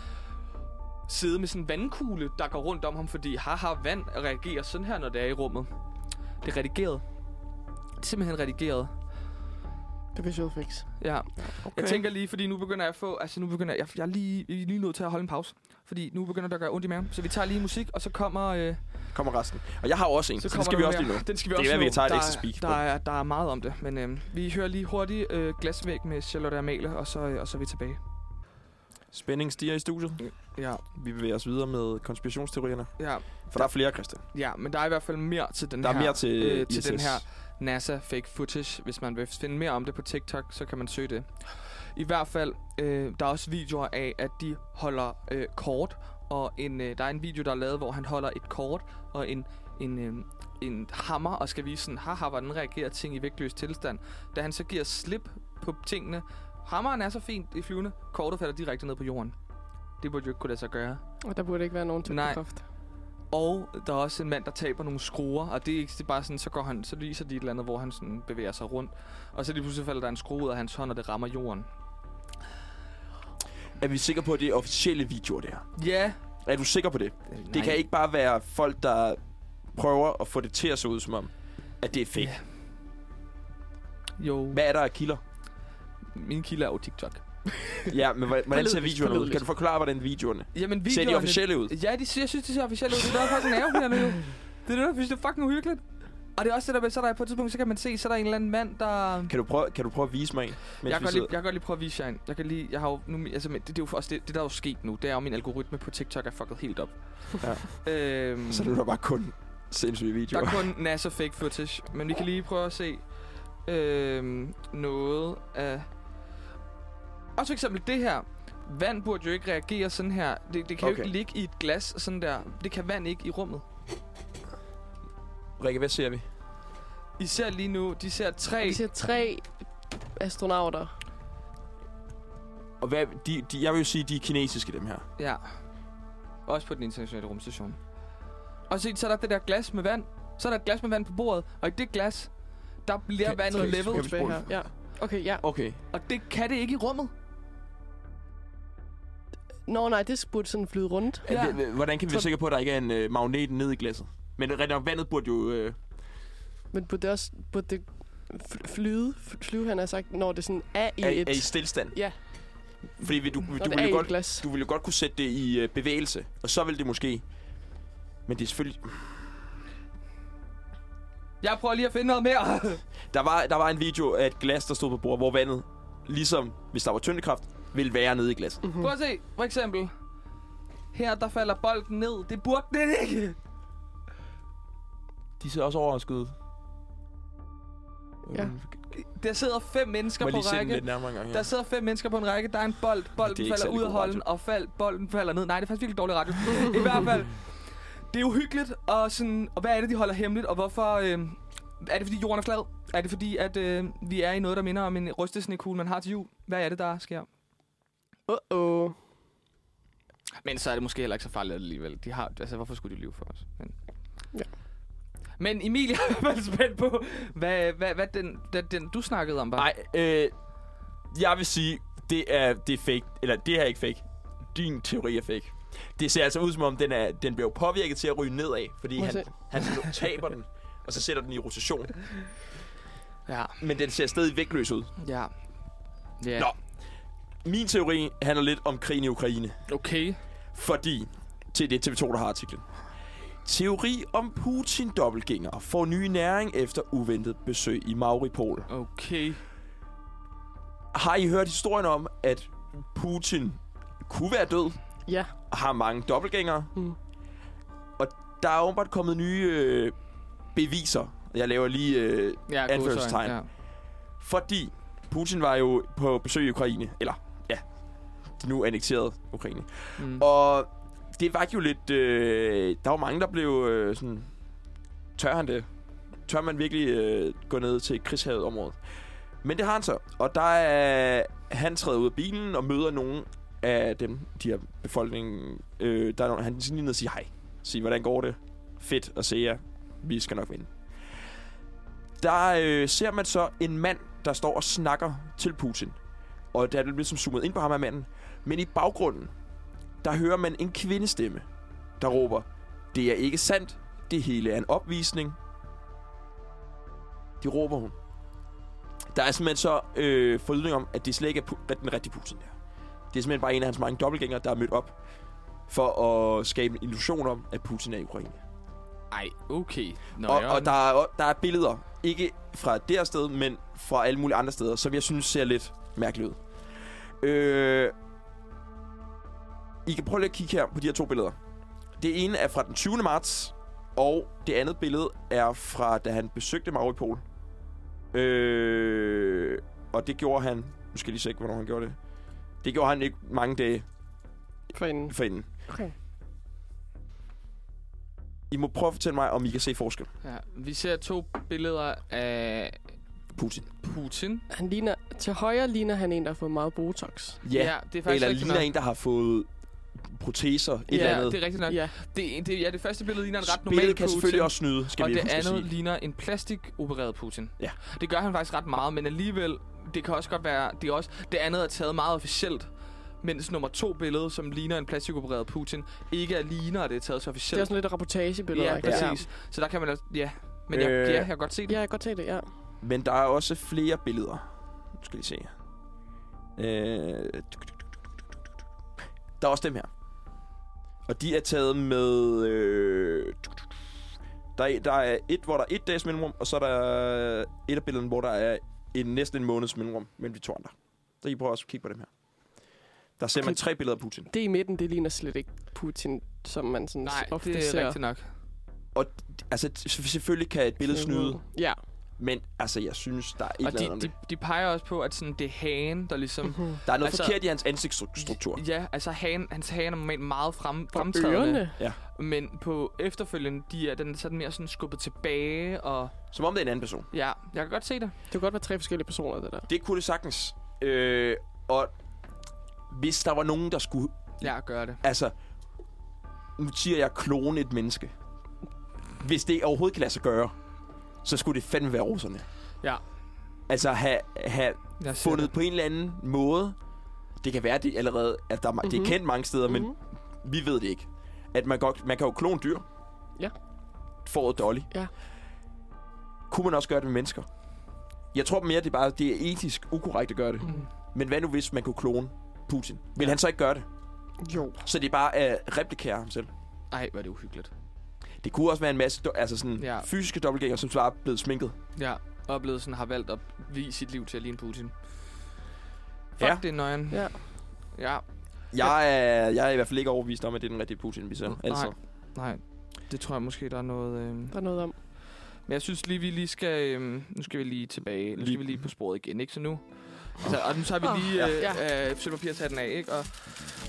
[SPEAKER 1] sidde med sådan en vandkugle, der går rundt om ham, fordi haha, vand reagerer sådan her, når det er i rummet. Det er redigeret. Det er simpelthen redigeret.
[SPEAKER 3] Det er visual fix.
[SPEAKER 1] Ja.
[SPEAKER 2] Okay.
[SPEAKER 1] Jeg tænker lige, fordi nu begynder jeg at få... Altså, nu begynder jeg... Jeg er lige, jeg er lige nødt til at holde en pause. Fordi nu begynder der at gøre ondt i maven. Så vi tager lige musik, og så kommer... Øh,
[SPEAKER 2] Kommer resten. Og jeg har også en,
[SPEAKER 1] så
[SPEAKER 2] så, så
[SPEAKER 1] kommer
[SPEAKER 2] den
[SPEAKER 1] der
[SPEAKER 2] skal vi
[SPEAKER 1] noget
[SPEAKER 2] også
[SPEAKER 1] mere.
[SPEAKER 2] lige nu.
[SPEAKER 1] Den skal vi
[SPEAKER 2] Det kan
[SPEAKER 1] også
[SPEAKER 2] være, vi
[SPEAKER 1] nå.
[SPEAKER 2] kan tage et
[SPEAKER 1] der,
[SPEAKER 2] ekstra speak
[SPEAKER 1] Der
[SPEAKER 2] på
[SPEAKER 1] er, der er meget om det, men øh, vi hører lige hurtigt øh, glasvæg med Charlotte Amalie, og så, øh, og så er vi tilbage.
[SPEAKER 2] Spænding stiger i studiet.
[SPEAKER 1] Ja,
[SPEAKER 2] Vi bevæger os videre med konspirationsteorierne.
[SPEAKER 1] ja,
[SPEAKER 2] For der er flere, Christian.
[SPEAKER 1] ja, men der er i hvert fald mere til den
[SPEAKER 2] Der er
[SPEAKER 1] her,
[SPEAKER 2] mere til
[SPEAKER 1] øh, til
[SPEAKER 2] ISS.
[SPEAKER 1] den her NASA fake footage. Hvis man vil finde mere om det på TikTok, så kan man søge det. I hvert fald, øh, der er også videoer af, at de holder øh, kort, og en, øh, der er en video, der er lavet, hvor han holder et kort og en, en, øh, en hammer, og skal vise sådan, haha, hvordan reagerer ting i vægtløs tilstand. Da han så giver slip på tingene, hammeren er så fint i flyvende, kortet falder direkte ned på jorden. Det burde jo ikke kunne lade sig gøre.
[SPEAKER 3] Og der burde ikke være nogen
[SPEAKER 1] Nej.
[SPEAKER 3] tykkekraft.
[SPEAKER 1] Og der er også en mand, der taber nogle skruer, og det er ikke det er bare sådan, så går han, så lyser de et eller andet, hvor han sådan bevæger sig rundt. Og så lige pludselig falder der en skrue ud af hans hånd, og det rammer jorden.
[SPEAKER 2] Er vi sikre på, at det er officielle videoer, det her?
[SPEAKER 1] Ja.
[SPEAKER 2] Er du sikker på det?
[SPEAKER 1] Øh,
[SPEAKER 2] Nej. Det kan ikke bare være folk, der prøver at få det til at se ud som om, at det er fake.
[SPEAKER 1] Ja. Jo,
[SPEAKER 2] Hvad er der af kilder?
[SPEAKER 1] mine kilder er jo TikTok.
[SPEAKER 2] ja, men hva- hvordan
[SPEAKER 3] Forlydelig,
[SPEAKER 2] ser videoerne ud?
[SPEAKER 3] forlydelig.
[SPEAKER 2] Kan du forklare, hvordan videoerne...
[SPEAKER 1] Jamen,
[SPEAKER 2] Ser de officielle ud?
[SPEAKER 1] Ja, de, ser- jeg synes, de ser officielle ud. Det er der faktisk en nerve jo. Det er det, der synes, det er fucking uhyggeligt. Og det er også det der med, så er der på et tidspunkt, så kan man se, så er der en eller anden mand, der...
[SPEAKER 2] Kan du prøve, kan du prøve at vise mig en?
[SPEAKER 1] jeg, kan
[SPEAKER 2] mens vi
[SPEAKER 1] godt lige,
[SPEAKER 2] sidder?
[SPEAKER 1] jeg kan godt lige prøve at vise jer en. Jeg kan lige, jeg har jo, nu, altså, men det, det, er jo også det, det, der er jo sket nu. Det er jo, min algoritme på TikTok er fucket helt op. Ja. øhm,
[SPEAKER 2] Så er det der bare kun sindssyge
[SPEAKER 1] Der
[SPEAKER 2] videoer.
[SPEAKER 1] er kun NASA fake footage, men vi kan lige prøve at se øhm, noget af... Også for eksempel det her. Vand burde jo ikke reagere sådan her. Det, det kan okay. jo
[SPEAKER 2] Okay.
[SPEAKER 1] ikke ligge i et glas sådan der. Det kan vand ikke i rummet.
[SPEAKER 2] Rikke, hvad ser vi?
[SPEAKER 1] Især lige nu, de ser tre...
[SPEAKER 3] Og vi ser tre astronauter.
[SPEAKER 2] Og hvad, de, de, jeg vil jo sige, de er kinesiske, dem her.
[SPEAKER 1] Ja. Også på den internationale rumstation. Og se, så er der det der glas med vand. Så er der et glas med vand på bordet, og i det glas, der bliver
[SPEAKER 2] Kan-
[SPEAKER 1] vandet
[SPEAKER 2] kan-
[SPEAKER 1] level.
[SPEAKER 2] kan-
[SPEAKER 3] Tilbage her. Ja. Okay, ja.
[SPEAKER 2] Okay.
[SPEAKER 1] Og det kan det ikke i rummet.
[SPEAKER 3] Nå, nej, det burde sådan flyde rundt.
[SPEAKER 1] Ja.
[SPEAKER 2] Ja. Hvordan kan vi være
[SPEAKER 1] Så-
[SPEAKER 2] sikre på, at der ikke er en øh, magnet ned i glasset? Men rigtig nok, vandet burde jo... Øh,
[SPEAKER 3] Men burde det også burde det fl- flyde, F- flyve, han har sagt, når det sådan er i
[SPEAKER 2] er,
[SPEAKER 3] et...
[SPEAKER 2] er i stillstand.
[SPEAKER 3] Ja.
[SPEAKER 2] Fordi vi- du,
[SPEAKER 3] når
[SPEAKER 2] du,
[SPEAKER 3] det
[SPEAKER 2] vil
[SPEAKER 3] er
[SPEAKER 2] jo
[SPEAKER 3] i et
[SPEAKER 2] godt,
[SPEAKER 3] glas.
[SPEAKER 2] du vil jo godt kunne sætte det i øh, bevægelse, og så vil det måske... Men det er selvfølgelig...
[SPEAKER 1] Jeg prøver lige at finde noget mere.
[SPEAKER 2] Der var, der var en video af et glas, der stod på bordet, hvor vandet, ligesom hvis der var tyndekraft, ville være nede i glasset.
[SPEAKER 3] Mhm.
[SPEAKER 2] Mm.
[SPEAKER 1] Prøv at se, for eksempel. Her, der falder bolden ned. Det burde den ikke.
[SPEAKER 2] De ser også overrasket ud.
[SPEAKER 3] Ja.
[SPEAKER 2] Øhm,
[SPEAKER 1] Der sidder fem mennesker
[SPEAKER 2] Må jeg
[SPEAKER 1] på
[SPEAKER 2] lige se den
[SPEAKER 1] række.
[SPEAKER 2] lidt nærmere en gang her?
[SPEAKER 1] Der sidder fem mennesker på en række, der er en bold, bolden
[SPEAKER 2] ikke
[SPEAKER 1] falder
[SPEAKER 2] særlig
[SPEAKER 1] ud af
[SPEAKER 2] god
[SPEAKER 1] holden, og fald, bolden falder ned. Nej, det er faktisk virkelig dårlig radio. I hvert fald, det er uhyggeligt, og, sådan, og hvad er det, de holder hemmeligt, og hvorfor... Øh, er det, fordi jorden er flad? Er det, fordi at, øh, vi er i noget, der minder om en rystesnekugle, man har til jul? Hvad er det, der sker?
[SPEAKER 3] Uh-oh.
[SPEAKER 1] Men så er det måske heller ikke så farligt alligevel. De har, altså, hvorfor skulle de lyve for os? Men,
[SPEAKER 3] Ja.
[SPEAKER 1] Men Emilie har været spændt på, hvad, hvad, hvad den, den, den, du snakkede om, var.
[SPEAKER 2] Nej, øh, jeg vil sige, det er, det er fake. Eller det her er ikke fake. Din teori er fake. Det ser altså ud som om, den, er, den bliver påvirket til at ryge nedad, fordi
[SPEAKER 3] Må jeg
[SPEAKER 2] han, han taber den, og så sætter den i rotation.
[SPEAKER 1] Ja,
[SPEAKER 2] Men den ser stadig vægtløs ud.
[SPEAKER 1] ja. Ja.
[SPEAKER 2] Nå. Min teori handler lidt om krigen i Ukraine.
[SPEAKER 1] Okay.
[SPEAKER 2] Fordi, til det TV2, der har artiklen. Teori om Putin-dobbeltgænger får ny næring efter uventet besøg i Mauripol.
[SPEAKER 1] Okay.
[SPEAKER 2] Har I hørt historien om, at Putin kunne være død,
[SPEAKER 3] Ja.
[SPEAKER 2] har mange dobbeltgængere.
[SPEAKER 3] Mm.
[SPEAKER 2] Mm. Og der er åbenbart kommet nye øh, beviser. Jeg laver lige... Øh,
[SPEAKER 1] Ja,
[SPEAKER 2] Anførselstegn.
[SPEAKER 1] gåseøjne, Ja.
[SPEAKER 2] fordi Putin var jo på besøg i Ukraine. Eller, ja. De nu annekterede Ukraine.
[SPEAKER 1] Mm.
[SPEAKER 2] Mm. Og det var jo lidt... Øh, der var mange, der blev øh, sådan... Tør han det? Tør man virkelig øh, gå ned til krigshavet området? Men det har han så. Og der er... Han træder ud af bilen og møder nogen af dem, de her befolkningen. Øh, der er nogen, han skal lige ned og sige hej. Sige, hvordan går det? Fedt at se jer. Vi skal nok vinde. Der øh, ser man så en mand, der står og snakker til Putin. Og der er ligesom zoomet ind på ham af manden. Men i baggrunden, der hører man en kvindestemme, der råber, det er ikke sandt, det hele er en opvisning. Det råber hun. Der er simpelthen så øh, forlydning om, at det slet ikke er Pu- den rigtige Putin der. Det er simpelthen bare en af hans mange dobbeltgængere, der er mødt op for at skabe en illusion om, at Putin er i Ukraine.
[SPEAKER 1] Ej, okay. Nå,
[SPEAKER 2] Og,
[SPEAKER 1] ja.
[SPEAKER 2] og der, er, der er billeder, ikke fra det her sted, men fra alle mulige andre steder, som jeg synes ser lidt mærkeligt ud. Øh, I kan prøve lige at kigge her på de her to billeder. Det ene er fra den 20. marts, og det andet billede er fra, da han besøgte Mauripol. Øh, og det gjorde han... Nu skal jeg lige se, hvornår han gjorde det. Det gjorde han ikke mange dage
[SPEAKER 3] For en...
[SPEAKER 2] forinden.
[SPEAKER 3] Okay.
[SPEAKER 2] I må prøve at fortælle mig, om I kan se forskel.
[SPEAKER 1] ja. Vi ser to billeder af
[SPEAKER 2] Putin.
[SPEAKER 1] Putin.
[SPEAKER 3] Han ligner... Til højre ligner han en, der har fået meget Botox.
[SPEAKER 1] ja det er faktisk
[SPEAKER 2] Eller
[SPEAKER 1] rigtigt
[SPEAKER 2] ligner
[SPEAKER 1] nok.
[SPEAKER 2] en, der har fået proteser, et eller
[SPEAKER 1] Ja,
[SPEAKER 2] andet.
[SPEAKER 1] det er rigtigt nok. Ja.
[SPEAKER 3] Ja.
[SPEAKER 1] Det, det, ja, det første billede ligner en ret normal
[SPEAKER 2] Spillet kan
[SPEAKER 1] Putin.
[SPEAKER 2] selvfølgelig også snyde, skal
[SPEAKER 1] og
[SPEAKER 2] vi
[SPEAKER 1] det
[SPEAKER 2] huske at
[SPEAKER 1] andet
[SPEAKER 2] sige.
[SPEAKER 1] ligner en plastikopereret Putin.
[SPEAKER 2] Ja.
[SPEAKER 1] Det gør han faktisk ret meget, men alligevel, det kan også godt være, det, er også, det andet er taget meget officielt. Mens nummer to billede, som ligner en plastikopereret Putin, ikke er ligner, og det er taget så
[SPEAKER 3] Det er
[SPEAKER 1] officielt.
[SPEAKER 3] sådan lidt rapportagebilleder.
[SPEAKER 1] ja,
[SPEAKER 3] ikke?
[SPEAKER 1] præcis. Så der kan man også, ja. Men jeg,
[SPEAKER 2] Øh.
[SPEAKER 1] ja, jeg kan godt se det.
[SPEAKER 3] Ja, jeg kan godt se det, ja.
[SPEAKER 2] Men der er også flere billeder. Nu skal vi se her. Øh... Der er også dem her. Og de er taget med... Øh... Der, er, der er et, hvor der er et dags mellemrum, og så er der et af billederne, hvor der er en, næsten en måneds mellemrum mellem de to andre. Så I prøver også at kigge på dem her. Der ser man
[SPEAKER 3] Okay.
[SPEAKER 2] tre billeder af Putin.
[SPEAKER 3] Det i midten, det ligner slet ikke Putin, som man sådan
[SPEAKER 1] Nej,
[SPEAKER 3] ofte
[SPEAKER 1] det er
[SPEAKER 3] ser.
[SPEAKER 1] rigtigt nok.
[SPEAKER 2] Og altså, t- selvfølgelig kan et billede snyde.
[SPEAKER 3] Ja.
[SPEAKER 2] Men altså, jeg synes, der er et
[SPEAKER 1] Og
[SPEAKER 2] eller andet om
[SPEAKER 1] de,
[SPEAKER 2] det.
[SPEAKER 1] de, de peger også på, at sådan, det er hagen, der ligesom...
[SPEAKER 3] Mhm.
[SPEAKER 2] Der er noget
[SPEAKER 1] altså-
[SPEAKER 2] altså, forkert i hans ansigtsstruktur.
[SPEAKER 1] Ja, altså hagen, hans hagen er normalt meget frem, fremtrædende.
[SPEAKER 3] Ørerne.
[SPEAKER 1] Men på efterfølgende, de er den sådan mere sådan skubbet tilbage, og
[SPEAKER 2] Som om det er en anden person.
[SPEAKER 1] ja, jeg kan godt se det.
[SPEAKER 3] Det kunne godt være tre forskellige personer, det der.
[SPEAKER 2] Det kunne det sagtens. Øh, og hvis der var nogen, der skulle...
[SPEAKER 1] Jeg gør det.
[SPEAKER 2] Altså, nu siger jeg klone et menneske. Hvis det overhovedet kan lade sig gøre, så skulle det fandme være russerne.
[SPEAKER 1] Ja.
[SPEAKER 2] Altså, have, have
[SPEAKER 1] Jeg ser
[SPEAKER 2] fundet
[SPEAKER 1] det.
[SPEAKER 2] på en eller anden måde. Det kan være, det allerede, at der, mm-hmm. det er
[SPEAKER 1] Mhm.
[SPEAKER 2] kendt mange steder,
[SPEAKER 3] Mhm.
[SPEAKER 2] mm-hmm. men vi ved det ikke. At man, godt, man kan jo klone dyr.
[SPEAKER 3] Ja.
[SPEAKER 2] Fåret Dolly.
[SPEAKER 3] Ja.
[SPEAKER 2] Kunne man også gøre det med mennesker? Jeg tror mere, det er bare det er etisk ukorrekt at gøre det.
[SPEAKER 1] Mm.
[SPEAKER 2] Men hvad nu, hvis man kunne klone Putin? Vil
[SPEAKER 1] Ja.
[SPEAKER 2] han så ikke gøre det?
[SPEAKER 3] Jo.
[SPEAKER 2] Så det er bare at replikere ham selv.
[SPEAKER 1] Ej, hvor er det uhyggeligt.
[SPEAKER 2] Det kunne også være en masse do- altså sådan
[SPEAKER 1] Ja.
[SPEAKER 2] ja. fysiske dobbeltgænger, som så bare er blevet sminket.
[SPEAKER 1] Ja, oplevelsen har valgt at vise sit liv til at ligne Putin. Fuck,
[SPEAKER 2] Ja.
[SPEAKER 1] det er nøgen.
[SPEAKER 3] Ja.
[SPEAKER 1] Ja,
[SPEAKER 2] Jeg er, jeg er i hvert fald ikke overbevist om, at det er den rigtige Putin, vi ser. Altså.
[SPEAKER 1] nej. Det tror jeg måske, der er noget... Øh...
[SPEAKER 3] Der er noget om.
[SPEAKER 1] Men jeg synes lige, vi lige skal... Øh... Nu skal vi lige tilbage. Nu skal
[SPEAKER 2] Lige-
[SPEAKER 1] vi lige på sporet igen, ikke? Så nu... Altså, og nu tager vi lige
[SPEAKER 3] Åh,
[SPEAKER 1] øh,
[SPEAKER 3] ja.
[SPEAKER 1] ja. øh, sølvpapirshatten af, ikke? Og,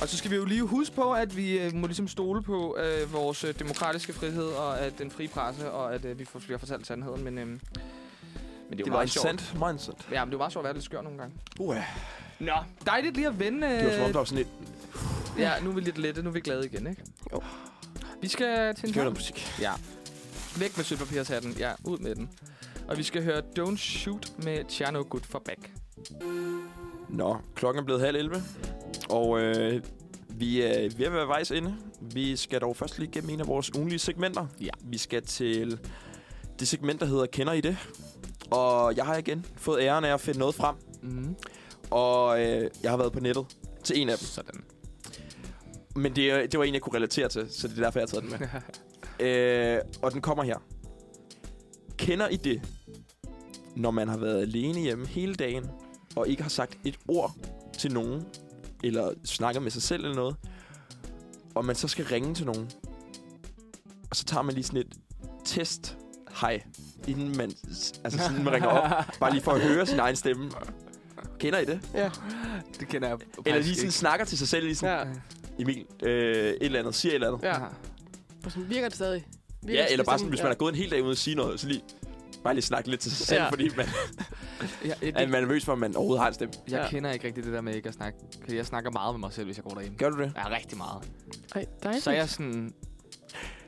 [SPEAKER 1] og så skal vi jo lige huske på, at vi øh, må ligesom stole på øh, vores øh, demokratiske frihed og at den frie presse, og at øh, vi får, bliver fortalt sandheden, men... Øh, men det er jo
[SPEAKER 2] Det, det var
[SPEAKER 1] meget sjovt.
[SPEAKER 2] interessant. Meget interessant.
[SPEAKER 1] Ja, men det var meget sjovt at være lidt skør nogle gange.
[SPEAKER 2] Uh,
[SPEAKER 1] Nå, dejligt lige at vende.
[SPEAKER 2] det var som om,
[SPEAKER 1] øh,
[SPEAKER 2] der var sådan et
[SPEAKER 1] Ja, nu er vi lidt lette, nu er vi glade igen, ikke?
[SPEAKER 3] Jo.
[SPEAKER 1] Vi skal til en
[SPEAKER 2] Skal høre
[SPEAKER 1] kamp.
[SPEAKER 2] noget musik.
[SPEAKER 1] Ja. Væk med sølvpapirshatten. Ja, ud med den. Og vi skal høre Don't Shoot med Tjerno Good for Back.
[SPEAKER 2] Nå, klokken er blevet halv 11, og øh, vi er ved at være vejs inde. Vi skal dog først lige gennem en af vores ugenlige segmenter.
[SPEAKER 1] Ja.
[SPEAKER 2] Vi skal til det segment, der hedder Kender I det? Og jeg har igen fået æren af at finde noget frem,
[SPEAKER 1] Mm.
[SPEAKER 2] og øh, jeg har været på nettet til en af dem.
[SPEAKER 1] Sådan.
[SPEAKER 2] Men det, er- det var en, jeg kunne relatere til, så det er derfor, jeg har taget den med. Øh, og den kommer her. Kender I det, når man har været alene hjemme hele dagen, og ikke har sagt et ord til nogen, eller snakket med sig selv eller noget, og man så skal ringe til nogen, og så tager man lige sådan et test hej, inden man, altså sådan, man ringer op, bare lige for at høre sin egen stemme. Kender I det?
[SPEAKER 3] Ja.
[SPEAKER 1] det kender jeg
[SPEAKER 2] Eller lige sådan snakker til sig selv, lige sådan,
[SPEAKER 3] Ja.
[SPEAKER 2] ja. Emil, øh, et eller andet, siger et eller andet.
[SPEAKER 3] ja. Og sådan virker det stadig. Virker
[SPEAKER 2] Ja,
[SPEAKER 3] det
[SPEAKER 2] eller bare
[SPEAKER 3] stadig
[SPEAKER 2] sådan, hvis man har gået en hel dag uden at sige noget, så lige bare lige snakke lidt til sig selv,
[SPEAKER 3] Ja.
[SPEAKER 2] ja. fordi man,
[SPEAKER 1] Ja, jeg,
[SPEAKER 2] at
[SPEAKER 1] det,
[SPEAKER 2] man er nervøs for, at man overhovedet har en stemme.
[SPEAKER 1] jeg
[SPEAKER 3] Ja.
[SPEAKER 1] kender ikke rigtigt det der med ikke at snakke. Fordi jeg snakker meget med mig selv, hvis jeg går derhjemme.
[SPEAKER 2] Gør du det?
[SPEAKER 1] Ja, rigtig meget.
[SPEAKER 3] Ej, dejligt.
[SPEAKER 1] Så er jeg sådan...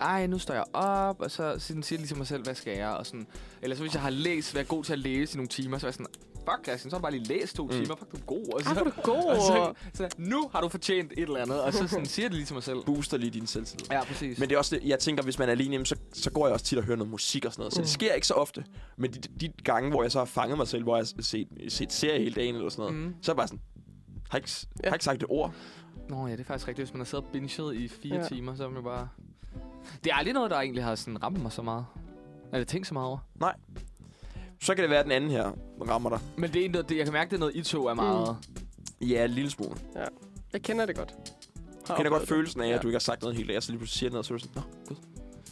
[SPEAKER 1] Ej, nu står jeg op, og så sådan siger jeg lige til mig selv, hvad skal jeg? Og sådan, eller så hvis jeg har læst, været god til at læse i nogle timer, så er jeg sådan, fuck Christian, så har du bare lige læst to mm.
[SPEAKER 2] Mm.
[SPEAKER 1] timer, fuck du er god. Og så,
[SPEAKER 3] Ej, hvor er du god.
[SPEAKER 1] og
[SPEAKER 2] Altså-
[SPEAKER 1] så, Altså, så, nu har du fortjent et eller andet, og så sådan, siger jeg det lige til mig selv.
[SPEAKER 2] Booster lige din selvtillid.
[SPEAKER 1] Ja, præcis.
[SPEAKER 2] Men det er også det, jeg tænker, hvis man er alene hjemme, så, så går jeg også tit og hører noget musik og sådan noget. Så det sker ikke så ofte. Men de, de gange, hvor jeg så har fanget mig selv, hvor jeg har set, set serie hele dagen eller sådan noget,
[SPEAKER 1] Mm.
[SPEAKER 2] mm. så er jeg bare sådan, har ikke, s-
[SPEAKER 3] Ja.
[SPEAKER 2] har ikke sagt et ord.
[SPEAKER 1] Nå ja, det er faktisk rigtigt. Hvis man har siddet og binget i fire ja.
[SPEAKER 3] Ja.
[SPEAKER 1] timer, så er man jo bare... Det er aldrig noget, der egentlig har sådan ramt mig så meget. Eller tænkt så meget over.
[SPEAKER 2] Så kan det være, at den anden her rammer dig.
[SPEAKER 1] Men det er noget, det, jeg kan mærke, det er noget, I to er meget. Mm.
[SPEAKER 2] Ja, en lille smule.
[SPEAKER 3] Jeg kender det godt.
[SPEAKER 2] Jeg kender godt følelsen af,
[SPEAKER 1] Ja.
[SPEAKER 2] at du ikke har sagt noget helt, og jeg så lige pludselig siger noget, så er du sådan, Nå,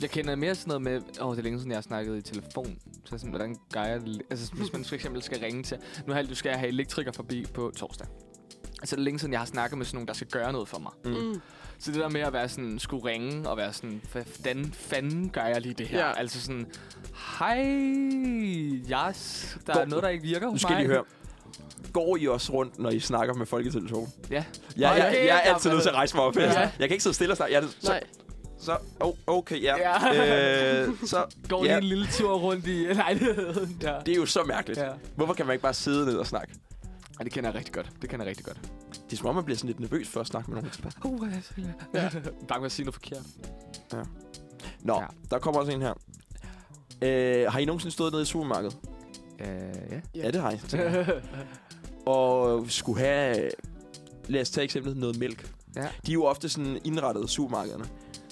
[SPEAKER 1] Jeg kender mere sådan noget med, åh, oh, det er længe siden, jeg har snakket i telefon. Så sådan, hvordan gør jeg det? Altså, hvis man for eksempel skal ringe til, nu har du skal jeg have elektriker forbi på torsdag. Altså, det er længe siden, jeg har snakket med sådan nogen, der skal gøre noget for mig.
[SPEAKER 2] Mm.
[SPEAKER 3] Mm.
[SPEAKER 1] Så det der med at være sådan, skulle ringe og være sådan, hvordan fanden gør jeg lige det her? Ja.
[SPEAKER 3] Ja.
[SPEAKER 1] Altså sådan, hej, yes, der er
[SPEAKER 2] Går-
[SPEAKER 1] noget, der ikke virker
[SPEAKER 2] Nu
[SPEAKER 1] hos
[SPEAKER 2] skal
[SPEAKER 1] mig.
[SPEAKER 2] I lige høre. Går I også rundt, når I snakker med folk i telefonen?
[SPEAKER 1] Ja.
[SPEAKER 2] Jeg, jeg,
[SPEAKER 1] Okay,
[SPEAKER 2] jeg er
[SPEAKER 1] der
[SPEAKER 2] altid
[SPEAKER 1] var
[SPEAKER 2] nødt til at rejse mig op. Ja.
[SPEAKER 1] Ja.
[SPEAKER 2] Jeg kan ikke sidde stille og snakke. Jeg, er så,
[SPEAKER 3] Nej,
[SPEAKER 2] så, oh, okay, ja.
[SPEAKER 1] Ja.
[SPEAKER 2] Øh, så,
[SPEAKER 1] Går lige
[SPEAKER 2] ja.
[SPEAKER 1] en lille tur rundt i lejligheden der.
[SPEAKER 2] Det er jo så mærkeligt.
[SPEAKER 1] Ja.
[SPEAKER 2] Ja. Hvorfor kan man ikke bare sidde ned og snakke?
[SPEAKER 1] Ja, det kender jeg rigtig godt. Det kender jeg rigtig godt.
[SPEAKER 2] Det er som om, man bliver sådan lidt nervøs for at snakke med nogen.
[SPEAKER 1] Uh, jeg skal... ja. Bange med at sige noget forkert.
[SPEAKER 2] Nå,
[SPEAKER 1] Ja.
[SPEAKER 2] ja. der kommer også en her. Øh, har I nogensinde stået nede i supermarkedet?
[SPEAKER 1] Uh, ja.
[SPEAKER 2] Øh, Ja, det har jeg. tænker jeg. og øh, skulle have, lad os tage eksemplet, noget mælk.
[SPEAKER 1] Ja.
[SPEAKER 2] De er jo ofte sådan indrettet supermarkederne.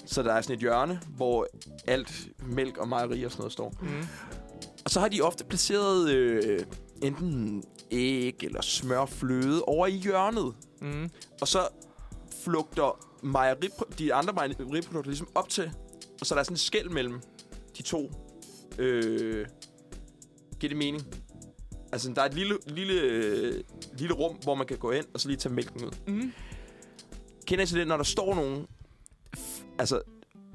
[SPEAKER 2] Så der er sådan et hjørne, hvor alt mælk og mejeri og sådan noget står.
[SPEAKER 1] Mm.
[SPEAKER 2] Og så har de ofte placeret øh, enten æg eller smørfløde over i hjørnet.
[SPEAKER 1] Mm.
[SPEAKER 2] Og så flugter mejeri, de andre mejeriprodukter ligesom op til. Og så er der sådan en skæld mellem de to øh, Giver det mening? Altså, der er et lille, lille, øh, lille rum, hvor man kan gå ind og så lige tage mælken ud.
[SPEAKER 1] Mm.
[SPEAKER 2] Kender I til det, når der står nogen f- altså,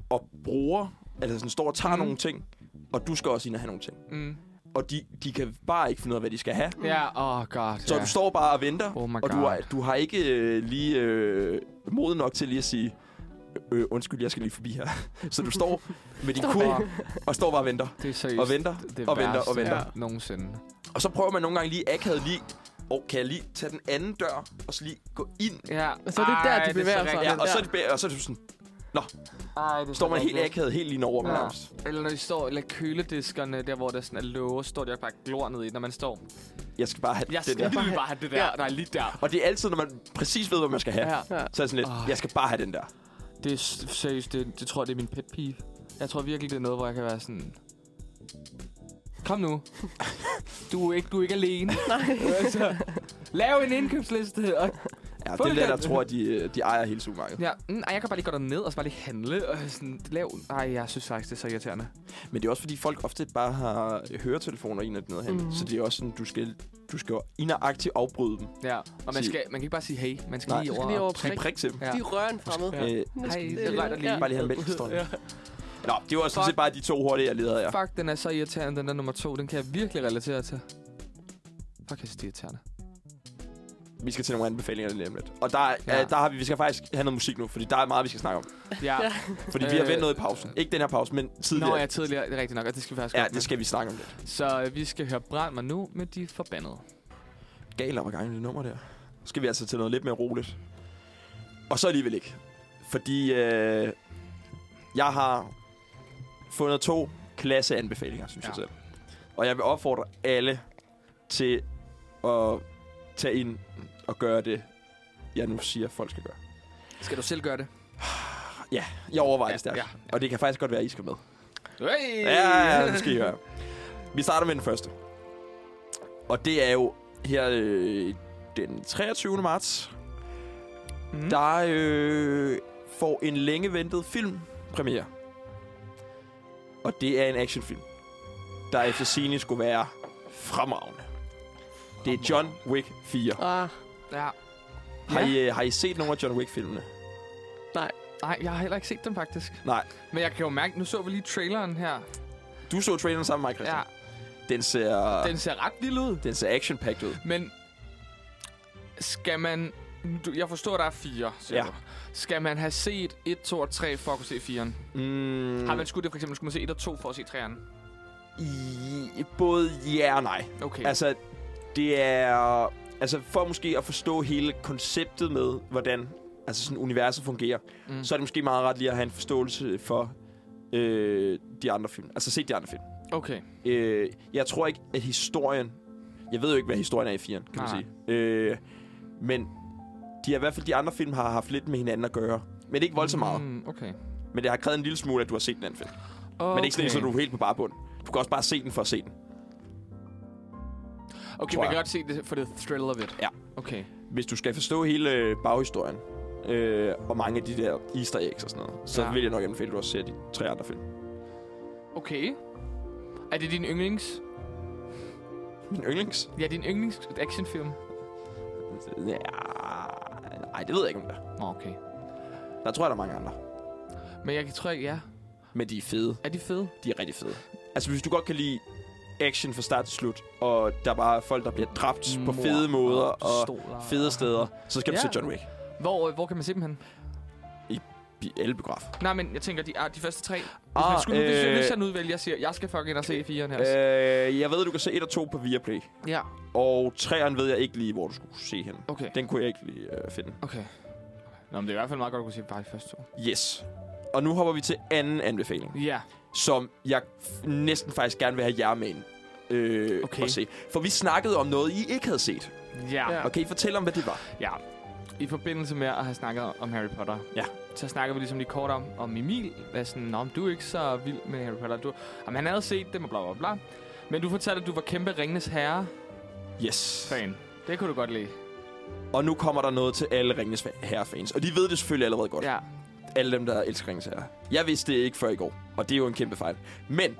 [SPEAKER 2] og bruger, altså sådan står og tager
[SPEAKER 1] Mm.
[SPEAKER 2] mm. nogle ting, og du skal også ind og have nogle ting.
[SPEAKER 1] Mm.
[SPEAKER 2] Og de, de kan bare ikke finde ud af, hvad de skal have.
[SPEAKER 1] Ja, oh god.
[SPEAKER 2] Så
[SPEAKER 1] ja.
[SPEAKER 2] du står bare og venter,
[SPEAKER 1] Oh my
[SPEAKER 2] og du
[SPEAKER 1] God.
[SPEAKER 2] har, du har ikke øh, lige øh, mod nok til lige at sige, øh, undskyld, jeg skal lige forbi her. så du står med din
[SPEAKER 3] Står
[SPEAKER 2] kur og står bare og venter.
[SPEAKER 1] Det er seriøst.
[SPEAKER 2] Og venter,
[SPEAKER 1] det
[SPEAKER 2] og venter,
[SPEAKER 1] værste
[SPEAKER 2] og venter.
[SPEAKER 3] Ja.
[SPEAKER 1] Nogensinde.
[SPEAKER 2] Og så prøver man nogle gange lige akavet lige, og kan jeg lige tage den anden dør, og så lige gå ind.
[SPEAKER 1] Ja.
[SPEAKER 3] Så det er der, de
[SPEAKER 1] Ej, det er så
[SPEAKER 3] bevæger sig.
[SPEAKER 1] rigtigt.
[SPEAKER 2] Ja, og
[SPEAKER 3] der.
[SPEAKER 2] så er det, bag- og så er det sådan,
[SPEAKER 1] Ej, det er
[SPEAKER 2] står
[SPEAKER 1] så
[SPEAKER 2] man helt
[SPEAKER 1] rigtigt.
[SPEAKER 2] akavet helt lige over
[SPEAKER 1] Ja.
[SPEAKER 2] ja. nærmest.
[SPEAKER 1] Eller når de står, eller kølediskerne, der hvor der sådan er låge, står de også bare glor ned i, når man står.
[SPEAKER 2] Jeg skal bare have
[SPEAKER 1] Jeg
[SPEAKER 2] den
[SPEAKER 1] skal
[SPEAKER 2] der.
[SPEAKER 1] lige bare have det der,
[SPEAKER 3] Ja.
[SPEAKER 1] der er lige der.
[SPEAKER 2] Og det er altid, når man præcis ved, hvad man skal have.
[SPEAKER 1] Ja.
[SPEAKER 3] Ja.
[SPEAKER 2] Så er det sådan lidt,
[SPEAKER 1] Ej.
[SPEAKER 2] jeg skal bare have den der.
[SPEAKER 1] Det er s- seriøst, det, det tror jeg, det er min pet peeve. Jeg tror virkelig, det er noget, hvor jeg kan være sådan... Kom nu. Du er ikke, du er ikke alene. Nej. altså, lav en indkøbsliste. Og,
[SPEAKER 2] Ja, det er
[SPEAKER 1] Fuldstændig.
[SPEAKER 2] der, der tror, at de, øh, de ejer hele supermarkedet.
[SPEAKER 1] ja, mm, ej, jeg kan bare lige gå derned og så bare lige handle. Og sådan, lav. Ej, jeg synes faktisk, det er så irriterende.
[SPEAKER 2] Men det er også fordi folk ofte bare har høretelefoner ind og ned hen.
[SPEAKER 3] Mhm.
[SPEAKER 2] Mm. Så det er også sådan, du skal, du skal ind og aktivt afbryde dem.
[SPEAKER 1] Ja, og man,
[SPEAKER 2] Sig-
[SPEAKER 1] skal, man kan ikke bare sige hey. Man skal
[SPEAKER 2] Nej.
[SPEAKER 1] lige
[SPEAKER 2] Du
[SPEAKER 1] over.
[SPEAKER 3] skal lige
[SPEAKER 1] og
[SPEAKER 3] over og
[SPEAKER 2] Skal
[SPEAKER 1] prikke.
[SPEAKER 2] ikke prikke til dem.
[SPEAKER 1] Ja.
[SPEAKER 3] De er røren fremmede.
[SPEAKER 1] Ja.
[SPEAKER 2] Øh,
[SPEAKER 3] Nu
[SPEAKER 1] Ej,
[SPEAKER 3] skal
[SPEAKER 1] det
[SPEAKER 3] de-
[SPEAKER 1] regner lige.
[SPEAKER 3] Ja.
[SPEAKER 2] bare lige have mælkestolen.
[SPEAKER 1] Ja.
[SPEAKER 2] Ja. Nå, det var sådan
[SPEAKER 1] Fuck.
[SPEAKER 2] set bare de to hurtige, jeg leder af.
[SPEAKER 1] Fuck, den er så irriterende, den der nummer to. Den kan jeg virkelig relatere til. Fuck, jeg synes, det er irriterende.
[SPEAKER 2] Vi skal til nogle anbefalinger lige om lidt. Og der, er-
[SPEAKER 1] Ja.
[SPEAKER 2] øh, der har vi, vi skal faktisk have noget musik nu, fordi der er meget, vi skal snakke om.
[SPEAKER 1] Ja.
[SPEAKER 3] Ja.
[SPEAKER 2] Fordi vi har
[SPEAKER 1] Øh,
[SPEAKER 2] vendt noget i pausen. Ikke den her pause, men tidligere.
[SPEAKER 1] Nå, ja, tidligere. Det er rigtigt nok, og det skal vi faktisk
[SPEAKER 2] ja,
[SPEAKER 1] godt med.
[SPEAKER 2] det skal vi snakke om lidt.
[SPEAKER 1] Så øh, vi skal høre Brand mig nu med de forbandede.
[SPEAKER 2] Gal om gangen det nummer der. Så skal vi altså til noget lidt mere roligt. Og så alligevel ikke. Fordi øh, jeg har fundet to klasse anbefalinger, synes
[SPEAKER 1] Ja.
[SPEAKER 2] ja. jeg selv. Og jeg vil opfordre alle til at tage ind og gøre det, jeg nu siger, folk skal gøre.
[SPEAKER 1] Skal du selv gøre det?
[SPEAKER 2] Jeg overvejer det stærkt.
[SPEAKER 1] ja. Øh.
[SPEAKER 2] Og det kan faktisk godt være, at I skal med.
[SPEAKER 1] Hey!
[SPEAKER 2] Ja, ja, det skal I høre. Vi starter med den første. Og det er jo her øh, den 23. marts,
[SPEAKER 1] Mm.
[SPEAKER 2] der øh, får en længe ventet film premiere. Og det er en actionfilm, der efter scene skulle være fremragende. Det er John Wick 4.
[SPEAKER 3] Ah,
[SPEAKER 1] Ja.
[SPEAKER 2] Har I, øh, har I set nogle af John Wick-filmene?
[SPEAKER 1] Nej, jeg har heller ikke set dem faktisk.
[SPEAKER 2] Nej.
[SPEAKER 1] Men jeg kan jo mærke, nu så vi lige traileren her.
[SPEAKER 2] Du så traileren sammen med mig, Christian.
[SPEAKER 1] Ja,
[SPEAKER 2] Den ser, den,
[SPEAKER 1] den ser ret vild ud.
[SPEAKER 2] den ser action-packed ud.
[SPEAKER 1] Men skal man... Du, jeg forstår, der er fire, siger
[SPEAKER 2] Ja.
[SPEAKER 1] du. Skal man have set 1, 2 og 3 for at kunne se 4'eren? Mm.
[SPEAKER 2] Mm,
[SPEAKER 1] Har man skulle det for eksempel, skulle man se 1 og 2 for at se 3'eren?
[SPEAKER 2] i, både ja og nej.
[SPEAKER 1] Okay.
[SPEAKER 2] Altså, det er... Altså, for måske at forstå hele konceptet med, hvordan altså sådan universet fungerer,
[SPEAKER 1] Mm.
[SPEAKER 2] mm. så er det måske meget rart lige at have en forståelse for øh, de andre film. Altså, se de andre film.
[SPEAKER 1] Okay.
[SPEAKER 2] Øh, jeg tror ikke, at historien... Jeg ved jo ikke, hvad historien er i 4'eren, kan man
[SPEAKER 1] Nej.
[SPEAKER 2] sige. Øh, men de har i hvert fald de andre film har haft lidt med hinanden at gøre. Men ikke voldsomt meget.
[SPEAKER 1] Mm, okay.
[SPEAKER 2] Men det har krævet en lille smule, at du har set den anden film. Okay.
[SPEAKER 1] okay.
[SPEAKER 2] Men det er ikke sådan, at du er helt på bare bund. Du kan også bare se den for at se den.
[SPEAKER 1] Okay,
[SPEAKER 2] tror
[SPEAKER 1] man kan
[SPEAKER 2] jeg.
[SPEAKER 1] godt se det for det thrill of it.
[SPEAKER 2] Ja.
[SPEAKER 1] Okay.
[SPEAKER 2] hvis du skal forstå hele øh, baghistorien, øh, og mange af de der easter eggs og sådan noget, så
[SPEAKER 1] Ja.
[SPEAKER 2] ja. vil jeg nok anbefale, at du også ser de tre andre film.
[SPEAKER 1] Okay. Er det din yndlings?
[SPEAKER 2] Min yndlings?
[SPEAKER 1] Ja, din yndlings actionfilm.
[SPEAKER 2] Ja, nej, det ved jeg ikke, om det er.
[SPEAKER 1] Nå, okay.
[SPEAKER 2] Der tror jeg, der er mange andre.
[SPEAKER 1] Men jeg tror ikke, ja.
[SPEAKER 2] Men de er fede.
[SPEAKER 1] Er de fede?
[SPEAKER 2] De er rigtig fede. Altså, hvis du godt kan lide action fra start til slut, og der bare er folk, der bliver dræbt på fede måder og
[SPEAKER 1] pistoler
[SPEAKER 2] fede steder, så skal du
[SPEAKER 1] Ja.
[SPEAKER 2] se John Wick
[SPEAKER 1] Hvor, øh, hvor kan man se dem hen?
[SPEAKER 2] i alle biograf.
[SPEAKER 1] Nej, men jeg tænker, de, ah, de første tre. Hvis, ah,
[SPEAKER 2] Ah,
[SPEAKER 1] man skulle, øh, hvis, jeg,
[SPEAKER 2] øh,
[SPEAKER 1] hvis jeg nu vælger, jeg siger, jeg skal fucking ind og se firen her. Øh,
[SPEAKER 2] Øh, jeg ved, du kan se 1 og 2 på Viaplay.
[SPEAKER 1] ja,
[SPEAKER 2] Og 3'eren ved jeg ikke lige, hvor du skulle se hen.
[SPEAKER 1] okay.
[SPEAKER 2] Den kunne jeg ikke lige øh, finde.
[SPEAKER 1] Okay. Nå, men det er i hvert fald meget godt at kunne se bare de første to.
[SPEAKER 2] Yes. Og nu hopper vi til anden anbefaling,
[SPEAKER 1] Ja.
[SPEAKER 2] som jeg f- næsten faktisk gerne vil have jer med ind.
[SPEAKER 1] Okay.
[SPEAKER 2] Øh, okay. se. For vi snakkede om noget, I ikke havde set.
[SPEAKER 1] Ja.
[SPEAKER 3] Ja.
[SPEAKER 2] Og kan I fortælle om, hvad det var?
[SPEAKER 1] Ja. I forbindelse med at have snakket om Harry Potter,
[SPEAKER 2] Ja.
[SPEAKER 1] så snakker vi ligesom lige kort om, om Emil er sådan, Nå, men du er ikke så vild med Harry Potter. Du, jamen, han havde set dem og bla bla bla. Men du fortalte, at du var kæmpe Ringenes Herre-fan.
[SPEAKER 2] Yes.
[SPEAKER 1] Det kunne du godt lide.
[SPEAKER 2] Og nu kommer der noget til alle Ringens Herre-fans. Og de ved det selvfølgelig allerede godt. Ja.
[SPEAKER 1] Ja.
[SPEAKER 2] Alle dem, der elsker Ringens Herre. Jeg vidste det ikke før i går. Og det er jo en kæmpe fejl. Men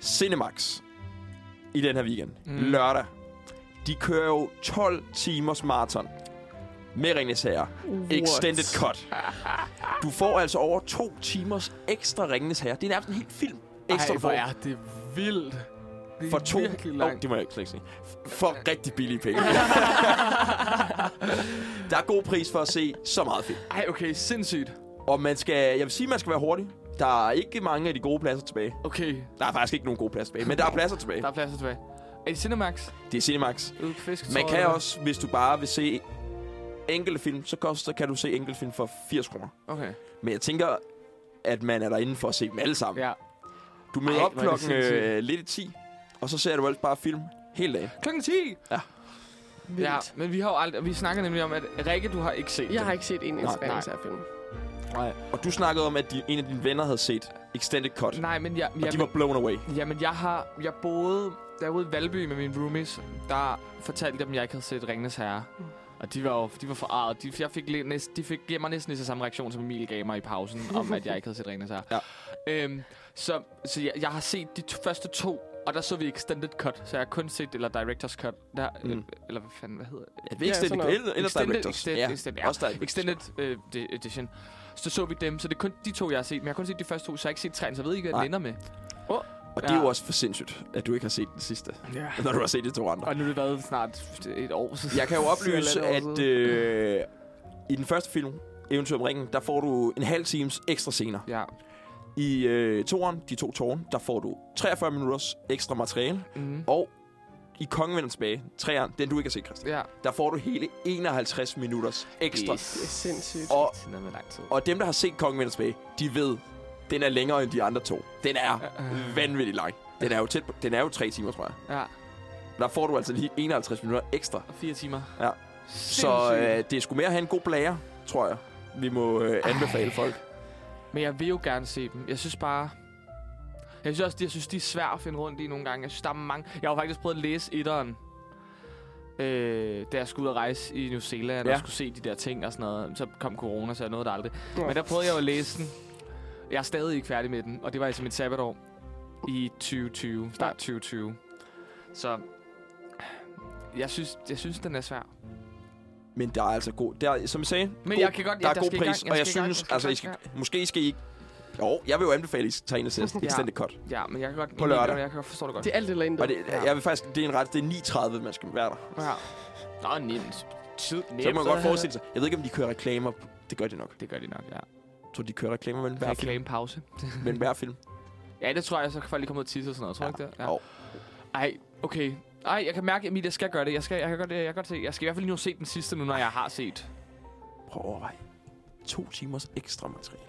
[SPEAKER 2] Cinemax i den her weekend.
[SPEAKER 1] Mm.
[SPEAKER 2] Mm. Lørdag. De kører jo 12 timers maraton med Ringnes Herre.
[SPEAKER 3] What?
[SPEAKER 2] Extended cut. Du får altså over to timers ekstra Ringnes Herre. Det er nærmest en helt film ekstra
[SPEAKER 1] Ej,
[SPEAKER 2] du
[SPEAKER 1] hvor
[SPEAKER 2] får.
[SPEAKER 1] er det vildt. Det er
[SPEAKER 2] For to...
[SPEAKER 1] virkelig
[SPEAKER 2] Åh,
[SPEAKER 1] langt.
[SPEAKER 2] det må jeg ikke slet ikke sige. For rigtig billige penge. der er god pris for at se så meget film.
[SPEAKER 1] Ej, okay, sindssygt.
[SPEAKER 2] Og man skal, jeg vil sige, man skal være hurtig. Der er ikke mange af de gode pladser tilbage.
[SPEAKER 1] Okay,
[SPEAKER 2] Der er faktisk ikke nogen gode pladser tilbage, men der er pladser tilbage.
[SPEAKER 1] der er pladser tilbage. Er det Cinemax?
[SPEAKER 2] Det er Cinemax.
[SPEAKER 1] Ude på fisk,
[SPEAKER 2] Man kan også, hvis du bare vil se enkelte film, så koster, kan du se enkelte film for 80 kroner.
[SPEAKER 1] Okay.
[SPEAKER 2] Men jeg tænker, at man er derinde for at se dem alle sammen. Ja.
[SPEAKER 1] Ja.
[SPEAKER 2] Du møder
[SPEAKER 1] Ej,
[SPEAKER 2] op
[SPEAKER 1] hvor er det
[SPEAKER 2] klokken øh, lidt i 10, og så ser du altså bare film hele dagen.
[SPEAKER 1] Klokken 10!
[SPEAKER 3] Vildt.
[SPEAKER 1] Ja, men vi har jo aldrig... Vi snakker nemlig om, at Rikke, du har ikke set
[SPEAKER 3] Jeg
[SPEAKER 1] den.
[SPEAKER 3] har ikke set en
[SPEAKER 2] Nej,
[SPEAKER 3] eneste
[SPEAKER 1] nej.
[SPEAKER 3] af filmen.
[SPEAKER 2] Nej. Og du snakkede om, at din, en af dine venner havde set Extended Cut, og
[SPEAKER 1] Nej, men jeg, jeg,
[SPEAKER 2] de var blown away.
[SPEAKER 1] Jamen, jeg har... Jeg boede derude i Valby med mine roomies. Der fortalte jeg dem, at jeg ikke havde set Ringnes Herre.
[SPEAKER 3] Mm.
[SPEAKER 1] Og de var jo, de var forarvet. De, jeg fik, lidt næst, de fik giver mig næsten lige så samme reaktion, som Emil gav mig i pausen, om at jeg ikke havde set Ringnes Herre.
[SPEAKER 2] Ja.
[SPEAKER 1] Øhm, så så jeg, jeg, har set de to, første to, og der så vi Extended Cut. Så jeg har kun set, eller Director's Cut. Der, mm. øh,
[SPEAKER 2] Mm.
[SPEAKER 1] eller hvad fanden, hvad hedder det?
[SPEAKER 2] Ja, det er Extended
[SPEAKER 3] sådan
[SPEAKER 2] Cut,
[SPEAKER 3] noget.
[SPEAKER 2] eller eller
[SPEAKER 1] Extended-
[SPEAKER 2] Directors.
[SPEAKER 1] Extended-
[SPEAKER 2] ja,
[SPEAKER 1] Extended- ja.
[SPEAKER 2] også Directors.
[SPEAKER 1] Extended øh, de- Edition. Så så vi dem, så det er kun de to, jeg har set. Men jeg har kun set de første to, så jeg har ikke set træen, så jeg ved ikke, hvad
[SPEAKER 2] Nej.
[SPEAKER 1] den ender med.
[SPEAKER 2] Og det er jo
[SPEAKER 1] Ja.
[SPEAKER 2] også for sindssygt, at du ikke har set den sidste,
[SPEAKER 1] Ja.
[SPEAKER 2] når du har set de to andre.
[SPEAKER 1] Og nu er det været snart et år siden.
[SPEAKER 2] Jeg kan jo oplyse,
[SPEAKER 1] Eller et år
[SPEAKER 2] at
[SPEAKER 1] siden.
[SPEAKER 2] øh, i den første film, Eventyr om ringen, der får du en halv times ekstra scener.
[SPEAKER 1] Ja.
[SPEAKER 2] I øh, toeren, de to tårne, der får du 43 minutters ekstra materiale.
[SPEAKER 1] Mm.
[SPEAKER 2] Og i Kongen vender tilbage, træeren, den du ikke har set, Christian,
[SPEAKER 1] Ja.
[SPEAKER 2] der får du hele 51 minutters ekstra.
[SPEAKER 1] Yes.
[SPEAKER 3] Det er sindssygt.
[SPEAKER 2] Og,
[SPEAKER 1] Sådan noget med lang tid.
[SPEAKER 2] og dem, der har set Kongen vender tilbage, de ved, den er længere end de andre to. Den er
[SPEAKER 1] Øh.
[SPEAKER 2] vanvittig lang. Den er jo tæt på, den er jo tre timer, tror jeg.
[SPEAKER 1] Ja.
[SPEAKER 2] Der får du altså lige 51 minutter ekstra.
[SPEAKER 1] Og fire timer.
[SPEAKER 2] Ja. Så
[SPEAKER 1] Sindssygt.
[SPEAKER 2] øh, det er sgu mere at have en god blære, tror jeg. Vi må øh, anbefale
[SPEAKER 1] Ej.
[SPEAKER 2] folk.
[SPEAKER 1] Men jeg vil jo gerne se dem. Jeg synes bare... Jeg synes også, jeg synes, de er svære at finde rundt i nogle gange. Jeg synes, der er mange... Jeg har jo faktisk prøvet at læse etteren. Øh, da jeg skulle ud og rejse i New Zealand ja.
[SPEAKER 2] Ja.
[SPEAKER 1] og skulle se de der ting og sådan noget. Så kom corona, så jeg nåede det aldrig.
[SPEAKER 3] Nå.
[SPEAKER 1] Men der prøvede jeg jo at læse den. Jeg er stadig ikke færdig med den, og det var altså mit sabbatår i 2020. Start 2020. Så jeg synes, jeg synes den er svær.
[SPEAKER 2] Men der er altså god... Der, som jeg sagde,
[SPEAKER 1] Men
[SPEAKER 2] god,
[SPEAKER 1] jeg kan godt-
[SPEAKER 2] der
[SPEAKER 1] ja,
[SPEAKER 2] er
[SPEAKER 1] der
[SPEAKER 2] god
[SPEAKER 1] skal i
[SPEAKER 2] pris,
[SPEAKER 1] gang, jeg
[SPEAKER 2] og jeg
[SPEAKER 1] skal i gang,
[SPEAKER 2] synes,
[SPEAKER 1] jeg skal i
[SPEAKER 2] altså, I
[SPEAKER 1] gang,
[SPEAKER 2] skal, måske skal I ikke... Jo, jeg vil jo anbefale, at I tager en
[SPEAKER 1] Ja.
[SPEAKER 2] extended cut.
[SPEAKER 1] Ja, men jeg kan godt...
[SPEAKER 2] På lørdag.
[SPEAKER 1] Jeg kan forstå det godt.
[SPEAKER 3] Det er alt eller intet.
[SPEAKER 2] Og det,
[SPEAKER 1] Ja.
[SPEAKER 2] jeg vil faktisk, det er en ret, det er 9.30, man skal være der.
[SPEAKER 1] Ja. Nå, nemt. Tid, nemt.
[SPEAKER 2] Så kan man godt forestille sig. Jeg ved ikke, om de kører reklamer. Det gør de nok.
[SPEAKER 1] Det gør de nok, ja.
[SPEAKER 2] Jeg tror, de kører reklamer mellem hver, film,
[SPEAKER 1] Reklamepause.
[SPEAKER 2] mellem hver film.
[SPEAKER 1] Ja, det tror jeg, så kan folk lige komme ud og tisse og sådan noget, tror du ikke det? Ja.
[SPEAKER 2] Jo.
[SPEAKER 1] Ej, okay. Ej, jeg kan mærke, Emil, jeg skal gøre det. Jeg, skal, jeg, kan godt, jeg kan godt se. Jeg skal i hvert fald lige nu se den sidste nu, når jeg har set.
[SPEAKER 2] Prøv at overveje. To timers ekstra materiale.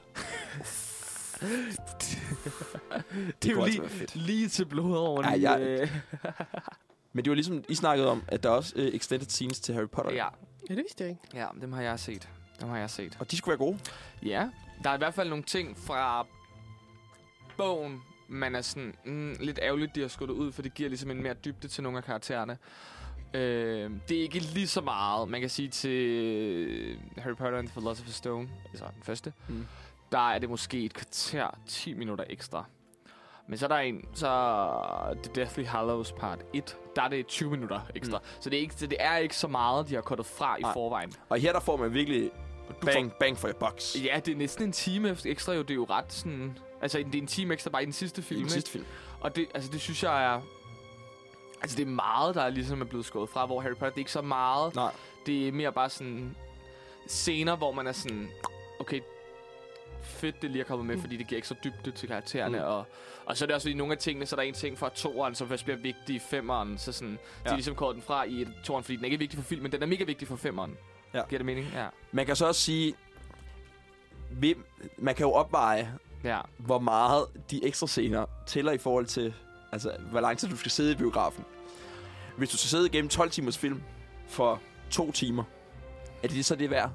[SPEAKER 2] det,
[SPEAKER 1] er jo lige-
[SPEAKER 2] kunne altså være fedt.
[SPEAKER 1] Lige til blodåren.
[SPEAKER 2] Ej, jeg-
[SPEAKER 1] øh,
[SPEAKER 2] Men det var ligesom, I snakkede om, at der er også uh, extended scenes til Harry Potter.
[SPEAKER 1] ja,
[SPEAKER 3] Ja, det vidste jeg ikke.
[SPEAKER 1] ja, dem har jeg set. Dem har jeg set.
[SPEAKER 2] Og de skulle være gode.
[SPEAKER 1] Ja, der er i hvert fald nogle ting fra bogen, man er sådan mm, lidt ærgerligt, de har skudt det ud, for det giver ligesom en mere dybde til nogle af karaktererne. Øh, det er ikke lige så meget, man kan sige til Harry Potter and the Philosopher's Stone, altså den første, mm.
[SPEAKER 2] Mm.
[SPEAKER 1] der er det måske et kvarter, 10 minutter ekstra. Men så er der en, så The Deathly Hallows part 1, der er det 20 minutter ekstra. Mm. Så, det er ikke, så det er ikke så meget, de har kuttet fra i
[SPEAKER 2] Nej.
[SPEAKER 1] forvejen.
[SPEAKER 2] Og her der får man virkelig
[SPEAKER 1] Du
[SPEAKER 2] bang, bang for your bucks.
[SPEAKER 1] Ja, det er næsten en time efter- ekstra jo. Det er jo ret sådan... Altså, det er en time ekstra bare i den sidste
[SPEAKER 2] I
[SPEAKER 1] film,
[SPEAKER 2] den
[SPEAKER 1] ikke?
[SPEAKER 2] sidste film.
[SPEAKER 1] Og det, altså, det synes jeg er... Altså, det er meget, der er ligesom er blevet skåret fra, hvor Harry Potter, det er ikke så meget.
[SPEAKER 2] Nej.
[SPEAKER 1] Det er mere bare sådan... Scener, hvor man er sådan... Okay, fedt, det lige er kommet med, fordi det giver ekstra dybde til karaktererne. Mm.
[SPEAKER 2] Mm.
[SPEAKER 1] Og, og så er det også, fordi nogle af tingene, så er der en ting fra toeren, som først bliver vigtig i femeren. Så sådan, ja. de
[SPEAKER 2] Ja.
[SPEAKER 1] er ligesom kåret den fra i et- toeren, fordi den ikke er vigtig for filmen, men den er mega vigtig for femeren.
[SPEAKER 2] Ja.
[SPEAKER 1] Giver det mening? Ja.
[SPEAKER 2] Man kan så også sige, hvem, man kan jo opveje,
[SPEAKER 1] Ja.
[SPEAKER 2] hvor meget de ekstra scener tæller i forhold til, altså, hvor lang tid du skal sidde i biografen. Hvis du skal sidde igennem 12 timers film for to timer, er det så det værd?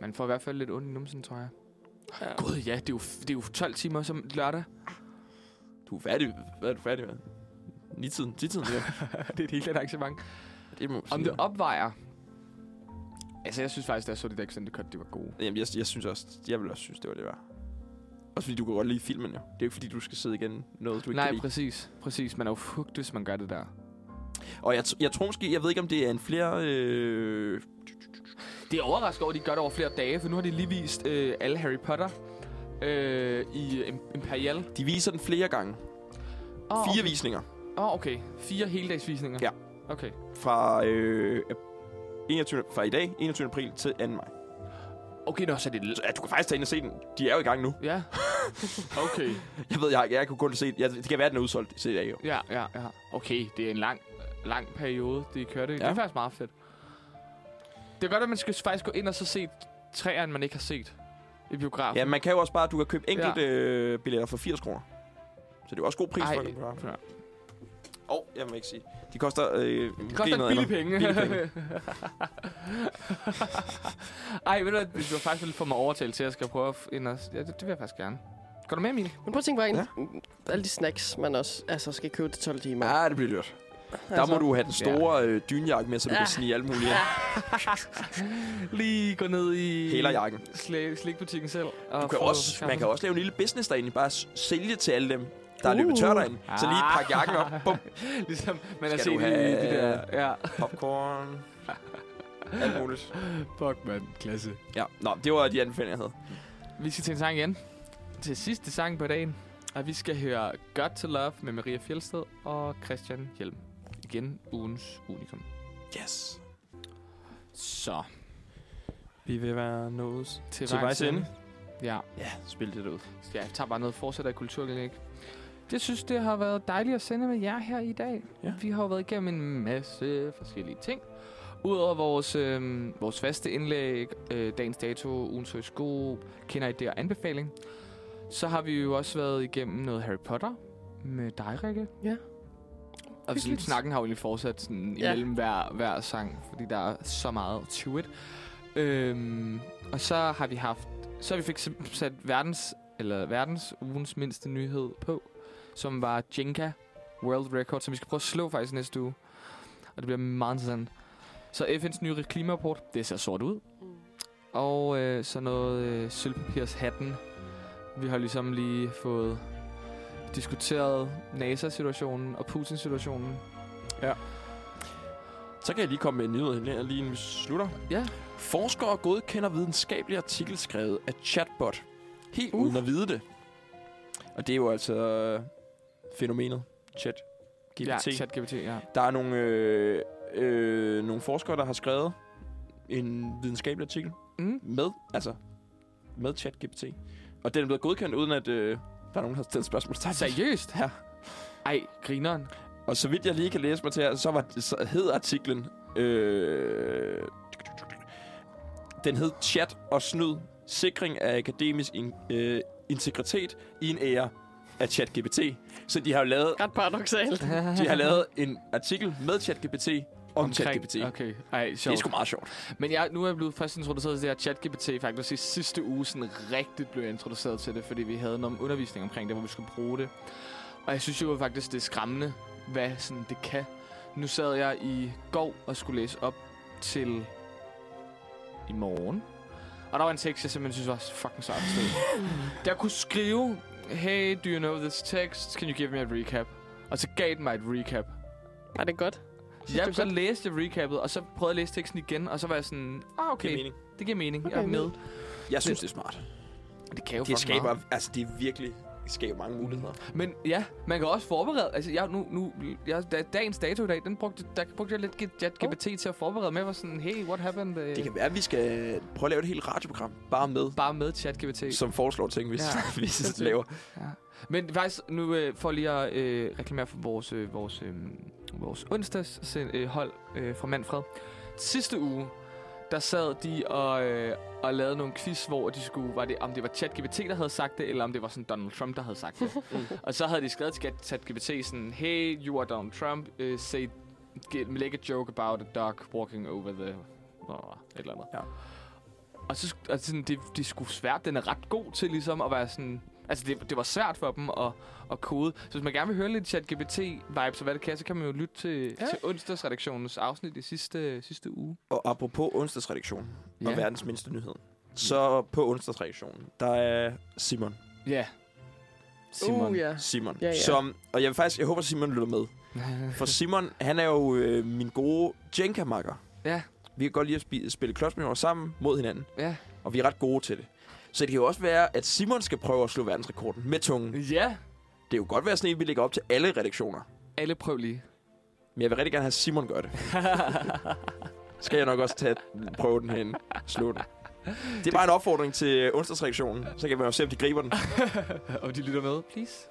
[SPEAKER 1] Man får i hvert fald lidt ondt i numsen, tror jeg.
[SPEAKER 3] Ja.
[SPEAKER 1] Gud, ja, det er, jo, det er jo 12 timer som lørdag.
[SPEAKER 2] Du er færdig. Hvad er du færdig med? Nitiden, tiden, ja.
[SPEAKER 1] det er et helt andet arrangement.
[SPEAKER 2] det må man
[SPEAKER 1] Om
[SPEAKER 2] sige.
[SPEAKER 1] det opvejer... Altså, jeg synes faktisk, da jeg så det der Extended Cut, det var gode.
[SPEAKER 2] Jamen, jeg, jeg synes også, jeg vil også synes, det var det værd. Også fordi du kan godt lide filmen, jo. Det er jo ikke, fordi du skal sidde igen noget, du ikke kan
[SPEAKER 1] Nej,
[SPEAKER 2] lide.
[SPEAKER 1] præcis. Præcis. Man er jo fucked, hvis man gør det der.
[SPEAKER 2] Og jeg, t- jeg tror måske, jeg ved ikke, om det er en flere... Øh,
[SPEAKER 1] Det er overraskende over, at de gør det over flere dage, for nu har de lige vist øh, alle Harry Potter øh, i øh, Im- Imperial.
[SPEAKER 2] de viser den flere gange.
[SPEAKER 1] Oh,
[SPEAKER 2] Fire
[SPEAKER 1] okay.
[SPEAKER 2] visninger
[SPEAKER 1] Åh, oh, okay. Fire heldagsvisninger?
[SPEAKER 2] Ja.
[SPEAKER 1] Okay.
[SPEAKER 2] fra, øh, 21, fra i dag, 21. april til 2. maj.
[SPEAKER 1] Okay, nå, så er det...
[SPEAKER 2] Så, ja, du kan faktisk tage ind og se den. De er jo i gang nu.
[SPEAKER 1] Ja. Okay.
[SPEAKER 2] Jeg ved, jeg, jeg kunne kun se... Jeg, det kan være, den er udsolgt til i dag, jo.
[SPEAKER 1] Ja, ja, ja. Okay, det er en lang, lang periode, det kørte. Ja. Det
[SPEAKER 2] Ja.
[SPEAKER 1] er faktisk meget fedt. Det er godt, at man skal faktisk gå ind og så se træerne, man ikke har set i biografen.
[SPEAKER 2] Ja, man kan jo også bare... Du kan købe enkelte
[SPEAKER 1] Ja.
[SPEAKER 2] ja. øh, billetter for 80 kroner. Så det er jo også god pris
[SPEAKER 1] Ej,
[SPEAKER 2] for den. Åh,
[SPEAKER 1] ja.
[SPEAKER 2] oh, jeg må ikke sige. De koster... Øh,
[SPEAKER 1] Det koster billige penge.
[SPEAKER 2] Billige penge.
[SPEAKER 1] Ej, ved du, hvad, det var faktisk lidt for mig overtalt til, at jeg skal prøve at... f- Ind og, ja, det, det, vil jeg faktisk gerne. Går du med, Emil?
[SPEAKER 3] Men prøv at tænke bare ind, alle de snacks, man også altså, skal købe til 12 timer.
[SPEAKER 2] Ja, det bliver dyrt. Der må du have den store øh, dynjakke med, så du
[SPEAKER 3] Ja.
[SPEAKER 2] kan snige alt muligt. ind.
[SPEAKER 1] Lige gå ned i...
[SPEAKER 2] Hælerjakken.
[SPEAKER 1] Sli- slikbutikken selv. Og
[SPEAKER 2] Du kan
[SPEAKER 1] få
[SPEAKER 2] også,
[SPEAKER 1] skaffet
[SPEAKER 2] man kan
[SPEAKER 1] sig-
[SPEAKER 2] også lave en lille business derinde. Bare s- sælge til alle dem, der er
[SPEAKER 3] Uh.
[SPEAKER 2] løbet tør derinde. Så lige
[SPEAKER 1] Ah.
[SPEAKER 2] pakke jakken op. Bum.
[SPEAKER 1] Ligesom man har
[SPEAKER 2] Skal
[SPEAKER 1] set
[SPEAKER 2] du
[SPEAKER 1] have... i
[SPEAKER 2] have-
[SPEAKER 1] de der... Ja.
[SPEAKER 2] Popcorn. Alt muligt.
[SPEAKER 1] Fuck, man. Klasse.
[SPEAKER 2] Ja, nå, det var de anbefalinger, jeg havde.
[SPEAKER 1] Vi skal til en sang igen. Til sidste sang på dagen. Og vi skal høre God to Love med Maria Fjeldsted og Christian Hjelm. Igen ugens unikum.
[SPEAKER 2] Yes.
[SPEAKER 1] Så.
[SPEAKER 2] Vi vil være nået
[SPEAKER 1] Til,
[SPEAKER 2] vejs ende.
[SPEAKER 1] Ja.
[SPEAKER 2] Ja, spil det ud.
[SPEAKER 1] Ja, jeg tager bare noget fortsætter i kulturklinik. Jeg synes, det har været dejligt at sende med jer her i dag.
[SPEAKER 2] Ja.
[SPEAKER 1] Vi har jo været igennem en masse forskellige ting. Udover vores, øh, vores faste indlæg, øh, dagens dato, ugens højsko, kender I det og anbefaling, så har vi jo også været igennem noget Harry Potter med dig, Rikke.
[SPEAKER 3] Ja.
[SPEAKER 1] Og sådan,
[SPEAKER 3] Hyggeligt.
[SPEAKER 1] snakken har jo egentlig fortsat sådan,
[SPEAKER 3] Ja.
[SPEAKER 1] imellem hver, hver sang, fordi der er så meget to it. Øhm, og så har vi haft, så har vi fik sim- sat verdens, eller verdens ugens mindste nyhed på, som var Jenga World Record, som vi skal prøve at slå faktisk næste uge. Og det bliver meget interessant. Så FN's nye klimarapport, det ser sort ud. Og øh, så noget øh, sølvpapirshatten. Vi har ligesom lige fået diskuteret NASA-situationen og Putin-situationen.
[SPEAKER 2] Så kan jeg lige komme med en nyhed her, lige inden vi slutter.
[SPEAKER 1] Ja.
[SPEAKER 2] Forskere godkender videnskabelig artikel skrevet af chatbot. Helt
[SPEAKER 3] Uh.
[SPEAKER 2] uh. uden at vide det. Og det er jo altså øh, fænomenet chat. GPT.
[SPEAKER 1] Ja, ChatGPT, ja.
[SPEAKER 2] Der er nogle, øh, øh, nogle forskere, der har skrevet en videnskabelig artikel
[SPEAKER 1] Mm.
[SPEAKER 2] med, altså med ChatGPT. Og den er blevet godkendt, uden at øh, der er nogen, der har stillet spørgsmålstegn.
[SPEAKER 1] Seriøst?
[SPEAKER 2] Ja.
[SPEAKER 1] Ej, grineren.
[SPEAKER 2] Og så vidt jeg lige kan læse mig til her, så, var, så hed artiklen... Øh, den hed Chat og snyd. Sikring af akademisk in, øh, integritet i en ære af ChatGPT. Så de har jo lavet,
[SPEAKER 3] Ret paradoxalt.
[SPEAKER 2] de har lavet en artikel med ChatGPT om
[SPEAKER 1] Omkring-
[SPEAKER 2] ChatGPT. Okay.
[SPEAKER 1] Okay, ej,
[SPEAKER 2] Det er
[SPEAKER 1] sjovt.
[SPEAKER 2] sgu meget sjovt.
[SPEAKER 1] Men jeg, nu er jeg blevet først introduceret til det her ChatGPT faktisk i sidste uge, sådan rigtigt blev jeg introduceret til det, fordi vi havde noget undervisning omkring det, hvor vi skulle bruge det. Og jeg synes jo faktisk, det er skræmmende, hvad sådan det kan. Nu sad jeg i går og skulle læse op til i morgen. Og der var en tekst, jeg simpelthen synes var fucking sart sted. Der kunne skrive, hey, do you know this text? Can you give me a recap? Og så gav den mig et recap.
[SPEAKER 3] Var det godt?
[SPEAKER 1] Ja,
[SPEAKER 3] det var
[SPEAKER 1] så læste jeg recappet, og så prøvede jeg at læse teksten igen, og så var jeg sådan, ah, okay,
[SPEAKER 2] mening.
[SPEAKER 1] det giver mening. Okay,
[SPEAKER 3] Okay,
[SPEAKER 1] jeg er med.
[SPEAKER 3] vildt.
[SPEAKER 2] Jeg synes, det er smart.
[SPEAKER 1] Det kan jo
[SPEAKER 2] Det
[SPEAKER 1] fucking
[SPEAKER 2] skaber,
[SPEAKER 1] meget.
[SPEAKER 2] altså det er virkelig det skaber mange muligheder.
[SPEAKER 1] Men ja, man kan også forberede. Altså, jeg, nu, nu, jeg, da, dagens dato i dag, den brugte, der brugte jeg lidt ChatGPT oh. til at forberede med. Var sådan, hey, what happened? øh,
[SPEAKER 2] Det kan være, at vi skal prøve at lave et helt radioprogram bare med,
[SPEAKER 1] Bare med ChatGPT.
[SPEAKER 2] som foreslår ting, hvis,
[SPEAKER 1] Øh. Ja.
[SPEAKER 2] ja. hvis vi laver.
[SPEAKER 1] Men faktisk, nu øh, for lige at øh, reklamere for vores, øh, vores, øh, vores onsdags øh, hold øh, fra Manfred. Sidste uge, der sad de og, øh, og lavede nogle quiz, hvor de skulle, var det, om det var ChatGPT, der havde sagt det, eller om det var sådan Donald Trump, der havde sagt det. og så havde de skrevet til ChatGPT sådan, hey, you are Donald Trump, uh, say, get, make a joke about a dog walking over the... blah, blah, blah," Et eller andet.
[SPEAKER 2] Ja.
[SPEAKER 1] Og så sk- og sådan, det, det er sgu svært. Den er ret god til ligesom at være sådan... Altså, det, det var svært for dem at, at kode. Så hvis man gerne vil høre lidt ChatGPT-vibes og hvad det kan, så kan man jo lytte til, ja. til onsdagsredaktionens afsnit i sidste, sidste uge.
[SPEAKER 2] Og apropos onsdagsredaktionen
[SPEAKER 1] Ja.
[SPEAKER 2] og verdens mindste nyhed, så på onsdagsredaktionen, der er Simon
[SPEAKER 1] Ja.
[SPEAKER 3] Simon. Uh, ja.
[SPEAKER 2] Simon.
[SPEAKER 3] Ja, ja.
[SPEAKER 2] Som, og jeg vil faktisk, jeg håber, Simon lytter med. For Simon, han er jo øh, min gode Jenka-makker.
[SPEAKER 1] Ja.
[SPEAKER 2] Vi kan godt lide at spi- spille klodsmøller sammen mod hinanden,
[SPEAKER 1] Ja.
[SPEAKER 2] og vi er ret gode til det. Så det kan jo også være, at Simon skal prøve at slå verdensrekorden med tungen.
[SPEAKER 1] Ja.
[SPEAKER 2] Det kan jo godt være sådan en, vi lægger op til alle redaktioner.
[SPEAKER 1] Alle prøv lige.
[SPEAKER 2] Men jeg vil rigtig gerne have, at Simon gør det. Skal jeg nok også tage, prøve den herinde. Slå den. Det er bare en opfordring til onsdagsreaktionen. Så kan man jo se, om de griber den.
[SPEAKER 1] Og de lytter med, please.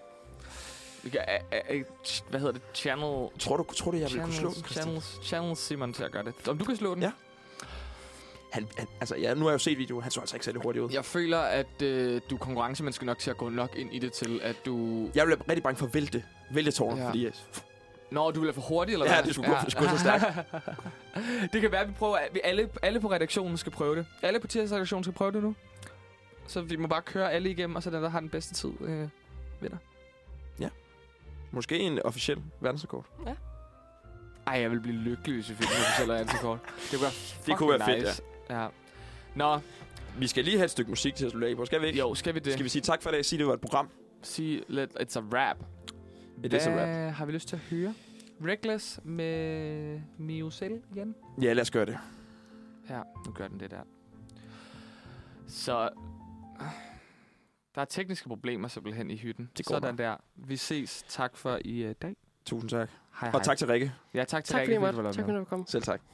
[SPEAKER 1] Vi kan, a, a, a, ch- hvad hedder det? Channel...
[SPEAKER 2] Tror du, tror du jeg ville kunne slå den,
[SPEAKER 1] Channels,
[SPEAKER 2] Christian?
[SPEAKER 1] channels, channels Simon til at gøre det. Om du kan slå den?
[SPEAKER 2] Ja. Han, han, altså, ja, nu har jeg jo set videoen. Han så altså ikke særlig hurtigt ud.
[SPEAKER 1] Jeg føler, at øh, du er konkurrencemenneske nok til at gå nok ind i det til, at du...
[SPEAKER 2] Jeg blev rigtig bange for at vælte. Vælte tårnet,
[SPEAKER 1] Ja.
[SPEAKER 2] ja. fordi jeg,
[SPEAKER 1] Nå, du vil for hurtig, eller
[SPEAKER 2] Ja,
[SPEAKER 1] hvad?
[SPEAKER 2] det skulle gå- det skulle gå så stærkt.
[SPEAKER 1] det kan være, at vi prøver... At vi alle, alle på redaktionen skal prøve det. Alle på tirsdagsredaktionen skal prøve det nu. Så vi må bare køre alle igennem, og så den, der har den bedste tid, øh, vinder.
[SPEAKER 2] måske en officiel verdensrekord.
[SPEAKER 1] Ej, jeg vil blive lykkelig, hvis vi fik en officiel antikort. Det kunne være
[SPEAKER 2] Det kunne
[SPEAKER 1] fucking
[SPEAKER 2] være fedt,
[SPEAKER 1] nice. ja. ja. Nå,
[SPEAKER 2] Vi skal lige have et stykke musik til at slutte af på. Skal vi ikke?
[SPEAKER 1] jo, skal vi det?
[SPEAKER 2] Skal vi sige tak for i dag? Sige, det var et program.
[SPEAKER 1] sige lidt, it's a rap.
[SPEAKER 2] It is a
[SPEAKER 1] Hvad har vi lyst til at høre? Reckless med Mio Cell igen?
[SPEAKER 2] Ja, lad os gøre det.
[SPEAKER 1] Ja, nu gør den det der. Så... Der er tekniske problemer simpelthen i hytten.
[SPEAKER 2] Det går
[SPEAKER 1] Sådan der. Vi ses. Tak for i øh, dag.
[SPEAKER 2] Tusind tak.
[SPEAKER 1] Hej, hej.
[SPEAKER 2] Og tak til Rikke.
[SPEAKER 1] Ja, tak til
[SPEAKER 3] Tak
[SPEAKER 1] Rikke,
[SPEAKER 3] fordi I
[SPEAKER 1] fordi du var
[SPEAKER 3] måtte.
[SPEAKER 1] med.
[SPEAKER 3] Tak fordi du kom.
[SPEAKER 2] Selv tak.